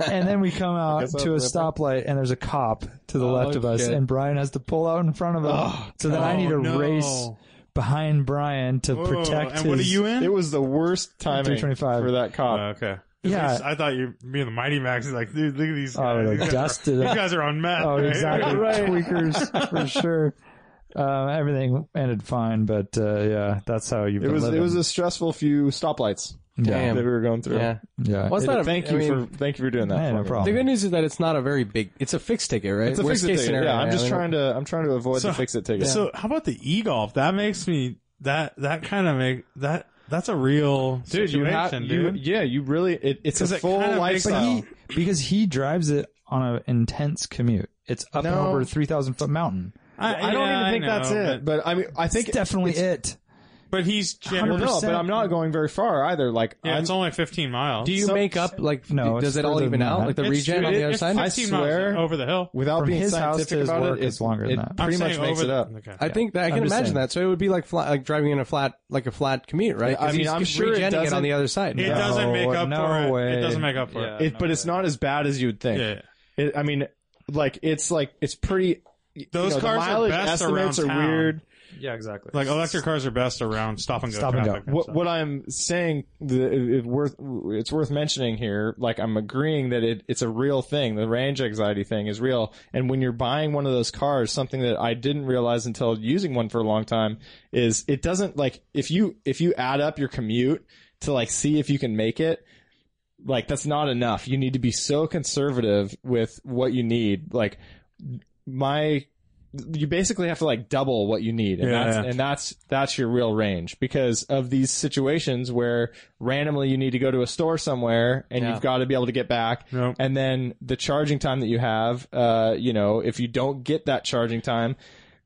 [SPEAKER 7] And then we come out
[SPEAKER 2] guess I'll
[SPEAKER 7] to a
[SPEAKER 2] rip it.
[SPEAKER 7] stoplight, and there's a cop to the left of us,
[SPEAKER 3] Okay.
[SPEAKER 7] and Brian has to pull out in front of him. so then I need to
[SPEAKER 4] Oh, no.
[SPEAKER 7] race behind Brian to
[SPEAKER 4] Whoa,
[SPEAKER 7] protect
[SPEAKER 4] And what are
[SPEAKER 7] his-
[SPEAKER 4] you in?
[SPEAKER 2] It was the worst timing
[SPEAKER 7] 325.
[SPEAKER 2] for that
[SPEAKER 4] Oh,
[SPEAKER 2] cop.
[SPEAKER 4] okay.
[SPEAKER 7] Yeah.
[SPEAKER 4] At least I thought you being the Mighty Max is like, dude, look at these
[SPEAKER 7] Oh, I
[SPEAKER 4] guys.
[SPEAKER 7] would've
[SPEAKER 4] these, guys
[SPEAKER 7] dusted
[SPEAKER 4] are,
[SPEAKER 7] him.
[SPEAKER 4] these guys are on meth.
[SPEAKER 7] Oh,
[SPEAKER 4] right?
[SPEAKER 7] exactly. Tweakers, for sure. Um, everything ended fine, but uh, yeah, that's how you've
[SPEAKER 2] It
[SPEAKER 7] been
[SPEAKER 2] was
[SPEAKER 7] living.
[SPEAKER 2] it was a stressful few stoplights
[SPEAKER 7] yeah.
[SPEAKER 3] Damn.
[SPEAKER 2] that we were going through.
[SPEAKER 3] Yeah.
[SPEAKER 7] yeah.
[SPEAKER 3] Well, it's not a,
[SPEAKER 2] Thank
[SPEAKER 3] I
[SPEAKER 2] you
[SPEAKER 3] mean,
[SPEAKER 2] for thank you for doing that.
[SPEAKER 7] Hey,
[SPEAKER 2] for
[SPEAKER 7] no
[SPEAKER 2] me.
[SPEAKER 7] problem.
[SPEAKER 3] The good news is that it's not a very big. It's a fixed ticket, right?
[SPEAKER 2] It's a
[SPEAKER 3] Worst
[SPEAKER 2] fix it
[SPEAKER 3] case
[SPEAKER 2] ticket.
[SPEAKER 3] scenario.
[SPEAKER 2] yeah, I'm just
[SPEAKER 3] I mean,
[SPEAKER 2] trying to I'm trying to avoid
[SPEAKER 4] So-
[SPEAKER 2] the fix it ticket.
[SPEAKER 4] So how about the e golf? That makes me that that kind of make that that's a real
[SPEAKER 2] dude, you
[SPEAKER 4] situation,
[SPEAKER 2] have you,
[SPEAKER 4] dude.
[SPEAKER 2] yeah, you really it, it's a
[SPEAKER 4] 'Cause it
[SPEAKER 2] full
[SPEAKER 4] kinda makes-
[SPEAKER 7] but
[SPEAKER 2] lifestyle.
[SPEAKER 7] he because he drives it on an intense commute. It's up and
[SPEAKER 2] No.
[SPEAKER 7] over a three thousand foot mountain.
[SPEAKER 2] I don't
[SPEAKER 4] yeah,
[SPEAKER 2] even think
[SPEAKER 4] know,
[SPEAKER 2] that's it. But, I mean, I think
[SPEAKER 7] It's definitely it.
[SPEAKER 4] But, but he's
[SPEAKER 2] Well,
[SPEAKER 4] generally.
[SPEAKER 2] no, but
[SPEAKER 7] 100%.
[SPEAKER 2] I'm not going very far either. Like,
[SPEAKER 4] Yeah,
[SPEAKER 2] I'm-
[SPEAKER 4] it's only 15 miles.
[SPEAKER 3] Do you make up like?
[SPEAKER 7] No,
[SPEAKER 3] No,
[SPEAKER 7] it's
[SPEAKER 3] does it all
[SPEAKER 7] further
[SPEAKER 3] even
[SPEAKER 7] than
[SPEAKER 3] out?
[SPEAKER 7] that.
[SPEAKER 3] Like the
[SPEAKER 4] It's-
[SPEAKER 3] regen on
[SPEAKER 4] it-
[SPEAKER 3] the other
[SPEAKER 4] it's
[SPEAKER 3] side?
[SPEAKER 4] 15
[SPEAKER 2] swear-
[SPEAKER 4] miles over the hill.
[SPEAKER 2] without
[SPEAKER 7] From
[SPEAKER 2] being
[SPEAKER 7] his house
[SPEAKER 2] scientific
[SPEAKER 7] to his
[SPEAKER 2] about
[SPEAKER 7] work
[SPEAKER 2] it,
[SPEAKER 7] is
[SPEAKER 2] it-
[SPEAKER 7] longer than
[SPEAKER 2] it
[SPEAKER 7] that.
[SPEAKER 4] I'm
[SPEAKER 2] Pretty much
[SPEAKER 4] saying
[SPEAKER 2] makes
[SPEAKER 4] over
[SPEAKER 2] it up.
[SPEAKER 4] the- okay.
[SPEAKER 3] I think that I
[SPEAKER 7] I'm
[SPEAKER 3] can
[SPEAKER 7] just
[SPEAKER 3] imagine
[SPEAKER 7] saying.
[SPEAKER 3] that. So it would be like flat, like driving in a flat, like a flat commute, right? 'Cause
[SPEAKER 2] I mean,
[SPEAKER 3] he's
[SPEAKER 2] I'm sure it
[SPEAKER 3] regenning
[SPEAKER 2] doesn't-
[SPEAKER 3] on the other side.
[SPEAKER 4] It
[SPEAKER 7] No,
[SPEAKER 4] doesn't make up
[SPEAKER 7] no
[SPEAKER 4] for it. It
[SPEAKER 7] way.
[SPEAKER 4] doesn't make up for it.
[SPEAKER 2] it, but it's not as bad as you would think.
[SPEAKER 4] Yeah.
[SPEAKER 2] It, I mean, like it's like it's pretty. you
[SPEAKER 4] Those
[SPEAKER 2] know, the
[SPEAKER 4] cars are
[SPEAKER 2] mileage
[SPEAKER 4] best
[SPEAKER 2] estimates
[SPEAKER 4] around
[SPEAKER 2] are
[SPEAKER 4] town.
[SPEAKER 2] weird.
[SPEAKER 7] Yeah, exactly.
[SPEAKER 4] Like electric cars are best around stop and go
[SPEAKER 7] Stop and
[SPEAKER 4] traffic.
[SPEAKER 7] go.
[SPEAKER 2] What what I'm saying, the, it, it worth it's worth mentioning here. Like I'm agreeing that it, it's a real thing. The range anxiety thing is real. And when you're buying one of those cars, something that I didn't realize until using one for a long time is it doesn't like if you if you add up your commute to like see if you can make it. Like that's not enough. You need to be so conservative with what you need. Like my you basically have to like double what you need and
[SPEAKER 4] Yeah,
[SPEAKER 2] that's
[SPEAKER 4] yeah.
[SPEAKER 2] and that's that's your real range because of these situations where randomly you need to go to a store somewhere and
[SPEAKER 3] Yeah.
[SPEAKER 2] you've got to be able to get back
[SPEAKER 4] Nope.
[SPEAKER 2] and then the charging time that you have uh you know if you don't get that charging time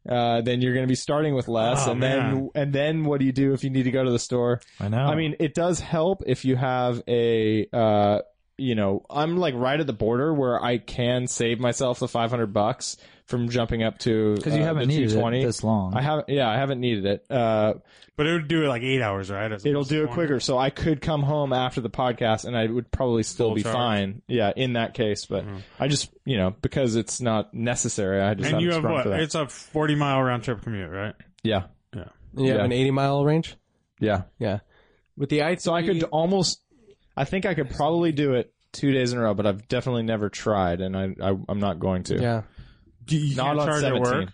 [SPEAKER 2] uh then you're going to be starting with less
[SPEAKER 4] Oh,
[SPEAKER 2] and
[SPEAKER 4] man.
[SPEAKER 2] then and then what do you do if you need to go to the store
[SPEAKER 7] I know.
[SPEAKER 2] I mean, it does help if you have a, uh, you know, I'm like right at the border where I can save myself the 500 bucks from jumping up to
[SPEAKER 7] because you
[SPEAKER 2] uh,
[SPEAKER 7] haven't
[SPEAKER 2] the
[SPEAKER 7] needed it
[SPEAKER 2] 220.
[SPEAKER 7] this long.
[SPEAKER 2] I haven't, yeah, I haven't needed it. Uh,
[SPEAKER 4] But it would do it like eight hours, right? As
[SPEAKER 2] it'll
[SPEAKER 4] opposed to
[SPEAKER 2] do it
[SPEAKER 4] one.
[SPEAKER 2] quicker, so I could come home after the podcast, and I would probably still
[SPEAKER 4] Full
[SPEAKER 2] be
[SPEAKER 4] charge. Mm-hmm.
[SPEAKER 2] fine. Yeah, in that case, but I just, you know, because it's not necessary, I just
[SPEAKER 4] And
[SPEAKER 2] haven't
[SPEAKER 4] you have
[SPEAKER 2] sprung
[SPEAKER 4] what?
[SPEAKER 2] for that.
[SPEAKER 4] It's a 40 mile round trip commute, right?
[SPEAKER 2] yeah,
[SPEAKER 3] And you have
[SPEAKER 2] Yeah.
[SPEAKER 3] an 80 mile range
[SPEAKER 2] yeah.
[SPEAKER 3] with the i.
[SPEAKER 2] So I could almost, I think I could probably do it two days in a row, but I've definitely never tried, and I, I I'm not going to.
[SPEAKER 3] Yeah.
[SPEAKER 4] You
[SPEAKER 2] not
[SPEAKER 4] can't
[SPEAKER 2] on
[SPEAKER 4] charge at
[SPEAKER 2] 17.
[SPEAKER 4] work.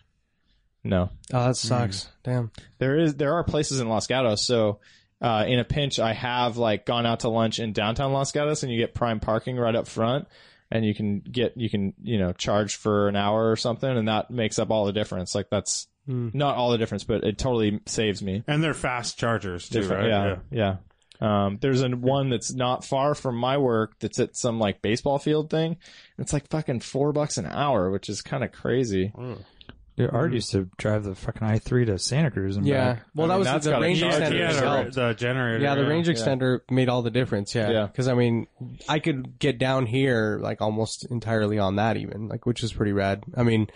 [SPEAKER 2] No,
[SPEAKER 3] Oh, that
[SPEAKER 2] Mm-hmm.
[SPEAKER 3] sucks. Damn.
[SPEAKER 2] there is there are places in Los Gatos. So uh, in a pinch, I have like gone out to lunch in downtown Los Gatos, and you get prime parking right up front, and you can get you can you know charge for an hour or something, and that makes up all the difference. Like that's
[SPEAKER 3] Hmm.
[SPEAKER 2] not all the difference, but it totally saves me.
[SPEAKER 4] And they're fast chargers too,
[SPEAKER 2] Different-
[SPEAKER 4] right?
[SPEAKER 2] Yeah, yeah. Um, there's an one that's not far from my work that's at some like baseball field thing. It's like fucking four bucks an hour, which is kind of crazy.
[SPEAKER 7] Dude, Art used to drive the fucking I three to Santa Cruz and
[SPEAKER 3] Yeah.
[SPEAKER 7] back.
[SPEAKER 3] Well,
[SPEAKER 2] I mean,
[SPEAKER 3] that was
[SPEAKER 2] that's
[SPEAKER 3] the
[SPEAKER 2] gotta
[SPEAKER 3] range
[SPEAKER 4] He
[SPEAKER 2] charge
[SPEAKER 4] had,
[SPEAKER 3] extender.
[SPEAKER 4] he had a-
[SPEAKER 3] itself.
[SPEAKER 4] the generator.
[SPEAKER 3] Yeah, the range
[SPEAKER 2] Yeah.
[SPEAKER 3] extender made all the difference. Yeah,
[SPEAKER 2] Yeah.
[SPEAKER 3] Because I mean, I could get down here like almost entirely on that, even like, which is pretty rad. I mean,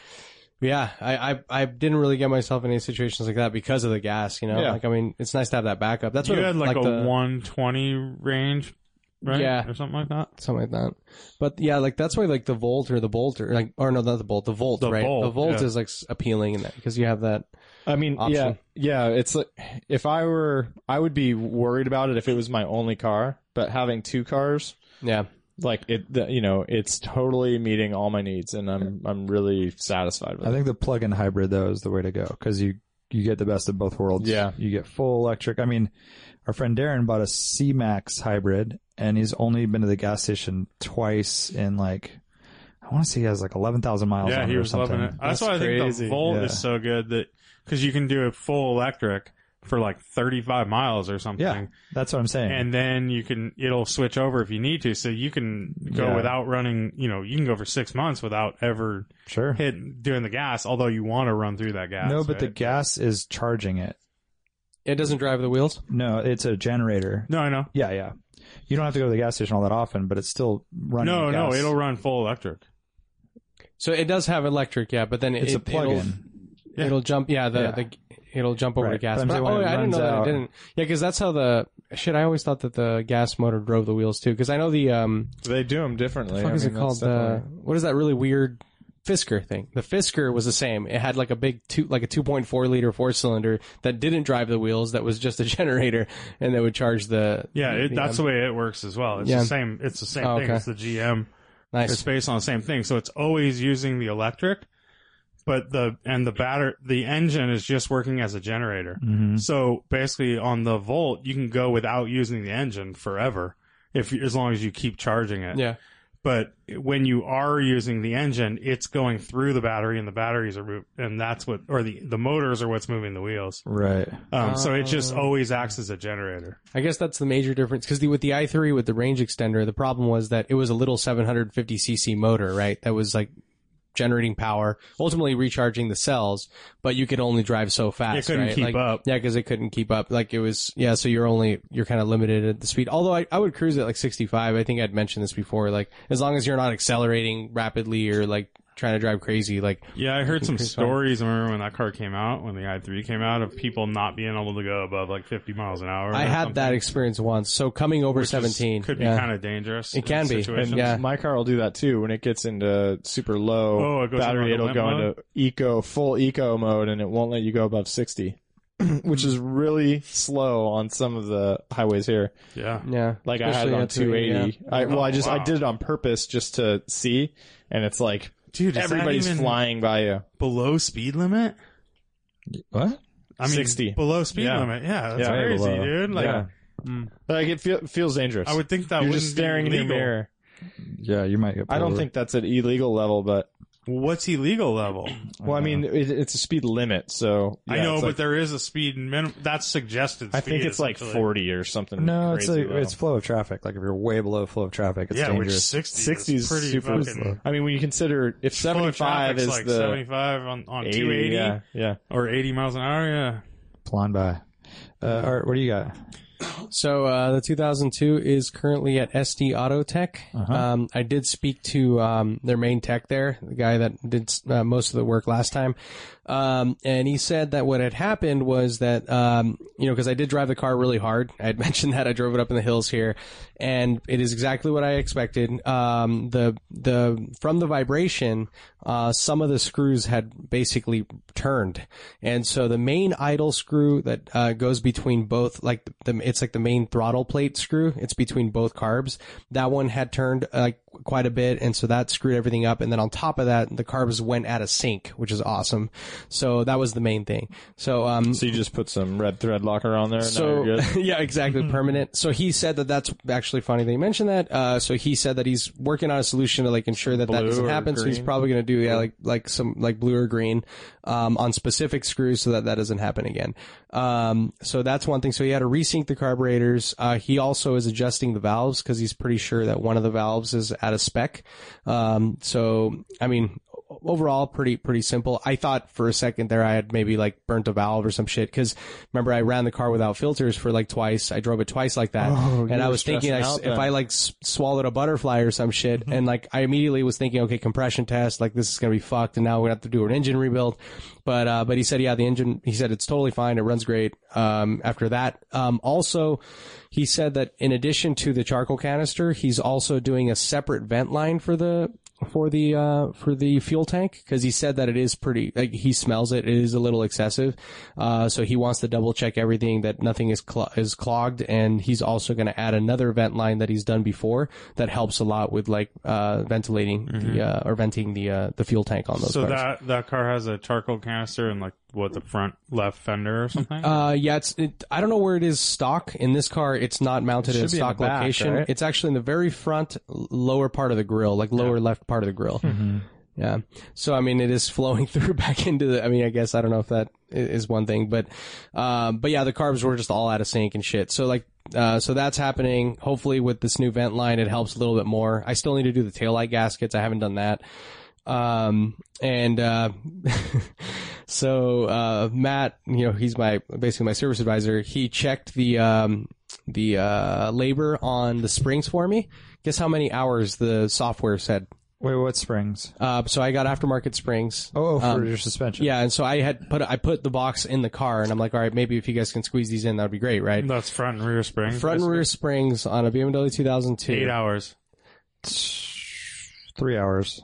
[SPEAKER 3] yeah, I I, I didn't really get myself in any situations like that because of the gas. You know,
[SPEAKER 2] Yeah.
[SPEAKER 3] like I mean, it's nice to have that backup. That's
[SPEAKER 4] You
[SPEAKER 3] what
[SPEAKER 4] had like, a
[SPEAKER 3] the-
[SPEAKER 4] 120 range, right?
[SPEAKER 3] Yeah.
[SPEAKER 4] Or something like that.
[SPEAKER 3] something like that. But yeah, like that's why like the volt or the bolt or like or no, not the bolt, the volt,
[SPEAKER 4] The
[SPEAKER 3] right?
[SPEAKER 4] Volt,
[SPEAKER 3] the volt
[SPEAKER 4] yeah.
[SPEAKER 3] is like s- appealing in that because you have that.
[SPEAKER 2] I mean,
[SPEAKER 3] option.
[SPEAKER 2] yeah, yeah. It's like if I were, I would be worried about it if it was my only car. But having two cars,
[SPEAKER 3] Yeah,
[SPEAKER 2] like it, the, you know, it's totally meeting all my needs, and I'm I'm really satisfied with
[SPEAKER 7] I
[SPEAKER 2] it.
[SPEAKER 7] think the plug-in hybrid though is the way to go because you you get the best of both worlds.
[SPEAKER 2] Yeah.
[SPEAKER 7] you get full electric. I mean, our friend Darren bought a C Max hybrid, and he's only been to the gas station twice in like I want to say he has like eleven thousand miles.
[SPEAKER 4] Yeah,
[SPEAKER 7] on
[SPEAKER 4] he
[SPEAKER 7] or
[SPEAKER 4] was
[SPEAKER 7] something.
[SPEAKER 4] loving it. That's, why I think the
[SPEAKER 7] crazy.
[SPEAKER 4] Volt
[SPEAKER 7] Yeah.
[SPEAKER 4] is so good that because you can do it full electric for like 35 miles or something.
[SPEAKER 7] Yeah, that's what I'm saying.
[SPEAKER 4] And then you can, it'll switch over if you need to. So you can go
[SPEAKER 7] Yeah.
[SPEAKER 4] without running, you know, you can go for six months without ever
[SPEAKER 7] sure.
[SPEAKER 4] hit doing the gas, although you want to run through that gas.
[SPEAKER 7] No, but the
[SPEAKER 4] right?
[SPEAKER 7] gas is charging it.
[SPEAKER 3] it doesn't drive the wheels.
[SPEAKER 7] No, it's a generator.
[SPEAKER 4] No, I know.
[SPEAKER 7] Yeah, yeah. You don't have to go to the gas station all that often, but it's still running.
[SPEAKER 4] No,
[SPEAKER 7] the
[SPEAKER 4] no,
[SPEAKER 7] gas.
[SPEAKER 4] it'll run full electric.
[SPEAKER 3] So it does have electric, yeah, but then
[SPEAKER 7] It's
[SPEAKER 3] it,
[SPEAKER 7] a plug-in.
[SPEAKER 3] It'll, it'll jump, yeah. The,
[SPEAKER 7] Yeah.
[SPEAKER 3] the it'll jump over
[SPEAKER 7] Right.
[SPEAKER 3] to gas.
[SPEAKER 7] Sometimes
[SPEAKER 3] But,
[SPEAKER 7] when
[SPEAKER 3] oh,
[SPEAKER 7] it
[SPEAKER 3] yeah, I didn't
[SPEAKER 7] runs
[SPEAKER 3] know that
[SPEAKER 7] out-
[SPEAKER 3] it didn't. Yeah, because that's how the shit. I always thought that the gas motor drove the wheels too. Because I know the um,
[SPEAKER 2] they do them differently.
[SPEAKER 7] Oh,
[SPEAKER 3] fuck
[SPEAKER 2] I
[SPEAKER 3] is
[SPEAKER 2] mean,
[SPEAKER 3] it
[SPEAKER 2] that's
[SPEAKER 3] called? The
[SPEAKER 2] definitely-
[SPEAKER 3] what is that really weird Fisker thing? The Fisker was the same. It had like a big two, like a two point four liter four cylinder that didn't drive the wheels. That was just a generator,
[SPEAKER 2] Uh,
[SPEAKER 3] and that would charge the.
[SPEAKER 4] Yeah, it,
[SPEAKER 3] the,
[SPEAKER 4] that's
[SPEAKER 3] um,
[SPEAKER 4] the way it works as well. It's
[SPEAKER 3] Yeah.
[SPEAKER 4] the same. It's the same
[SPEAKER 3] Oh,
[SPEAKER 4] thing.
[SPEAKER 3] okay.
[SPEAKER 4] It's the GM. It's
[SPEAKER 3] nice.
[SPEAKER 4] based on the same thing, so it's always using the electric, but the and the batter the engine is just working as a generator.
[SPEAKER 3] Mm-hmm.
[SPEAKER 7] Mhm.
[SPEAKER 4] So basically, on the Volt, you can go without using the engine forever, if you- as long as you keep charging it.
[SPEAKER 3] Yeah,
[SPEAKER 4] But when you are using the engine, it's going through the battery, and the batteries are mov- and that's what or the the motors are what's moving the wheels.
[SPEAKER 7] Right.
[SPEAKER 4] Um, so it just
[SPEAKER 3] Oh.
[SPEAKER 4] always acts as a generator.
[SPEAKER 3] I guess that's the major difference because the, with the i3 with the range extender, the problem was that it was a little 750cc motor, right? That was like generating power, ultimately recharging the cells, but you could only drive so fast.
[SPEAKER 4] couldn't
[SPEAKER 3] right?
[SPEAKER 4] keep
[SPEAKER 3] Like-
[SPEAKER 4] up.
[SPEAKER 3] Yeah, because it couldn't keep up. Like it was, yeah. So you're only you're kind of limited at the speed. Although I, I would cruise at like 65. I think I'd mentioned this before. Like as long as you're not accelerating rapidly or like trying to drive crazy, like
[SPEAKER 4] Yeah, I heard some
[SPEAKER 3] Increase
[SPEAKER 4] stories. I remember when that car came out, when the i3 came out, of people not being able to go above like 50 miles an hour.
[SPEAKER 3] I
[SPEAKER 4] or
[SPEAKER 3] had that
[SPEAKER 4] something,
[SPEAKER 3] experience once. So coming over
[SPEAKER 4] which is-
[SPEAKER 3] 17
[SPEAKER 4] could be
[SPEAKER 3] yeah.
[SPEAKER 4] kind of dangerous.
[SPEAKER 3] It
[SPEAKER 4] in
[SPEAKER 3] can be,
[SPEAKER 4] situations.
[SPEAKER 3] yeah.
[SPEAKER 2] My car will do that too. When it gets into super low
[SPEAKER 4] Oh, it goes
[SPEAKER 2] battery,
[SPEAKER 4] into
[SPEAKER 2] it'll
[SPEAKER 4] limp
[SPEAKER 2] go
[SPEAKER 4] mode?
[SPEAKER 2] into eco, full eco mode, and it won't let you go above 60, which is really slow on some of the highways here.
[SPEAKER 4] yeah.
[SPEAKER 3] Yeah,
[SPEAKER 2] Like I had
[SPEAKER 3] Especially
[SPEAKER 2] it on
[SPEAKER 3] at the- yeah.
[SPEAKER 2] 280. I, well, I just, I
[SPEAKER 4] Oh, wow.
[SPEAKER 2] did it on purpose just to see, and it's like,
[SPEAKER 4] Dude, is
[SPEAKER 2] everybody's
[SPEAKER 4] that even
[SPEAKER 2] flying by you.
[SPEAKER 4] below speed limit.
[SPEAKER 7] What?
[SPEAKER 4] I mean,
[SPEAKER 2] 60.
[SPEAKER 4] below speed
[SPEAKER 2] Yeah.
[SPEAKER 4] limit. Yeah, that's
[SPEAKER 2] Yeah, way
[SPEAKER 4] crazy,
[SPEAKER 2] below.
[SPEAKER 4] dude. Like, hmm.
[SPEAKER 7] yeah.
[SPEAKER 2] Like it feel, feels dangerous.
[SPEAKER 4] I would think that
[SPEAKER 2] You're
[SPEAKER 4] was
[SPEAKER 2] just staring in
[SPEAKER 4] be
[SPEAKER 2] your
[SPEAKER 4] legal.
[SPEAKER 2] mirror.
[SPEAKER 7] Yeah, you might get.
[SPEAKER 2] I don't think that's an illegal level, but
[SPEAKER 4] What's illegal level?
[SPEAKER 3] Uh-huh.
[SPEAKER 2] well, I mean, it, it's a speed limit, so yeah,
[SPEAKER 4] I know,
[SPEAKER 2] it's
[SPEAKER 4] but
[SPEAKER 2] like-
[SPEAKER 4] there is a speed minimum. That's suggested.
[SPEAKER 2] I think
[SPEAKER 4] speed,
[SPEAKER 2] it's like
[SPEAKER 4] essentially.
[SPEAKER 2] 40 or something.
[SPEAKER 7] No, it's
[SPEAKER 2] crazy
[SPEAKER 7] like
[SPEAKER 2] low.
[SPEAKER 7] it's flow of traffic. Like if you're way below flow of traffic, it's
[SPEAKER 4] yeah, which
[SPEAKER 7] dangerous.
[SPEAKER 4] 60,
[SPEAKER 2] 60
[SPEAKER 4] is
[SPEAKER 2] is
[SPEAKER 4] pretty
[SPEAKER 2] super
[SPEAKER 4] fucking.
[SPEAKER 2] slow. I mean, when you consider if
[SPEAKER 4] Full of
[SPEAKER 2] 75
[SPEAKER 4] traffic's
[SPEAKER 2] is
[SPEAKER 4] like
[SPEAKER 2] the
[SPEAKER 4] 75 on, on
[SPEAKER 2] 80,
[SPEAKER 4] 280
[SPEAKER 2] yeah, yeah.
[SPEAKER 4] or 80 miles an hour. Yeah.
[SPEAKER 7] Flying by.
[SPEAKER 4] Mm-hmm.
[SPEAKER 7] Uh, all right, what do you got?
[SPEAKER 3] So uh, the 2002 is currently at SD Auto Tech. Um, I did speak to um, their main tech there, the guy that did uh, most of the work last time, um, and he said that what had happened was that um, you know because I did drive the car really hard. I had mentioned that I drove it up in the hills here, and it is exactly what I expected. Um, the the from the vibration, uh, some of the screws had basically turned, and so the main idle screw that uh, goes between both, like the, it's like the main throttle plate screw. It's between both carbs. That one had turned uh, like quite a bit, and so that screwed everything up. And then on top of that, the carbs went out of sync, which is awesome. So that was the main thing. So um,
[SPEAKER 2] So you just put some red thread locker on there.
[SPEAKER 3] so
[SPEAKER 2] So you're good.
[SPEAKER 3] yeah, exactly, permanent. So he said that that's actually funny that you mentioned that. Uh, so he said that he's working on a solution to like ensure that that
[SPEAKER 2] Blue
[SPEAKER 3] doesn't
[SPEAKER 2] or
[SPEAKER 3] happen. So he's
[SPEAKER 2] green?
[SPEAKER 3] probably going to do yeah, like like some like blue or green um, on specific screws so that that doesn't happen again. Um, so that's one thing. So he had to resync the carburetors. Uh, he also is adjusting the valves because he's pretty sure that one of the valves is out of spec. Um, so I mean, overall pretty pretty simple. I thought for a second there I had maybe like burnt a valve or some shit because remember I ran the car without filters for like twice. I drove it twice like that, and I was thinking I,
[SPEAKER 2] Oh, stressing out
[SPEAKER 3] if
[SPEAKER 2] then.
[SPEAKER 3] I like s- swallowed a butterfly or some shit, and like I immediately was thinking, okay, compression test, like this is gonna be fucked, and now we have to do an engine rebuild. But uh, but he said yeah, the engine. He said it's totally fine. It runs great. Um, after that, um, also he said that in addition to the charcoal canister, he's also doing a separate vent line for the for the uh for the fuel tank because he said that it is pretty like he smells it it is a little excessive uh so he wants to double check everything that nothing is cl- is clogged and he's also going to add another vent line that he's done before that helps a lot with like uh ventilating the uh or venting the uh the fuel tank on those
[SPEAKER 4] So
[SPEAKER 3] cars.
[SPEAKER 4] that that car has a charcoal canister and like what the front left fender or something.
[SPEAKER 3] Uh, yeah, it's. It, I don't know where it is stock in this car. It's not mounted in a
[SPEAKER 2] should be in
[SPEAKER 3] stock
[SPEAKER 2] the back,
[SPEAKER 3] location.
[SPEAKER 2] right?
[SPEAKER 3] It's actually in the very front l- lower part of the grill, like lower left part of the grill.
[SPEAKER 2] Mm-hmm.
[SPEAKER 3] Yeah. So I mean, it is flowing through back into the. I mean, I guess I don't know if that i- is one thing, but, um, but yeah, the carbs were just all out of sync and shit. So like. Uh, so that's happening. Hopefully, with this new vent line, it helps a little bit more. I still need to do the taillight gaskets. I haven't done that. Um, and, uh, so, uh, Matt, you know, he's my, basically my service advisor. He checked the, um, the, uh, labor on the springs for me. Guess how many hours the software said?
[SPEAKER 7] Wait, what springs?
[SPEAKER 3] Uh, so I got aftermarket springs.
[SPEAKER 7] Oh, for your suspension.
[SPEAKER 3] Yeah, and so I had put I put the box in the car, and I'm like, all right, maybe if you guys can squeeze these in, that'd be great, right?
[SPEAKER 4] That's front and rear spring.
[SPEAKER 3] Front and rear springs on a BMW 2002.
[SPEAKER 4] Eight hours.
[SPEAKER 7] three hours.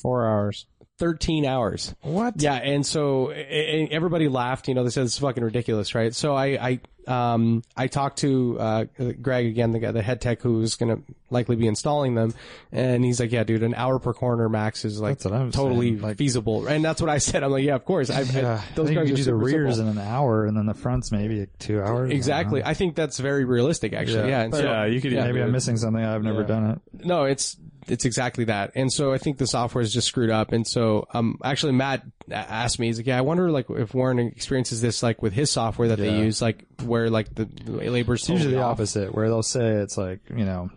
[SPEAKER 2] four hours.
[SPEAKER 3] 13 hours. What? Yeah, and so a- a- everybody laughed. You know, they said this is fucking ridiculous, right? So I, I, um, I talked to uh, Greg again, the guy, the head tech who's gonna likely be installing them, and he's like, "Yeah, dude, an hour per corner max is like
[SPEAKER 7] That's what I was
[SPEAKER 3] totally
[SPEAKER 7] saying, like-
[SPEAKER 3] feasible." And that's what I said. I'm like, "Yeah, of course." I,
[SPEAKER 7] Yeah,
[SPEAKER 3] I,
[SPEAKER 7] I
[SPEAKER 3] those
[SPEAKER 7] think
[SPEAKER 3] cars
[SPEAKER 7] you
[SPEAKER 3] are
[SPEAKER 7] do the
[SPEAKER 3] super
[SPEAKER 7] rears
[SPEAKER 3] simple.
[SPEAKER 7] in an hour, and then the fronts maybe two hours. I don't
[SPEAKER 3] Exactly.
[SPEAKER 7] know.
[SPEAKER 3] I think that's very realistic, actually. Yeah.
[SPEAKER 7] Yeah.
[SPEAKER 3] And so,
[SPEAKER 2] yeah, you could. even
[SPEAKER 7] Maybe
[SPEAKER 2] do
[SPEAKER 7] I'm
[SPEAKER 2] it.
[SPEAKER 7] missing something. I've never done it.
[SPEAKER 3] no, it's it's exactly that. And so I think the software is just screwed up. And so um, actually Matt a- asked me, he's like, yeah, I wonder like if Warren experiences this like with his software that they use, like where like the, the labor's
[SPEAKER 7] It's usually
[SPEAKER 3] totally
[SPEAKER 7] the
[SPEAKER 3] off.
[SPEAKER 7] opposite, where they'll say it's like you know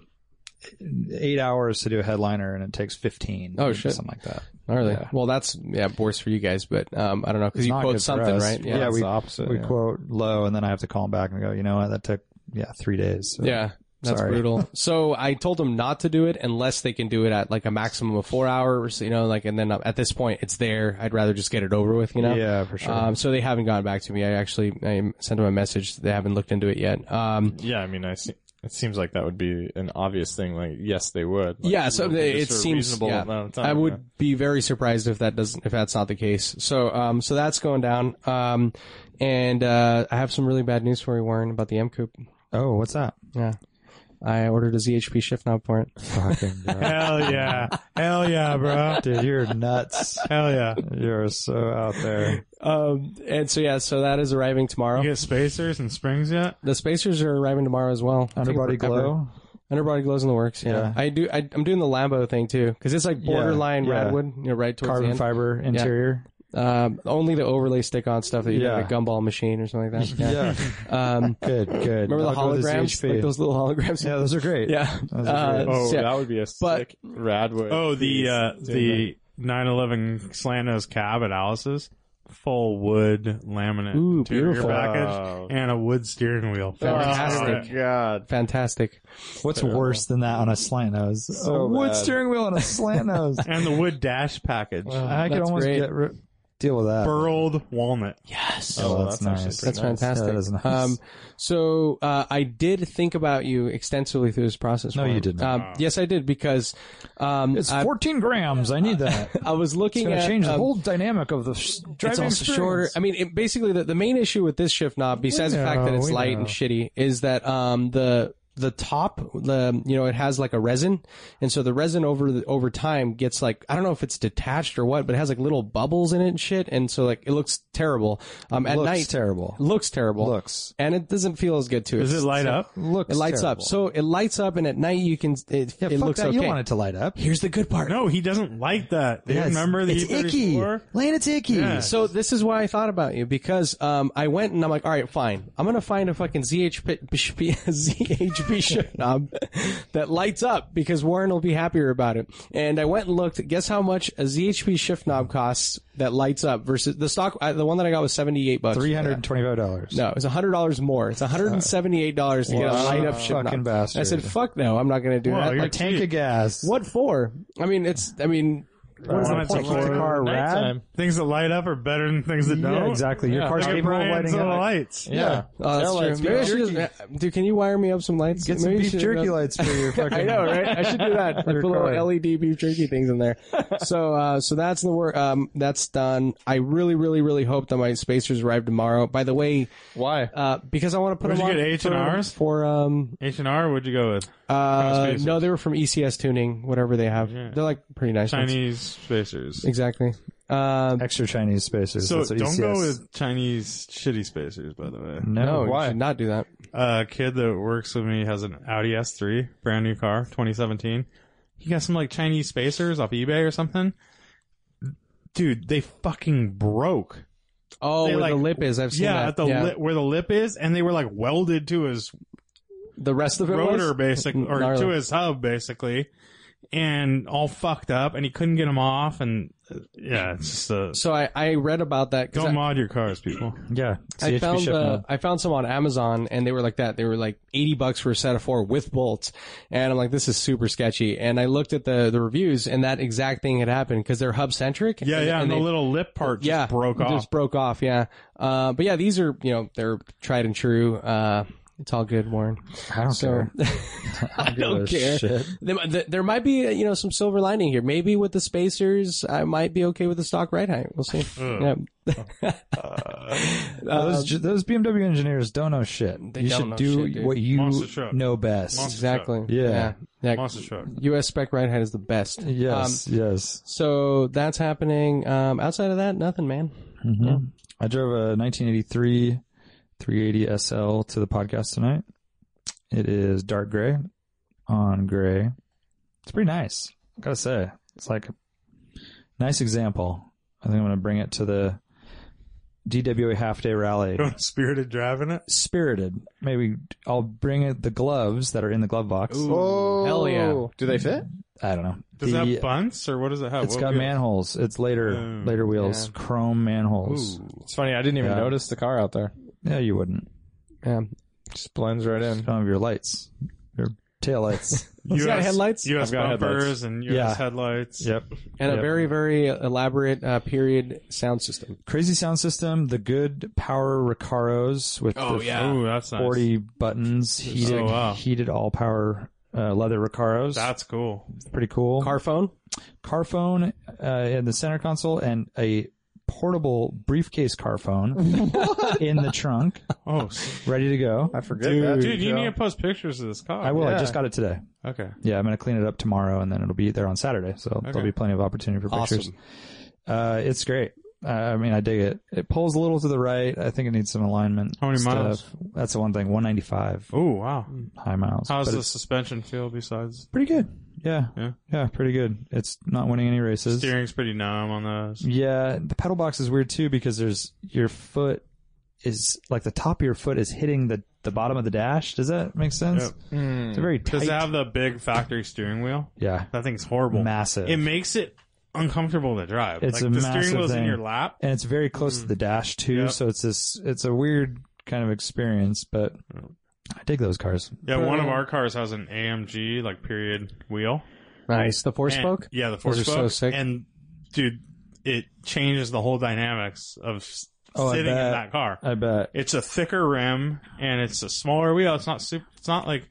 [SPEAKER 7] eight hours to do a headliner, and it takes fifteen.
[SPEAKER 3] Oh,
[SPEAKER 7] or
[SPEAKER 3] shit.
[SPEAKER 7] something like that.
[SPEAKER 3] Gnarly.
[SPEAKER 7] Yeah.
[SPEAKER 3] Well, that's yeah worse for you guys, but um, I don't know because
[SPEAKER 7] It's
[SPEAKER 3] you
[SPEAKER 7] not good
[SPEAKER 3] quote
[SPEAKER 7] for
[SPEAKER 3] something,
[SPEAKER 7] us.
[SPEAKER 3] right?
[SPEAKER 7] Yeah,
[SPEAKER 2] it's
[SPEAKER 7] we-
[SPEAKER 2] the opposite.
[SPEAKER 7] We
[SPEAKER 2] yeah.
[SPEAKER 7] quote low, and then I have to call them back and go, you know what? That took yeah three days. So
[SPEAKER 3] Yeah, that's
[SPEAKER 7] Sorry.
[SPEAKER 3] brutal. so I told them not to do it unless they can do it at like a maximum of four hours, you know, like, and then uh, at this point it's there. I'd rather just get it over with, you know?
[SPEAKER 7] yeah, for sure.
[SPEAKER 3] Um, so they haven't gotten back to me. I actually, I sent them a message. They haven't looked into it yet. Um,
[SPEAKER 2] Yeah, I mean, I see. It seems like that would be an obvious thing. Like, yes, they would. Like,
[SPEAKER 3] yeah, so
[SPEAKER 2] within
[SPEAKER 3] they- it
[SPEAKER 2] just a
[SPEAKER 3] seems.
[SPEAKER 2] reasonable
[SPEAKER 3] yeah.
[SPEAKER 2] amount of time.
[SPEAKER 3] I would
[SPEAKER 2] yeah.
[SPEAKER 3] be very surprised if that doesn't, if that's not the case. So, um, so that's going down. Um, and uh, I have some really bad news for you, Warren, about the M Coupe.
[SPEAKER 7] oh, what's that?
[SPEAKER 3] Yeah, I ordered a ZHP shift knob for it.
[SPEAKER 7] Fucking God.
[SPEAKER 4] Hell yeah. Hell yeah, bro.
[SPEAKER 7] dude, you're nuts.
[SPEAKER 4] Hell yeah.
[SPEAKER 7] You're so out there.
[SPEAKER 3] Um, and so yeah, so that is arriving tomorrow.
[SPEAKER 4] You get spacers and springs yet?
[SPEAKER 3] The spacers are arriving tomorrow as well. I think
[SPEAKER 7] Underbody
[SPEAKER 3] we're covered.
[SPEAKER 7] glow.
[SPEAKER 3] Underbody glows in the works. Yeah,
[SPEAKER 7] Yeah.
[SPEAKER 3] I do. I, I'm doing the Lambo thing too because it's like
[SPEAKER 7] Yeah,
[SPEAKER 3] borderline
[SPEAKER 7] yeah.
[SPEAKER 3] Radwood, you know, right towards
[SPEAKER 7] carbon
[SPEAKER 3] the end.
[SPEAKER 7] fiber interior.
[SPEAKER 3] Um, only the overlay stick on stuff that you get
[SPEAKER 7] Yeah.
[SPEAKER 3] like a gumball machine or something like that. Yeah. Um,
[SPEAKER 7] good, good.
[SPEAKER 3] remember the
[SPEAKER 7] I'll go to
[SPEAKER 3] holograms,
[SPEAKER 7] ZHP.
[SPEAKER 3] like those little holograms.
[SPEAKER 7] yeah, those are great.
[SPEAKER 3] Yeah.
[SPEAKER 7] Those are
[SPEAKER 3] Uh,
[SPEAKER 7] great.
[SPEAKER 2] Oh,
[SPEAKER 3] so, yeah.
[SPEAKER 2] that would be a
[SPEAKER 3] But-
[SPEAKER 2] sick rad way.
[SPEAKER 4] Oh, the uh, the 911 Slanos cab at Alice's, full wood laminate
[SPEAKER 3] Ooh,
[SPEAKER 4] interior
[SPEAKER 3] beautiful.
[SPEAKER 4] package,
[SPEAKER 2] Oh.
[SPEAKER 4] and a wood steering wheel.
[SPEAKER 3] Fantastic.
[SPEAKER 2] Oh, God.
[SPEAKER 3] Fantastic.
[SPEAKER 7] What's worse than that on a slant nose?
[SPEAKER 2] So
[SPEAKER 7] a wood
[SPEAKER 2] bad.
[SPEAKER 7] steering wheel on a slant nose.
[SPEAKER 4] And the wood dash package,
[SPEAKER 7] I could
[SPEAKER 3] that's
[SPEAKER 7] almost
[SPEAKER 3] great.
[SPEAKER 7] get ri deal with that.
[SPEAKER 4] burled walnut.
[SPEAKER 2] Oh,
[SPEAKER 7] Oh,
[SPEAKER 2] well,
[SPEAKER 7] that's,
[SPEAKER 2] that's actually
[SPEAKER 7] nice.
[SPEAKER 2] pretty
[SPEAKER 3] That's
[SPEAKER 7] Yeah,
[SPEAKER 3] fantastic.
[SPEAKER 7] that is nice.
[SPEAKER 3] Um, so uh, I did think about you extensively through this process.
[SPEAKER 7] No,
[SPEAKER 3] Warren.
[SPEAKER 7] you didn't.
[SPEAKER 3] Um, yes, I did because um,
[SPEAKER 7] it's
[SPEAKER 3] I,
[SPEAKER 7] 14 grams. I need that.
[SPEAKER 3] I was
[SPEAKER 7] It's
[SPEAKER 3] looking
[SPEAKER 7] going
[SPEAKER 3] at
[SPEAKER 7] to change the
[SPEAKER 3] um,
[SPEAKER 7] whole dynamic of the s- driving
[SPEAKER 3] it's also
[SPEAKER 7] experience.
[SPEAKER 3] shorter. I mean, it, basically, the, the main issue with this shift knob, besides the fact that
[SPEAKER 7] know,
[SPEAKER 3] it's
[SPEAKER 7] we
[SPEAKER 3] light
[SPEAKER 7] know.
[SPEAKER 3] and shitty, is that um, the the top, the you know, it has like a resin, and so the resin over the, over time gets like I don't know if it's detached or what, but it has like little bubbles in it and shit, and so like it looks terrible. Um, at
[SPEAKER 7] looks
[SPEAKER 3] night,
[SPEAKER 7] terrible.
[SPEAKER 3] looks terrible,
[SPEAKER 7] Looks.
[SPEAKER 3] and it doesn't feel as good too.
[SPEAKER 4] Does it light up?
[SPEAKER 7] Looks
[SPEAKER 3] It lights
[SPEAKER 7] terrible.
[SPEAKER 3] up, so it lights up, and at night you can. It,
[SPEAKER 7] yeah, fuck
[SPEAKER 3] it looks
[SPEAKER 7] that.
[SPEAKER 3] okay.
[SPEAKER 7] You don't want it to light up.
[SPEAKER 3] Here's the good part.
[SPEAKER 4] No, he doesn't like that. Do you
[SPEAKER 7] Yeah, it's-
[SPEAKER 4] remember the
[SPEAKER 7] it's icky.
[SPEAKER 4] E34?
[SPEAKER 7] Lane, it's icky.
[SPEAKER 4] Yeah.
[SPEAKER 3] So this is why I thought about you because um, I went and I'm like, all right, fine. I'm gonna find a fucking ZHP ZHP shift knob that lights up because Warren will be happier about it. And I went and looked. Guess how much a ZHP shift knob costs that lights up versus the stock? I, the one that I got was seventy eight bucks.
[SPEAKER 7] Three hundred and twenty-five dollars.
[SPEAKER 3] No, it's hundred dollars more. It's hundred and seventy eight dollars to get a
[SPEAKER 7] Wow.
[SPEAKER 3] light up shift
[SPEAKER 7] Fucking
[SPEAKER 3] knob.
[SPEAKER 7] bastard.
[SPEAKER 3] I said, fuck no, I'm not gonna do
[SPEAKER 4] Wow,
[SPEAKER 3] that.
[SPEAKER 4] you're
[SPEAKER 3] Like,
[SPEAKER 4] cheap.
[SPEAKER 7] Tank of gas.
[SPEAKER 3] what for? I mean, it's. I mean.
[SPEAKER 7] What is the
[SPEAKER 4] Wanted to
[SPEAKER 7] point? Keep
[SPEAKER 4] lower
[SPEAKER 7] the car rad.
[SPEAKER 4] Things that light up are better than things that don't.
[SPEAKER 7] Yeah, exactly. Your car's
[SPEAKER 4] Look at
[SPEAKER 7] capable of
[SPEAKER 4] Brian's
[SPEAKER 7] lighting
[SPEAKER 4] little
[SPEAKER 7] up.
[SPEAKER 4] lights.
[SPEAKER 7] Yeah.
[SPEAKER 3] Oh, that's
[SPEAKER 7] Taillights,
[SPEAKER 3] true. Maybe I
[SPEAKER 7] beef
[SPEAKER 3] should just, uh, dude, can you wire me up some lights?
[SPEAKER 7] Get some
[SPEAKER 3] Maybe I
[SPEAKER 7] beef
[SPEAKER 3] should- uh,
[SPEAKER 7] jerky lights for your fucking.
[SPEAKER 3] I know, right? I should do that. Like
[SPEAKER 7] Your
[SPEAKER 3] put little
[SPEAKER 7] card.
[SPEAKER 3] LED beef jerky things in there. So, uh, so that's the work. Um, that's done. I really, really, really hope that my spacers arrive tomorrow. By the way,
[SPEAKER 2] Why?
[SPEAKER 3] uh, because I want to put
[SPEAKER 4] Where'd
[SPEAKER 3] them
[SPEAKER 4] you
[SPEAKER 3] on
[SPEAKER 4] get,
[SPEAKER 3] for-
[SPEAKER 4] H&Rs?
[SPEAKER 3] for um
[SPEAKER 4] H&R, what'd you go with?
[SPEAKER 3] uh
[SPEAKER 4] spacers?
[SPEAKER 3] no, they were from ECS tuning, whatever they have. They're like pretty nice. ones.
[SPEAKER 4] Chinese spacers.
[SPEAKER 3] exactly. Uh,
[SPEAKER 7] Extra Chinese spacers.
[SPEAKER 4] So
[SPEAKER 7] That's what
[SPEAKER 4] don't go
[SPEAKER 7] ECS
[SPEAKER 4] with Chinese shitty spacers, by the way.
[SPEAKER 3] no,
[SPEAKER 7] No.
[SPEAKER 3] you should not do that.
[SPEAKER 4] a kid that works with me has an Audi S3, brand new car, 2017. He got some like Chinese spacers off eBay or something. Dude, they fucking broke.
[SPEAKER 3] Oh,
[SPEAKER 4] They
[SPEAKER 3] where the
[SPEAKER 4] like-
[SPEAKER 3] lip is, I've seen
[SPEAKER 4] yeah,
[SPEAKER 3] that.
[SPEAKER 4] at the Lip, where the lip is, and they were like welded to his
[SPEAKER 3] the rest of it
[SPEAKER 4] rotor,
[SPEAKER 3] was?
[SPEAKER 4] basically, or
[SPEAKER 3] Gnarly.
[SPEAKER 4] to his hub, basically, and all fucked up, and he couldn't get them off. And uh, yeah, it's just uh,
[SPEAKER 3] So I, I read about that. 'cause
[SPEAKER 4] don't
[SPEAKER 3] I-
[SPEAKER 4] mod your cars, people.
[SPEAKER 7] Yeah.
[SPEAKER 3] I
[SPEAKER 7] CHP
[SPEAKER 3] found
[SPEAKER 7] ship
[SPEAKER 3] uh,
[SPEAKER 7] now.
[SPEAKER 3] I found some on Amazon and they were like that. They were like eighty bucks for a set of four with bolts, and I'm like, this is super sketchy. And I looked at the the reviews, and that exact thing had happened because they're hub centric.
[SPEAKER 4] Yeah,
[SPEAKER 3] and,
[SPEAKER 4] yeah, and,
[SPEAKER 3] and
[SPEAKER 4] the
[SPEAKER 3] they-
[SPEAKER 4] little lip part just
[SPEAKER 3] yeah
[SPEAKER 4] broke off.
[SPEAKER 3] Just broke off. Yeah, uh, but yeah, these are you know they're tried and true. Uh, it's all good, Warren.
[SPEAKER 7] I don't
[SPEAKER 3] So
[SPEAKER 7] care. I
[SPEAKER 3] I don't
[SPEAKER 7] give a
[SPEAKER 3] care.
[SPEAKER 7] shit.
[SPEAKER 3] There, there- there might be uh, you know some silver lining here. Maybe with the spacers, I might be okay with the stock right height. We'll see. Yeah.
[SPEAKER 7] those, ju- those BMW engineers don't know shit.
[SPEAKER 3] They
[SPEAKER 7] you
[SPEAKER 3] don't
[SPEAKER 7] should
[SPEAKER 3] know
[SPEAKER 7] do
[SPEAKER 3] shit, dude.
[SPEAKER 7] what
[SPEAKER 4] Monster truck.
[SPEAKER 7] you know best.
[SPEAKER 4] Monster-
[SPEAKER 3] Exactly.
[SPEAKER 7] Yeah.
[SPEAKER 3] Yeah.
[SPEAKER 4] Monster truck.
[SPEAKER 3] U.S. spec right height is the best. Um,
[SPEAKER 7] Yes, yes.
[SPEAKER 3] so that's happening. Um, outside of that, nothing, man.
[SPEAKER 7] Mhm. I drove a 1983 380 SL to the podcast tonight. It is dark gray on gray. It's pretty nice. Gotta say, it's like a nice example. I think I'm gonna bring it to the DWA half day rally.
[SPEAKER 4] Going spirited driving it.
[SPEAKER 7] Spirited. Maybe I'll bring it the gloves that are in the glove box.
[SPEAKER 2] Oh,
[SPEAKER 3] hell yeah.
[SPEAKER 2] Do they fit?
[SPEAKER 7] I don't know.
[SPEAKER 4] Does
[SPEAKER 7] The-
[SPEAKER 4] that have bunts or what does it have?
[SPEAKER 7] it's
[SPEAKER 4] What
[SPEAKER 7] got
[SPEAKER 4] wheel?
[SPEAKER 7] manholes. It's later
[SPEAKER 4] Oh,
[SPEAKER 7] later wheels, chrome manholes.
[SPEAKER 4] Ooh.
[SPEAKER 2] It's funny. I didn't even
[SPEAKER 7] Yeah.
[SPEAKER 2] notice the car out there.
[SPEAKER 7] Yeah, you wouldn't.
[SPEAKER 2] Just blends right in.
[SPEAKER 7] Some of your lights, your tail lights.
[SPEAKER 3] It's got
[SPEAKER 4] US
[SPEAKER 3] headlights
[SPEAKER 4] U.S.
[SPEAKER 2] I've got
[SPEAKER 4] bumpers
[SPEAKER 2] headlights.
[SPEAKER 4] and U.S.
[SPEAKER 7] Yeah.
[SPEAKER 4] headlights.
[SPEAKER 7] yep.
[SPEAKER 3] and a
[SPEAKER 7] Yep.
[SPEAKER 3] very, very elaborate uh, period sound system.
[SPEAKER 7] Crazy sound system. The good power Recaros with the
[SPEAKER 4] Ooh, that's nice.
[SPEAKER 7] forty buttons, heated
[SPEAKER 4] Oh, wow.
[SPEAKER 7] heated all power uh, leather Recaros.
[SPEAKER 4] That's cool.
[SPEAKER 7] pretty cool.
[SPEAKER 3] Car phone.
[SPEAKER 7] car phone uh, in the center console and a portable briefcase car phone in the trunk,
[SPEAKER 4] Oh, s-
[SPEAKER 7] ready to go.
[SPEAKER 2] I forget
[SPEAKER 4] dude,
[SPEAKER 2] that.
[SPEAKER 4] you
[SPEAKER 2] Joe.
[SPEAKER 4] need to post pictures of this car.
[SPEAKER 7] I will. I
[SPEAKER 2] yeah.
[SPEAKER 7] just got it today.
[SPEAKER 4] Okay.
[SPEAKER 7] Yeah, I'm going to clean it up tomorrow, and then it'll be there on Saturday. So
[SPEAKER 4] Okay.
[SPEAKER 7] there'll be plenty of opportunity for
[SPEAKER 3] Awesome.
[SPEAKER 7] pictures. Uh, it's great. Uh, I mean, I dig it. It pulls a little to the right. I think it needs some alignment.
[SPEAKER 4] How many
[SPEAKER 7] stuff.
[SPEAKER 4] miles?
[SPEAKER 7] That's the one thing. 195
[SPEAKER 4] Ooh, wow.
[SPEAKER 7] high miles.
[SPEAKER 4] How's
[SPEAKER 7] Mm. But
[SPEAKER 4] the
[SPEAKER 7] it's
[SPEAKER 4] suspension feel besides
[SPEAKER 7] Pretty good. Yeah.
[SPEAKER 4] Yeah.
[SPEAKER 7] Pretty good. It's not winning any races.
[SPEAKER 4] steering's pretty numb on those?
[SPEAKER 7] Yeah, the pedal box is weird too because there's your foot is like the top of your foot is hitting the the bottom of the dash. Does that make sense?
[SPEAKER 4] Yep. Hmm.
[SPEAKER 7] It's a very tight.
[SPEAKER 4] Does it have the big factory steering wheel?
[SPEAKER 7] yeah,
[SPEAKER 4] That thing's horrible.
[SPEAKER 7] massive.
[SPEAKER 4] It makes it uncomfortable to drive.
[SPEAKER 7] It's
[SPEAKER 4] like
[SPEAKER 7] a
[SPEAKER 4] the
[SPEAKER 7] massive
[SPEAKER 4] steering wheel's in
[SPEAKER 7] thing.
[SPEAKER 4] your lap.
[SPEAKER 7] and it's very close
[SPEAKER 4] Mm-hmm.
[SPEAKER 7] to the dash too.
[SPEAKER 4] Yep.
[SPEAKER 7] So it's this. It's a weird kind of experience, but I dig those cars.
[SPEAKER 4] Yeah, one of our cars has an AMG like period wheel.
[SPEAKER 3] Nice. The four
[SPEAKER 4] And-
[SPEAKER 3] spoke.
[SPEAKER 4] Yeah, the four
[SPEAKER 3] Those are
[SPEAKER 4] spoke.
[SPEAKER 3] so sick.
[SPEAKER 4] And dude, it changes the whole dynamics of s-
[SPEAKER 7] Oh, I
[SPEAKER 4] sitting in
[SPEAKER 7] bet.
[SPEAKER 4] that car.
[SPEAKER 7] I bet.
[SPEAKER 4] It's a thicker rim and it's a smaller wheel. It's not super. It's not like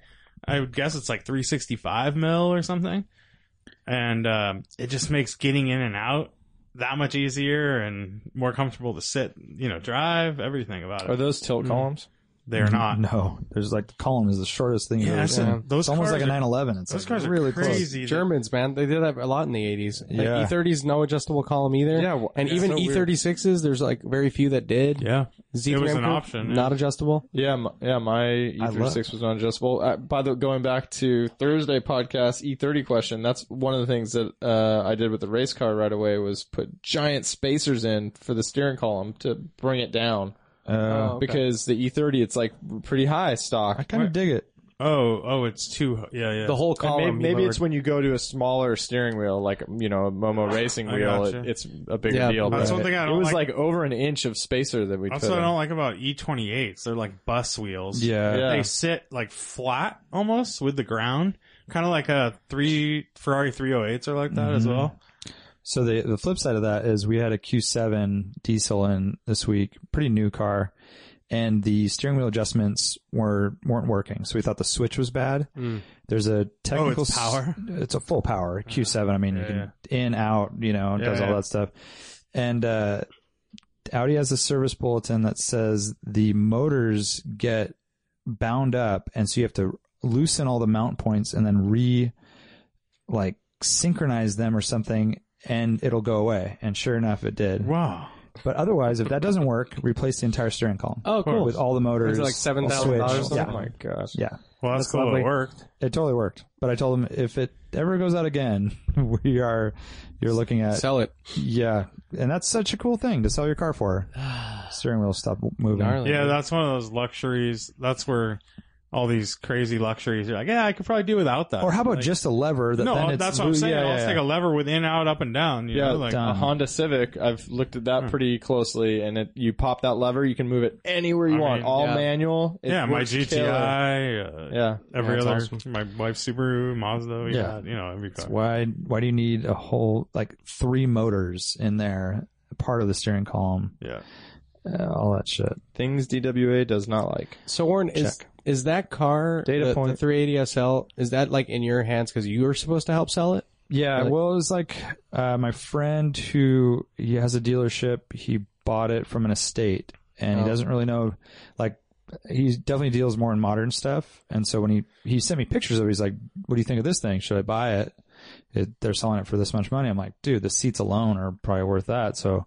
[SPEAKER 4] I would guess it's like 365 mil or something. And um, it just makes getting in and out that much easier and more comfortable to sit. You know, drive everything about
[SPEAKER 2] Are
[SPEAKER 4] it.
[SPEAKER 2] those tilt columns?
[SPEAKER 4] They're
[SPEAKER 7] Oh,
[SPEAKER 4] not.
[SPEAKER 7] No, there's like the column is the shortest thing.
[SPEAKER 4] Yeah,
[SPEAKER 7] you've ever
[SPEAKER 4] that's-
[SPEAKER 7] seen.
[SPEAKER 4] those
[SPEAKER 7] it's almost
[SPEAKER 4] cars
[SPEAKER 7] like a
[SPEAKER 4] are-
[SPEAKER 7] 911. It's
[SPEAKER 4] Those
[SPEAKER 7] like
[SPEAKER 4] cars are
[SPEAKER 7] really close.
[SPEAKER 4] crazy. They're-
[SPEAKER 3] Germans, man, they did that a lot in the '80s. Like
[SPEAKER 7] Yeah.
[SPEAKER 3] E30s, no adjustable column either.
[SPEAKER 2] Yeah, well,
[SPEAKER 3] and
[SPEAKER 2] it's
[SPEAKER 3] even
[SPEAKER 2] so weird.
[SPEAKER 3] E36s, there's like very few that did.
[SPEAKER 4] Yeah.
[SPEAKER 3] Z3
[SPEAKER 4] It was an
[SPEAKER 3] improved,
[SPEAKER 4] option, yeah.
[SPEAKER 3] not adjustable.
[SPEAKER 2] Yeah, m- yeah. My
[SPEAKER 7] I
[SPEAKER 2] E36
[SPEAKER 7] love-
[SPEAKER 2] was not adjustable. Uh, by the going back to Thursday podcast E30 question, that's one of the things that uh, I did with the race car right away was put giant spacers in for the steering column to bring it down
[SPEAKER 4] Oh,
[SPEAKER 2] Oh.
[SPEAKER 7] Uh,
[SPEAKER 2] because the E30 it's like pretty high stock.
[SPEAKER 7] I kind of dig it.
[SPEAKER 4] Oh, oh, it's too. Yeah, yeah.
[SPEAKER 3] The whole
[SPEAKER 2] And
[SPEAKER 3] column.
[SPEAKER 2] maybe
[SPEAKER 3] you
[SPEAKER 2] maybe it's
[SPEAKER 3] lowered.
[SPEAKER 2] when you go to a smaller steering wheel, like you know a Momo racing
[SPEAKER 4] I
[SPEAKER 2] wheel,
[SPEAKER 4] gotcha.
[SPEAKER 2] it, it's a bigger
[SPEAKER 3] Yeah,
[SPEAKER 2] deal.
[SPEAKER 4] That's
[SPEAKER 2] but
[SPEAKER 4] one thing I
[SPEAKER 2] it
[SPEAKER 4] don't
[SPEAKER 2] was
[SPEAKER 4] like-
[SPEAKER 2] like, over an inch of spacer that we
[SPEAKER 4] That's
[SPEAKER 2] put.
[SPEAKER 4] what I
[SPEAKER 2] in.
[SPEAKER 4] don't like about E28s. They're like bus wheels.
[SPEAKER 7] Yeah.
[SPEAKER 2] Yeah.
[SPEAKER 4] They sit like flat almost with the ground, kind of like a three Ferrari 308s are like that as
[SPEAKER 7] Mm-hmm.
[SPEAKER 4] well.
[SPEAKER 7] So the the flip side of that is we had a Q7 diesel in this week, pretty new car, and the steering wheel adjustments were weren't working. So we thought the switch was bad.
[SPEAKER 4] Hmm.
[SPEAKER 7] There's a technical
[SPEAKER 4] Oh, it's
[SPEAKER 7] s-
[SPEAKER 4] power?
[SPEAKER 7] It's a full power Q7. I mean, you
[SPEAKER 4] Uh-huh. Yeah,
[SPEAKER 7] can in out, you know, it
[SPEAKER 4] Yeah,
[SPEAKER 7] does all
[SPEAKER 4] yeah.
[SPEAKER 7] that stuff. And uh, Audi has a service bulletin that says the motors get bound up, and so you have to loosen all the mount points and then re like synchronize them or something and it'll go away and sure enough it did
[SPEAKER 4] Wow.
[SPEAKER 7] but otherwise if that doesn't work replace the entire steering column
[SPEAKER 3] Oh, cool.
[SPEAKER 7] with all the motors
[SPEAKER 3] Is it like
[SPEAKER 7] a
[SPEAKER 3] seven thousand dollars?
[SPEAKER 7] switch. yeah
[SPEAKER 3] my gosh.
[SPEAKER 7] yeah
[SPEAKER 4] Well, that's,
[SPEAKER 7] That's
[SPEAKER 4] cool.
[SPEAKER 7] lovely.
[SPEAKER 4] It worked.
[SPEAKER 7] it totally worked but i told him if it ever goes out again we are you're looking at
[SPEAKER 3] Sell it.
[SPEAKER 7] yeah and that's such a cool thing to sell your car for steering wheel stop moving
[SPEAKER 3] Gnarly.
[SPEAKER 4] Yeah, that's one of those luxuries. That's where all these crazy luxuries. You're like, yeah, I could probably do without that.
[SPEAKER 7] or how about
[SPEAKER 4] Like,
[SPEAKER 7] just a lever that then
[SPEAKER 4] no?
[SPEAKER 7] it's
[SPEAKER 4] That's what I'm
[SPEAKER 7] loo-
[SPEAKER 4] saying.
[SPEAKER 7] yeah, yeah,
[SPEAKER 4] Let's
[SPEAKER 7] yeah.
[SPEAKER 4] take a lever with in, out, up, and down. You
[SPEAKER 2] Yeah,
[SPEAKER 4] know,
[SPEAKER 3] Um,
[SPEAKER 4] like,
[SPEAKER 2] a
[SPEAKER 7] done.
[SPEAKER 2] Honda Civic. I've looked at
[SPEAKER 4] Hmm.
[SPEAKER 2] that pretty closely, and it, you pop that lever, you can move it anywhere you
[SPEAKER 4] I
[SPEAKER 2] want,
[SPEAKER 4] mean,
[SPEAKER 2] all
[SPEAKER 3] yeah.
[SPEAKER 2] manual. It
[SPEAKER 4] yeah, my
[SPEAKER 2] works killer.
[SPEAKER 4] GTI. Uh,
[SPEAKER 2] Yeah,
[SPEAKER 4] Every
[SPEAKER 3] that's
[SPEAKER 4] other,
[SPEAKER 3] awesome.
[SPEAKER 4] my wife's Subaru, Mazda, we
[SPEAKER 7] Yeah.
[SPEAKER 4] got, you know, every car.
[SPEAKER 7] Why why do you need a whole like three motors in there, part of the steering column,
[SPEAKER 4] Yeah.
[SPEAKER 7] uh, all that shit?
[SPEAKER 2] things DWA does not like.
[SPEAKER 3] So Warren, is is that car
[SPEAKER 2] Data
[SPEAKER 3] the,
[SPEAKER 2] point.
[SPEAKER 3] the 380 SL? Is that like in your hands because you were supposed to help sell it?
[SPEAKER 7] Yeah,
[SPEAKER 3] Like-
[SPEAKER 7] well, it was like uh, my friend who he has a dealership. He bought it from an estate, and
[SPEAKER 3] Oh.
[SPEAKER 7] he doesn't really know. Like, he definitely deals more in modern stuff, and so when he he sent me pictures of, it, he's like, "What do you think of this thing? Should I buy it? it they're selling it for this much money." I'm like, "Dude, the seats alone are probably worth that, so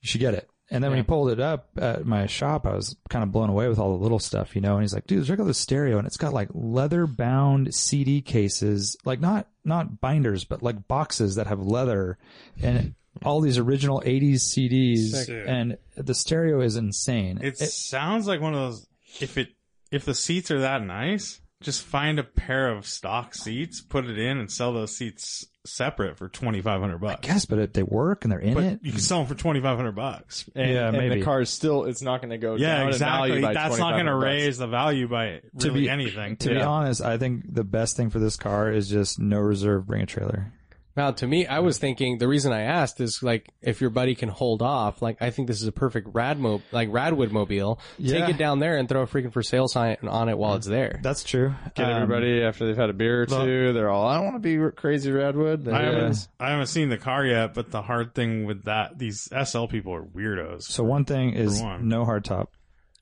[SPEAKER 7] you should get it." And then when he pulled it up at my shop, I was kind of blown away with all the little stuff, you know. And he's like, "Dude, check out the stereo, and it's got like leather bound CD cases, like not not binders, but like boxes that have leather, and all these original 80s CDs,
[SPEAKER 4] Sick.
[SPEAKER 7] and the stereo is insane.
[SPEAKER 4] It,
[SPEAKER 7] It-
[SPEAKER 4] sounds like one of those. If it if the seats are that nice, just find a pair of stock seats, put it in, and sell those seats separate for twenty five hundred bucks.
[SPEAKER 7] yes, but it, they work and they're in
[SPEAKER 4] But
[SPEAKER 7] it.
[SPEAKER 4] you can sell them for twenty five hundred bucks.
[SPEAKER 2] And,
[SPEAKER 7] Yeah,
[SPEAKER 2] and
[SPEAKER 7] maybe.
[SPEAKER 2] the car is still it's not going to go
[SPEAKER 4] Yeah,
[SPEAKER 2] down in
[SPEAKER 4] exactly.
[SPEAKER 2] value by
[SPEAKER 4] That's not going to
[SPEAKER 2] $2,500.
[SPEAKER 4] raise the value by really
[SPEAKER 7] To be-
[SPEAKER 4] anything.
[SPEAKER 7] To be honest, I think the best thing for this car is just no reserve, bring a trailer.
[SPEAKER 3] Now, to me, I was thinking the reason I asked is like if your buddy can hold off, like I think this is a perfect Radmo, like Radwood mobile.
[SPEAKER 7] Yeah.
[SPEAKER 3] Take it down there and throw a freaking for sale sign on it while it's there.
[SPEAKER 7] That's true.
[SPEAKER 2] Get
[SPEAKER 7] Um,
[SPEAKER 2] everybody after they've had a beer or two. They're all I don't want to be r- crazy redwood.
[SPEAKER 4] I haven't I haven't seen the car yet, but the hard thing with that these SL people are weirdos.
[SPEAKER 7] So one thing is
[SPEAKER 4] For one.
[SPEAKER 7] no hard top,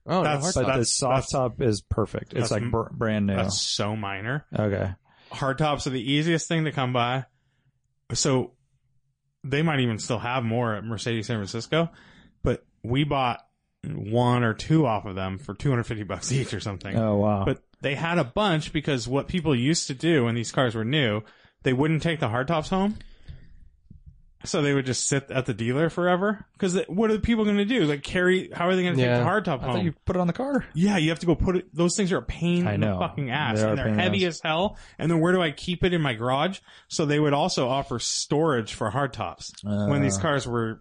[SPEAKER 3] oh, no,
[SPEAKER 4] that's-
[SPEAKER 3] hard-
[SPEAKER 7] but the
[SPEAKER 4] That's-
[SPEAKER 7] soft top is perfect. It's
[SPEAKER 4] that's
[SPEAKER 7] like
[SPEAKER 4] m-
[SPEAKER 7] br- brand new.
[SPEAKER 4] That's so minor.
[SPEAKER 7] Okay.
[SPEAKER 4] Hardtops are the easiest thing to come by. So they might even still have more at Mercedes San Francisco, but we bought one or two off of them for 250 bucks each or something.
[SPEAKER 7] Oh wow.
[SPEAKER 4] But they had a bunch because what people used to do when these cars were new, they wouldn't take the hardtops home. So they would just sit at the dealer forever. Because what are the people going to do? Like carry? How are they going to
[SPEAKER 3] Yeah.
[SPEAKER 4] take the hardtop
[SPEAKER 7] I thought
[SPEAKER 4] home?
[SPEAKER 7] you put it on the car.
[SPEAKER 4] Yeah, you have to go put it. Those things are a pain
[SPEAKER 7] I
[SPEAKER 4] in
[SPEAKER 7] know.
[SPEAKER 4] the fucking ass,
[SPEAKER 7] They are a
[SPEAKER 4] and they're
[SPEAKER 7] pain in the
[SPEAKER 4] heavy
[SPEAKER 7] ass.
[SPEAKER 4] as hell. And then where do I keep it in my garage? So they would also offer storage for hardtops when these
[SPEAKER 7] Uh,
[SPEAKER 4] cars were,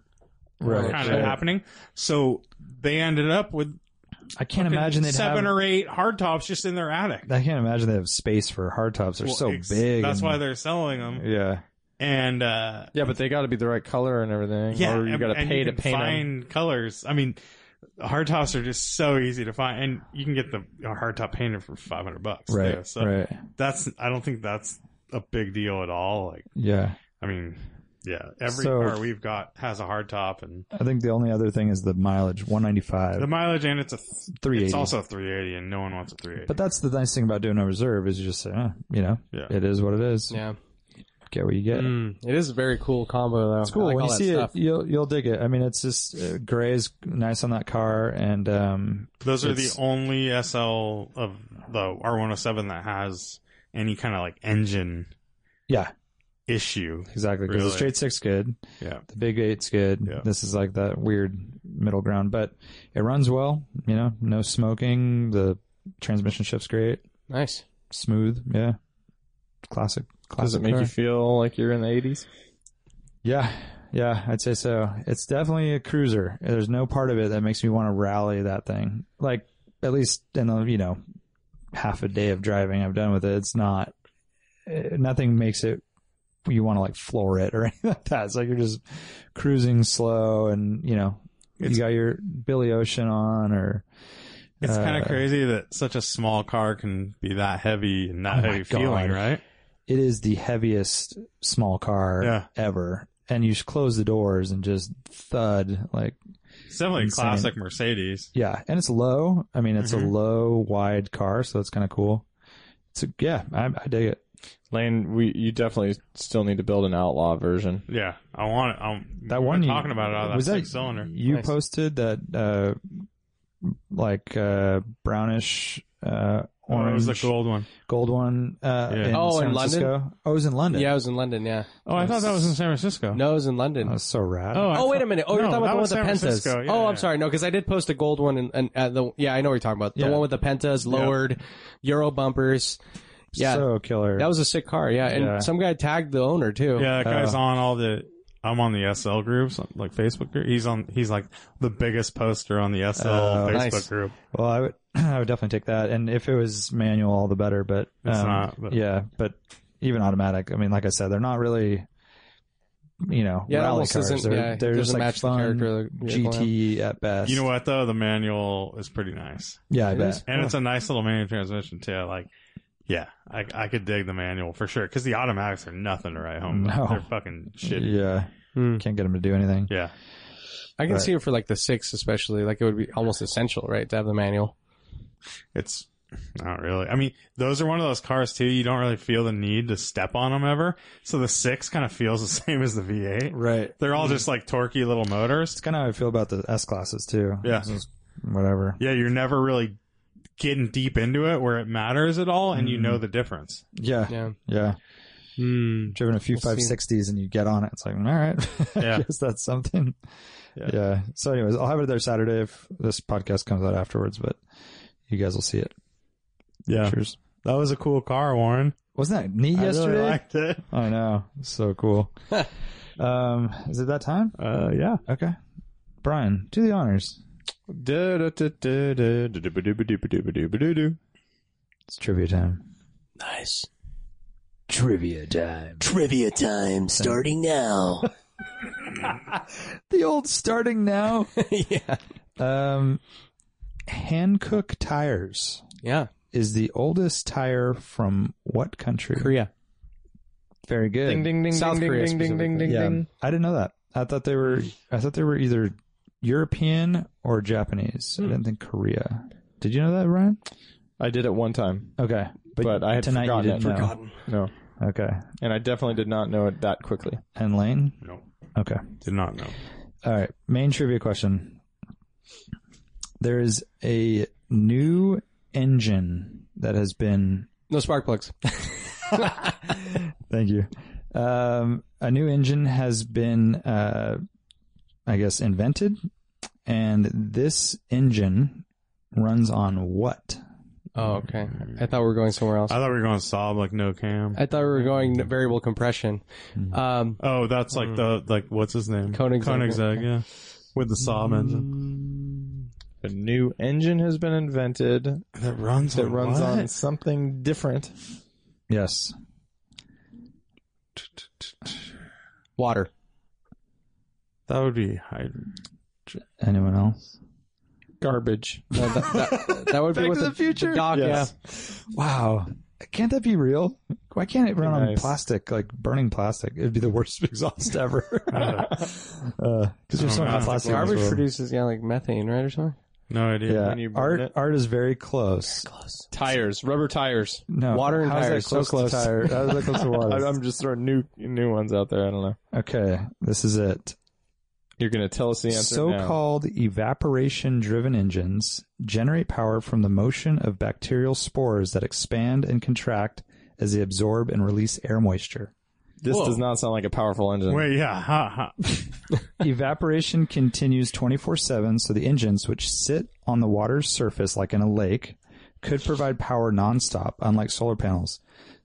[SPEAKER 4] were
[SPEAKER 7] right,
[SPEAKER 4] kind of
[SPEAKER 7] right.
[SPEAKER 4] happening. So they ended up with
[SPEAKER 7] I can't imagine they'd
[SPEAKER 4] seven
[SPEAKER 7] have.
[SPEAKER 4] or eight hardtops just in their attic.
[SPEAKER 7] I can't imagine they have space for hard tops. They're
[SPEAKER 4] Well,
[SPEAKER 7] so
[SPEAKER 4] ex-
[SPEAKER 7] big.
[SPEAKER 4] That's
[SPEAKER 7] and-
[SPEAKER 4] why they're selling them.
[SPEAKER 7] Yeah.
[SPEAKER 4] And uh,
[SPEAKER 2] Yeah, but they got to be the right color and everything.
[SPEAKER 4] yeah,
[SPEAKER 2] or you
[SPEAKER 4] and-
[SPEAKER 2] got to
[SPEAKER 4] and
[SPEAKER 2] pay
[SPEAKER 4] you
[SPEAKER 2] to
[SPEAKER 4] can
[SPEAKER 2] paint 'em.
[SPEAKER 4] find colors. I mean. Hardtops are just so easy to find, and you can get the a hardtop painted for five hundred bucks.
[SPEAKER 7] Right.
[SPEAKER 4] too. So
[SPEAKER 7] Right.
[SPEAKER 4] that's I don't think that's a big deal at all. Like
[SPEAKER 7] Yeah.
[SPEAKER 4] I mean, yeah, every
[SPEAKER 7] So-
[SPEAKER 4] car we've got has a hard top and
[SPEAKER 7] I think the only other thing is the mileage, one ninety
[SPEAKER 4] the
[SPEAKER 7] five,
[SPEAKER 4] mileage and it's a th-
[SPEAKER 7] three
[SPEAKER 4] it's
[SPEAKER 7] eighty.
[SPEAKER 4] also a 380 and no one wants a 380.
[SPEAKER 7] But that's the nice thing about doing a reserve is you just say, eh, you know,
[SPEAKER 4] Yeah. Mm-hmm.
[SPEAKER 7] it is what it is.
[SPEAKER 3] yeah.
[SPEAKER 7] Get what you get.
[SPEAKER 3] Mm, it is a very cool combo though.
[SPEAKER 7] It's cool.
[SPEAKER 3] I like
[SPEAKER 7] when
[SPEAKER 3] all
[SPEAKER 7] you
[SPEAKER 3] that
[SPEAKER 7] see
[SPEAKER 3] stuff.
[SPEAKER 7] it, you'll you'll dig it. I mean, it's just uh, gray is nice on that car, and um,
[SPEAKER 4] Those are the
[SPEAKER 7] it's-
[SPEAKER 4] only SL of the R107 that has any kind of like engine
[SPEAKER 7] yeah,
[SPEAKER 4] issue.
[SPEAKER 7] exactly. Because
[SPEAKER 4] Really?
[SPEAKER 7] the straight six good,
[SPEAKER 4] Yeah.
[SPEAKER 7] the big eight's good.
[SPEAKER 4] Yeah.
[SPEAKER 7] This is like that weird middle ground, but it runs well. You know, no smoking. The transmission shift's great,
[SPEAKER 3] Nice.
[SPEAKER 7] smooth. Yeah, classic. classic
[SPEAKER 2] Does it make
[SPEAKER 7] car.
[SPEAKER 2] you feel like you're in the 80s?
[SPEAKER 7] Yeah, yeah, I'd say so. It's definitely a cruiser. There's no part of it that makes me want to rally that thing. Like at least in the you know half a day of driving I've done with it, it's not. eh, nothing makes it you want to like floor it or anything like that. It's like you're just cruising slow, and you know
[SPEAKER 4] It's-
[SPEAKER 7] you got your Billy Ocean on, or
[SPEAKER 4] It's kind
[SPEAKER 7] Uh,
[SPEAKER 4] of crazy that such a small car can be that heavy and that
[SPEAKER 7] Oh my
[SPEAKER 4] heavy feeling,
[SPEAKER 7] God.
[SPEAKER 4] right?
[SPEAKER 7] it is the heaviest small car
[SPEAKER 4] Yeah.
[SPEAKER 7] ever. And you just close the doors and just thud like
[SPEAKER 4] It's definitely a
[SPEAKER 7] Insane.
[SPEAKER 4] classic Mercedes.
[SPEAKER 7] Yeah, and it's low. I mean, it's a
[SPEAKER 4] Mhm.
[SPEAKER 7] low, wide car, so that's kind of cool. So yeah, I, I dig it.
[SPEAKER 2] Lane, we you definitely still need to build an outlaw version.
[SPEAKER 4] Yeah, I want it. I'm,
[SPEAKER 7] That one you-
[SPEAKER 4] talking about it out of
[SPEAKER 7] was
[SPEAKER 4] that
[SPEAKER 7] that
[SPEAKER 4] six cylinder.
[SPEAKER 7] You
[SPEAKER 2] Nice.
[SPEAKER 7] posted that, uh, like uh, brownish, uh,
[SPEAKER 4] Oh, it
[SPEAKER 7] orange,
[SPEAKER 4] was the gold one.
[SPEAKER 7] gold one. Uh,
[SPEAKER 4] Yeah.
[SPEAKER 7] in
[SPEAKER 3] Oh,
[SPEAKER 7] San
[SPEAKER 3] in London?
[SPEAKER 7] Francisco. Oh, it was in London.
[SPEAKER 3] Yeah, I was in London. Yeah.
[SPEAKER 4] Oh, I thought that was in San Francisco.
[SPEAKER 3] No, I was in London.
[SPEAKER 7] that was so rad.
[SPEAKER 4] I
[SPEAKER 3] Oh wait
[SPEAKER 4] thought-
[SPEAKER 3] a minute! Oh, you're
[SPEAKER 4] No,
[SPEAKER 3] talking about
[SPEAKER 4] that
[SPEAKER 3] the one
[SPEAKER 4] was
[SPEAKER 3] with the
[SPEAKER 4] San
[SPEAKER 3] pentas.
[SPEAKER 4] Francisco. Yeah,
[SPEAKER 3] oh, I'm
[SPEAKER 4] yeah.
[SPEAKER 3] sorry. No, because I did post a gold one and, and uh, the yeah, I know what you're talking about. The
[SPEAKER 7] Yeah.
[SPEAKER 3] one with the pentas, lowered Euro bumpers. Yeah,
[SPEAKER 7] so killer.
[SPEAKER 3] that was a sick car. Yeah, and
[SPEAKER 7] Yeah.
[SPEAKER 3] some guy tagged the owner too.
[SPEAKER 4] Yeah, that guy's
[SPEAKER 7] Oh.
[SPEAKER 4] on all the. I'm on the SL groups, like Facebook group. He's on. He's like the biggest poster on the SL
[SPEAKER 7] Oh,
[SPEAKER 4] Facebook
[SPEAKER 3] nice.
[SPEAKER 4] group.
[SPEAKER 7] well, I would, I would definitely take that. And if it was manual, all the better. But
[SPEAKER 4] It's
[SPEAKER 7] um,
[SPEAKER 4] not, but-
[SPEAKER 7] Yeah, but even automatic. I mean, like I said, they're not really, you know,
[SPEAKER 3] Yeah, it
[SPEAKER 7] rally
[SPEAKER 3] almost
[SPEAKER 7] cars.
[SPEAKER 3] isn't-
[SPEAKER 7] they're
[SPEAKER 3] yeah, it
[SPEAKER 7] they're just
[SPEAKER 3] doesn't
[SPEAKER 7] like
[SPEAKER 3] match the
[SPEAKER 7] fun
[SPEAKER 3] character of the vehicle,
[SPEAKER 7] GT at best.
[SPEAKER 4] You know what though? The manual is pretty nice,
[SPEAKER 7] Yeah, I
[SPEAKER 3] It
[SPEAKER 7] bet.
[SPEAKER 3] is?
[SPEAKER 4] and it's a nice little manual transmission too. Like, yeah, I I could dig the manual for sure because the automatics are nothing to write home. about.
[SPEAKER 7] No.
[SPEAKER 4] They're fucking shit. Yeah.
[SPEAKER 7] Yeah,
[SPEAKER 3] Hmm.
[SPEAKER 7] can't get them to do anything.
[SPEAKER 3] I can
[SPEAKER 7] Right.
[SPEAKER 3] see it for like the six, especially. Like it would be almost essential, right, to have the manual.
[SPEAKER 4] it's not really. I mean, those are one of those cars too. You don't really feel the need to step on them ever. So the six kind of feels the same as the V8.
[SPEAKER 7] Right.
[SPEAKER 4] They're all just like torquey little motors.
[SPEAKER 7] It's kind of how I feel about the S classes too.
[SPEAKER 4] Yeah.
[SPEAKER 7] It's just whatever.
[SPEAKER 4] yeah, you're never really getting deep into it where it matters at all, and you know the difference.
[SPEAKER 7] Yeah.
[SPEAKER 3] Yeah.
[SPEAKER 7] Yeah.
[SPEAKER 3] Mm.
[SPEAKER 7] driven a few
[SPEAKER 3] We'll see.
[SPEAKER 7] 560s and you get on it. It's like, all right,
[SPEAKER 4] Yeah.
[SPEAKER 7] I guess that's something.
[SPEAKER 4] Yeah.
[SPEAKER 7] Yeah. So, anyways, I'll have it there Saturday if this podcast comes out afterwards, but you guys will see it.
[SPEAKER 4] Yeah.
[SPEAKER 7] Cheers.
[SPEAKER 4] That was a cool car, Warren.
[SPEAKER 7] Wasn't that neat
[SPEAKER 4] I
[SPEAKER 7] yesterday?
[SPEAKER 4] really liked it.
[SPEAKER 7] I know. So cool. um, is it that time?
[SPEAKER 4] Uh, yeah.
[SPEAKER 7] Okay. Brian, do the honors. It's trivia time.
[SPEAKER 6] Nice. Trivia time. Trivia time starting now.
[SPEAKER 7] The old starting now.
[SPEAKER 3] yeah.
[SPEAKER 7] um, Hankook Tires
[SPEAKER 3] Yeah.
[SPEAKER 7] is the oldest tire from what country?
[SPEAKER 3] Korea.
[SPEAKER 7] Very good.
[SPEAKER 2] ding
[SPEAKER 3] South Korea specifically.
[SPEAKER 7] yeah. I didn't know that. I thought they were. I thought they were either European or Japanese. I didn't think Korea. Did you know that, Ryan?
[SPEAKER 2] I did it one time,
[SPEAKER 7] Okay,
[SPEAKER 2] but, I had
[SPEAKER 7] tonight you
[SPEAKER 2] forgotten
[SPEAKER 7] didn't
[SPEAKER 2] it.
[SPEAKER 7] know.
[SPEAKER 2] No,
[SPEAKER 7] Okay,
[SPEAKER 2] and I definitely did not know it that quickly.
[SPEAKER 7] and Lane.
[SPEAKER 4] No.
[SPEAKER 7] Okay.
[SPEAKER 4] Did not know.
[SPEAKER 7] All right. Main trivia question. There is a new engine that has been
[SPEAKER 3] No spark plugs.
[SPEAKER 7] Thank you. Um, a new engine has been, uh, I guess, invented, and this engine runs on what?
[SPEAKER 3] Oh, okay. I thought we were going somewhere else.
[SPEAKER 4] I thought we were going to sob like no cam.
[SPEAKER 3] I thought we were going variable compression. Um,
[SPEAKER 4] Oh, that's like the like what's his name?
[SPEAKER 3] Koenigsegg.
[SPEAKER 4] Koenigsegg, yeah. With the sob engine
[SPEAKER 2] A new engine has been invented
[SPEAKER 4] that runs
[SPEAKER 2] that runs
[SPEAKER 4] what?
[SPEAKER 2] on something different.
[SPEAKER 7] Yes.
[SPEAKER 3] water.
[SPEAKER 4] That would be hydrogen.
[SPEAKER 7] Anyone else?
[SPEAKER 2] Garbage.
[SPEAKER 3] No, that, that- that would be what the, future. dock,
[SPEAKER 2] Yes.
[SPEAKER 7] Wow. Can't that be real? Why can't it run on
[SPEAKER 2] Nice.
[SPEAKER 7] plastic, like burning plastic? It'd be the worst exhaust ever. Because there's so much
[SPEAKER 4] I don't know.
[SPEAKER 3] yeah.
[SPEAKER 7] plastic. in this
[SPEAKER 3] Garbage
[SPEAKER 7] world.
[SPEAKER 3] produces yeah like methane right or something.
[SPEAKER 4] No idea.
[SPEAKER 7] Yeah.
[SPEAKER 2] when you burn
[SPEAKER 7] Art,
[SPEAKER 2] it.
[SPEAKER 7] art is very close.
[SPEAKER 2] Tires, rubber tires.
[SPEAKER 7] No.
[SPEAKER 3] Water and
[SPEAKER 7] How's that
[SPEAKER 3] tires, so
[SPEAKER 7] close to
[SPEAKER 3] close.
[SPEAKER 7] tire? How's that close to
[SPEAKER 2] I,
[SPEAKER 7] water?
[SPEAKER 2] I'm just throwing new new ones out there. I don't know.
[SPEAKER 7] okay. This is it.
[SPEAKER 2] You're gonna tell us the answer. now.
[SPEAKER 7] So-called evaporation-driven engines generate power from the motion of bacterial spores that expand and contract as they absorb and release air moisture.
[SPEAKER 2] This does not sound like a powerful engine.
[SPEAKER 4] Wait, yeah. Ha, ha.
[SPEAKER 7] Evaporation continues 24/7, so the engines which sit on the water's surface like in a lake could provide power nonstop, unlike solar panels.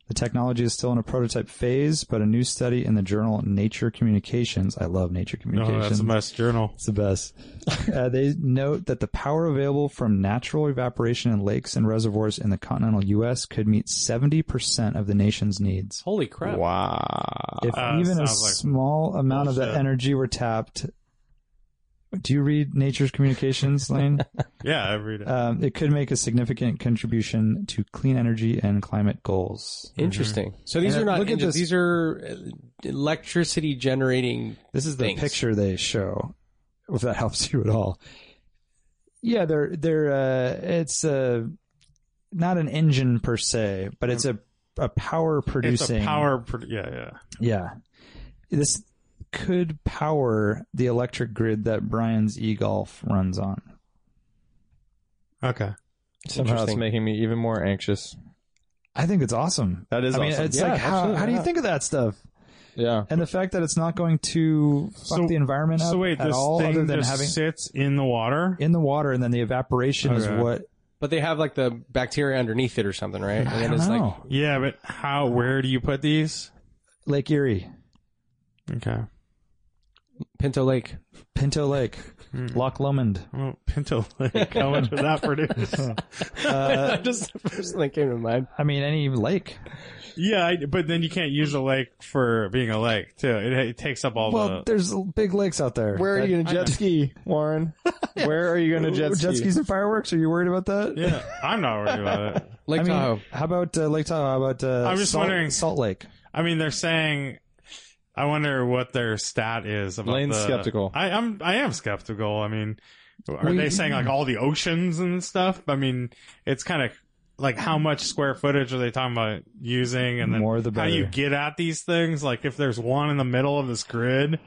[SPEAKER 7] The technology is still in a prototype phase, but a new study in the journal Nature Communications, I love Nature
[SPEAKER 4] No,
[SPEAKER 7] Communications.
[SPEAKER 4] that's the best journal.
[SPEAKER 7] It's the best. uh, they note that the power available from natural evaporation in lakes and reservoirs in the continental U.S. could meet 70% of the nation's needs.
[SPEAKER 3] Holy crap!
[SPEAKER 2] Wow.
[SPEAKER 7] If
[SPEAKER 4] Uh,
[SPEAKER 7] even a
[SPEAKER 4] sounds like
[SPEAKER 7] small amount of that
[SPEAKER 4] bullshit.
[SPEAKER 7] energy were tapped, do you read Nature's Communications, Lane?
[SPEAKER 4] Yeah, every day.
[SPEAKER 7] um, it could make a significant contribution to clean energy and climate goals.
[SPEAKER 3] Interesting. So these
[SPEAKER 7] And
[SPEAKER 3] are not.
[SPEAKER 7] look at
[SPEAKER 3] engines,
[SPEAKER 7] this-
[SPEAKER 3] These are uh, electricity generating.
[SPEAKER 7] This is the
[SPEAKER 3] things.
[SPEAKER 7] picture they show, if that helps you at all. Yeah, they're they're uh, it's a not an engine per se, but it's a a power
[SPEAKER 4] it's
[SPEAKER 7] producing
[SPEAKER 4] a power. Pro- yeah, yeah.
[SPEAKER 7] Yeah, this could power the electric grid that Brian's e golf runs on.
[SPEAKER 4] Okay.
[SPEAKER 2] Somehow it's
[SPEAKER 3] Interesting.
[SPEAKER 2] making me even more anxious.
[SPEAKER 7] I think it's awesome.
[SPEAKER 2] That is
[SPEAKER 7] I mean,
[SPEAKER 2] awesome.
[SPEAKER 7] it's
[SPEAKER 3] Yeah,
[SPEAKER 7] like how,
[SPEAKER 3] absolutely,
[SPEAKER 7] how do you
[SPEAKER 3] yeah.
[SPEAKER 7] think of that stuff?
[SPEAKER 2] Yeah.
[SPEAKER 7] And the fact that it's not going to fuck
[SPEAKER 4] So-
[SPEAKER 7] the environment up
[SPEAKER 4] So wait,
[SPEAKER 7] at
[SPEAKER 4] this
[SPEAKER 7] all,
[SPEAKER 4] thing
[SPEAKER 7] other than
[SPEAKER 4] just
[SPEAKER 7] having
[SPEAKER 4] sits in the water.
[SPEAKER 7] in the water, and then the evaporation is
[SPEAKER 4] Okay.
[SPEAKER 7] what
[SPEAKER 3] But they have like the bacteria underneath it or something, right? And
[SPEAKER 7] I
[SPEAKER 3] then
[SPEAKER 7] don't
[SPEAKER 3] it's like
[SPEAKER 7] know.
[SPEAKER 4] yeah, but how? Where do you put these?
[SPEAKER 7] Lake Erie,
[SPEAKER 4] Okay.
[SPEAKER 3] Pinto Lake.
[SPEAKER 7] Pinto Lake,
[SPEAKER 4] Hmm.
[SPEAKER 7] Loch Lomond.
[SPEAKER 4] Well, Pinto Lake. How much would that produce?
[SPEAKER 7] Uh,
[SPEAKER 3] Just the first thing that came to mind.
[SPEAKER 7] I mean, any lake.
[SPEAKER 4] yeah, I, but then you can't use a lake for being a lake too. It, it takes up all
[SPEAKER 7] Well,
[SPEAKER 4] the.
[SPEAKER 7] there's big lakes out there.
[SPEAKER 2] Where are you gonna jet ski, Warren? Where are you gonna jet ski?
[SPEAKER 7] jet skis and fireworks? Are you worried about that?
[SPEAKER 4] Yeah, I'm not worried about it.
[SPEAKER 3] Lake
[SPEAKER 7] I mean,
[SPEAKER 3] Tahoe.
[SPEAKER 7] how about uh, Lake Tahoe? How about uh,
[SPEAKER 4] I'm just
[SPEAKER 7] Salt,
[SPEAKER 4] wondering-
[SPEAKER 7] Salt Lake?
[SPEAKER 4] I mean, they're saying. I wonder what their stat is about.
[SPEAKER 2] Lane's
[SPEAKER 4] the-
[SPEAKER 2] skeptical.
[SPEAKER 4] I, I'm. I am skeptical. I mean, are
[SPEAKER 7] Well,
[SPEAKER 4] they
[SPEAKER 7] you-
[SPEAKER 4] saying like all the oceans and stuff? I mean, it's kind of like how much square footage are they talking about using, and then
[SPEAKER 7] More the
[SPEAKER 4] how do you
[SPEAKER 7] better.
[SPEAKER 4] get at these things? Like, if there's one in the middle of this grid,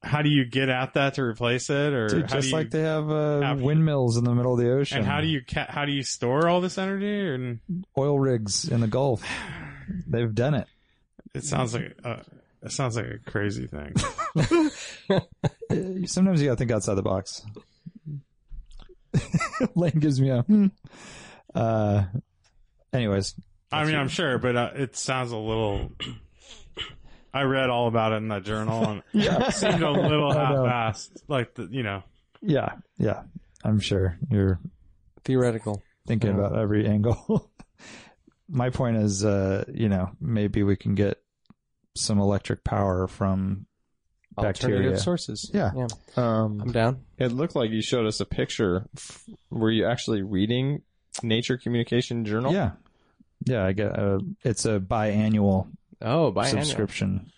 [SPEAKER 4] how do you get at that to replace it, or
[SPEAKER 7] Dude,
[SPEAKER 4] how do
[SPEAKER 7] just
[SPEAKER 4] you,
[SPEAKER 7] like they have uh,
[SPEAKER 4] have-
[SPEAKER 7] windmills in the middle of the ocean.
[SPEAKER 4] and how do you ca- how do you store all this energy? And
[SPEAKER 7] oil rigs in the Gulf? They've done it.
[SPEAKER 4] It sounds like uh, it sounds like a crazy thing.
[SPEAKER 7] Uh, Sometimes you gotta think outside the box. Lane gives me a. Hmm. Uh, anyways,
[SPEAKER 4] I mean, I'm sure, but uh, it sounds a little. I read all about it in that journal, and
[SPEAKER 7] Yeah.
[SPEAKER 4] it seemed a little
[SPEAKER 7] I know.
[SPEAKER 4] half-assed. Like the, you know,
[SPEAKER 7] yeah, yeah. I'm sure you're
[SPEAKER 3] Theoretical.
[SPEAKER 7] thinking about every angle. My point is, uh, you know, maybe we can get some electric power from
[SPEAKER 3] Alternative
[SPEAKER 7] bacteria.
[SPEAKER 3] sources.
[SPEAKER 7] Yeah.
[SPEAKER 3] Yeah. I'm
[SPEAKER 2] Um,
[SPEAKER 3] down.
[SPEAKER 2] it looked like you showed us a picture. F- Were you actually reading Nature Communication Journal?
[SPEAKER 7] Yeah, yeah. I get. Uh, it's a biannual
[SPEAKER 3] Oh, buy an annual.
[SPEAKER 7] subscription.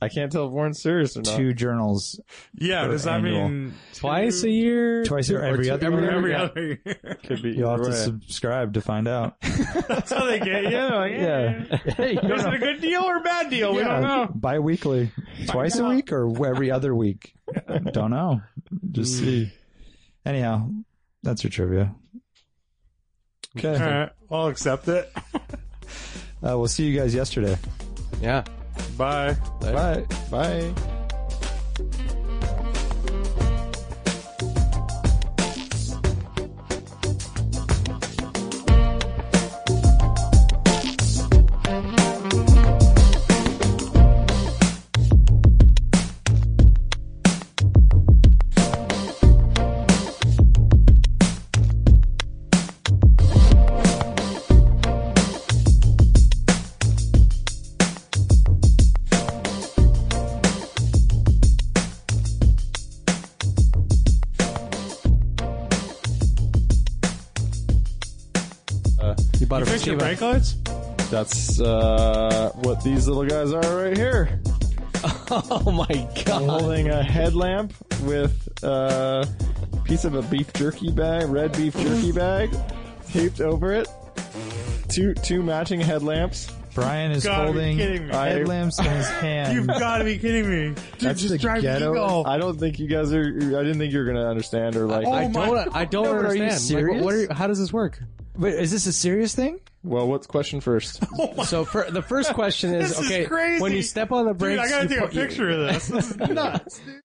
[SPEAKER 2] I can't tell if Warren's serious or not.
[SPEAKER 7] Two journals
[SPEAKER 4] yeah.
[SPEAKER 7] Or
[SPEAKER 4] Does that
[SPEAKER 7] annual.
[SPEAKER 4] mean
[SPEAKER 3] Twice a year?
[SPEAKER 7] twice or every
[SPEAKER 3] two-
[SPEAKER 7] other.
[SPEAKER 3] every-
[SPEAKER 7] year?
[SPEAKER 4] every
[SPEAKER 3] Yeah.
[SPEAKER 4] other year?
[SPEAKER 2] Could be
[SPEAKER 7] You'll have to
[SPEAKER 2] either way. Oh,
[SPEAKER 7] subscribe to find out.
[SPEAKER 4] That's how they get you. Like, yeah.
[SPEAKER 7] Hey, you
[SPEAKER 4] Is it a good deal or a bad deal? We don't know.
[SPEAKER 7] Bi-weekly. Twice a week or every other week? don't know.
[SPEAKER 4] Mm.
[SPEAKER 7] Just see. Anyhow, that's your trivia.
[SPEAKER 4] All
[SPEAKER 7] Okay.
[SPEAKER 4] right, I'll accept it.
[SPEAKER 7] Uh, we'll see you guys yesterday.
[SPEAKER 3] Yeah.
[SPEAKER 4] Bye.
[SPEAKER 7] Bye.
[SPEAKER 2] Bye.
[SPEAKER 3] You bought
[SPEAKER 4] You
[SPEAKER 3] it from
[SPEAKER 4] fix
[SPEAKER 3] Steve.
[SPEAKER 4] your brake lights?
[SPEAKER 2] That's uh, what these little guys are right here.
[SPEAKER 3] Oh my
[SPEAKER 2] I'm
[SPEAKER 3] god.
[SPEAKER 2] holding a headlamp with a piece of a beef jerky bag, red beef jerky bag, taped over it. Two two matching headlamps.
[SPEAKER 7] Brian is
[SPEAKER 4] Gotta be
[SPEAKER 7] holding
[SPEAKER 4] kidding me.
[SPEAKER 7] headlamps in his hand.
[SPEAKER 4] You've got to be kidding me. Dude,
[SPEAKER 7] That's
[SPEAKER 4] just
[SPEAKER 7] the
[SPEAKER 4] drive
[SPEAKER 7] ghetto-
[SPEAKER 4] Eagle.
[SPEAKER 2] I don't think you guys are. I didn't think you were gonna understand or like.
[SPEAKER 3] I
[SPEAKER 4] Oh my-
[SPEAKER 3] don't, I don't
[SPEAKER 7] No, but are you
[SPEAKER 3] understand. Like, what- what are you- how does this work?
[SPEAKER 7] Wait, is this a serious thing?
[SPEAKER 2] well, what's question first?
[SPEAKER 3] So for, the first question is
[SPEAKER 4] This is
[SPEAKER 3] okay,
[SPEAKER 4] crazy.
[SPEAKER 3] when you step on the
[SPEAKER 4] Dude,
[SPEAKER 3] brakes,
[SPEAKER 4] I got to
[SPEAKER 3] you
[SPEAKER 4] take a
[SPEAKER 3] put- you-
[SPEAKER 4] picture of this. This is nuts.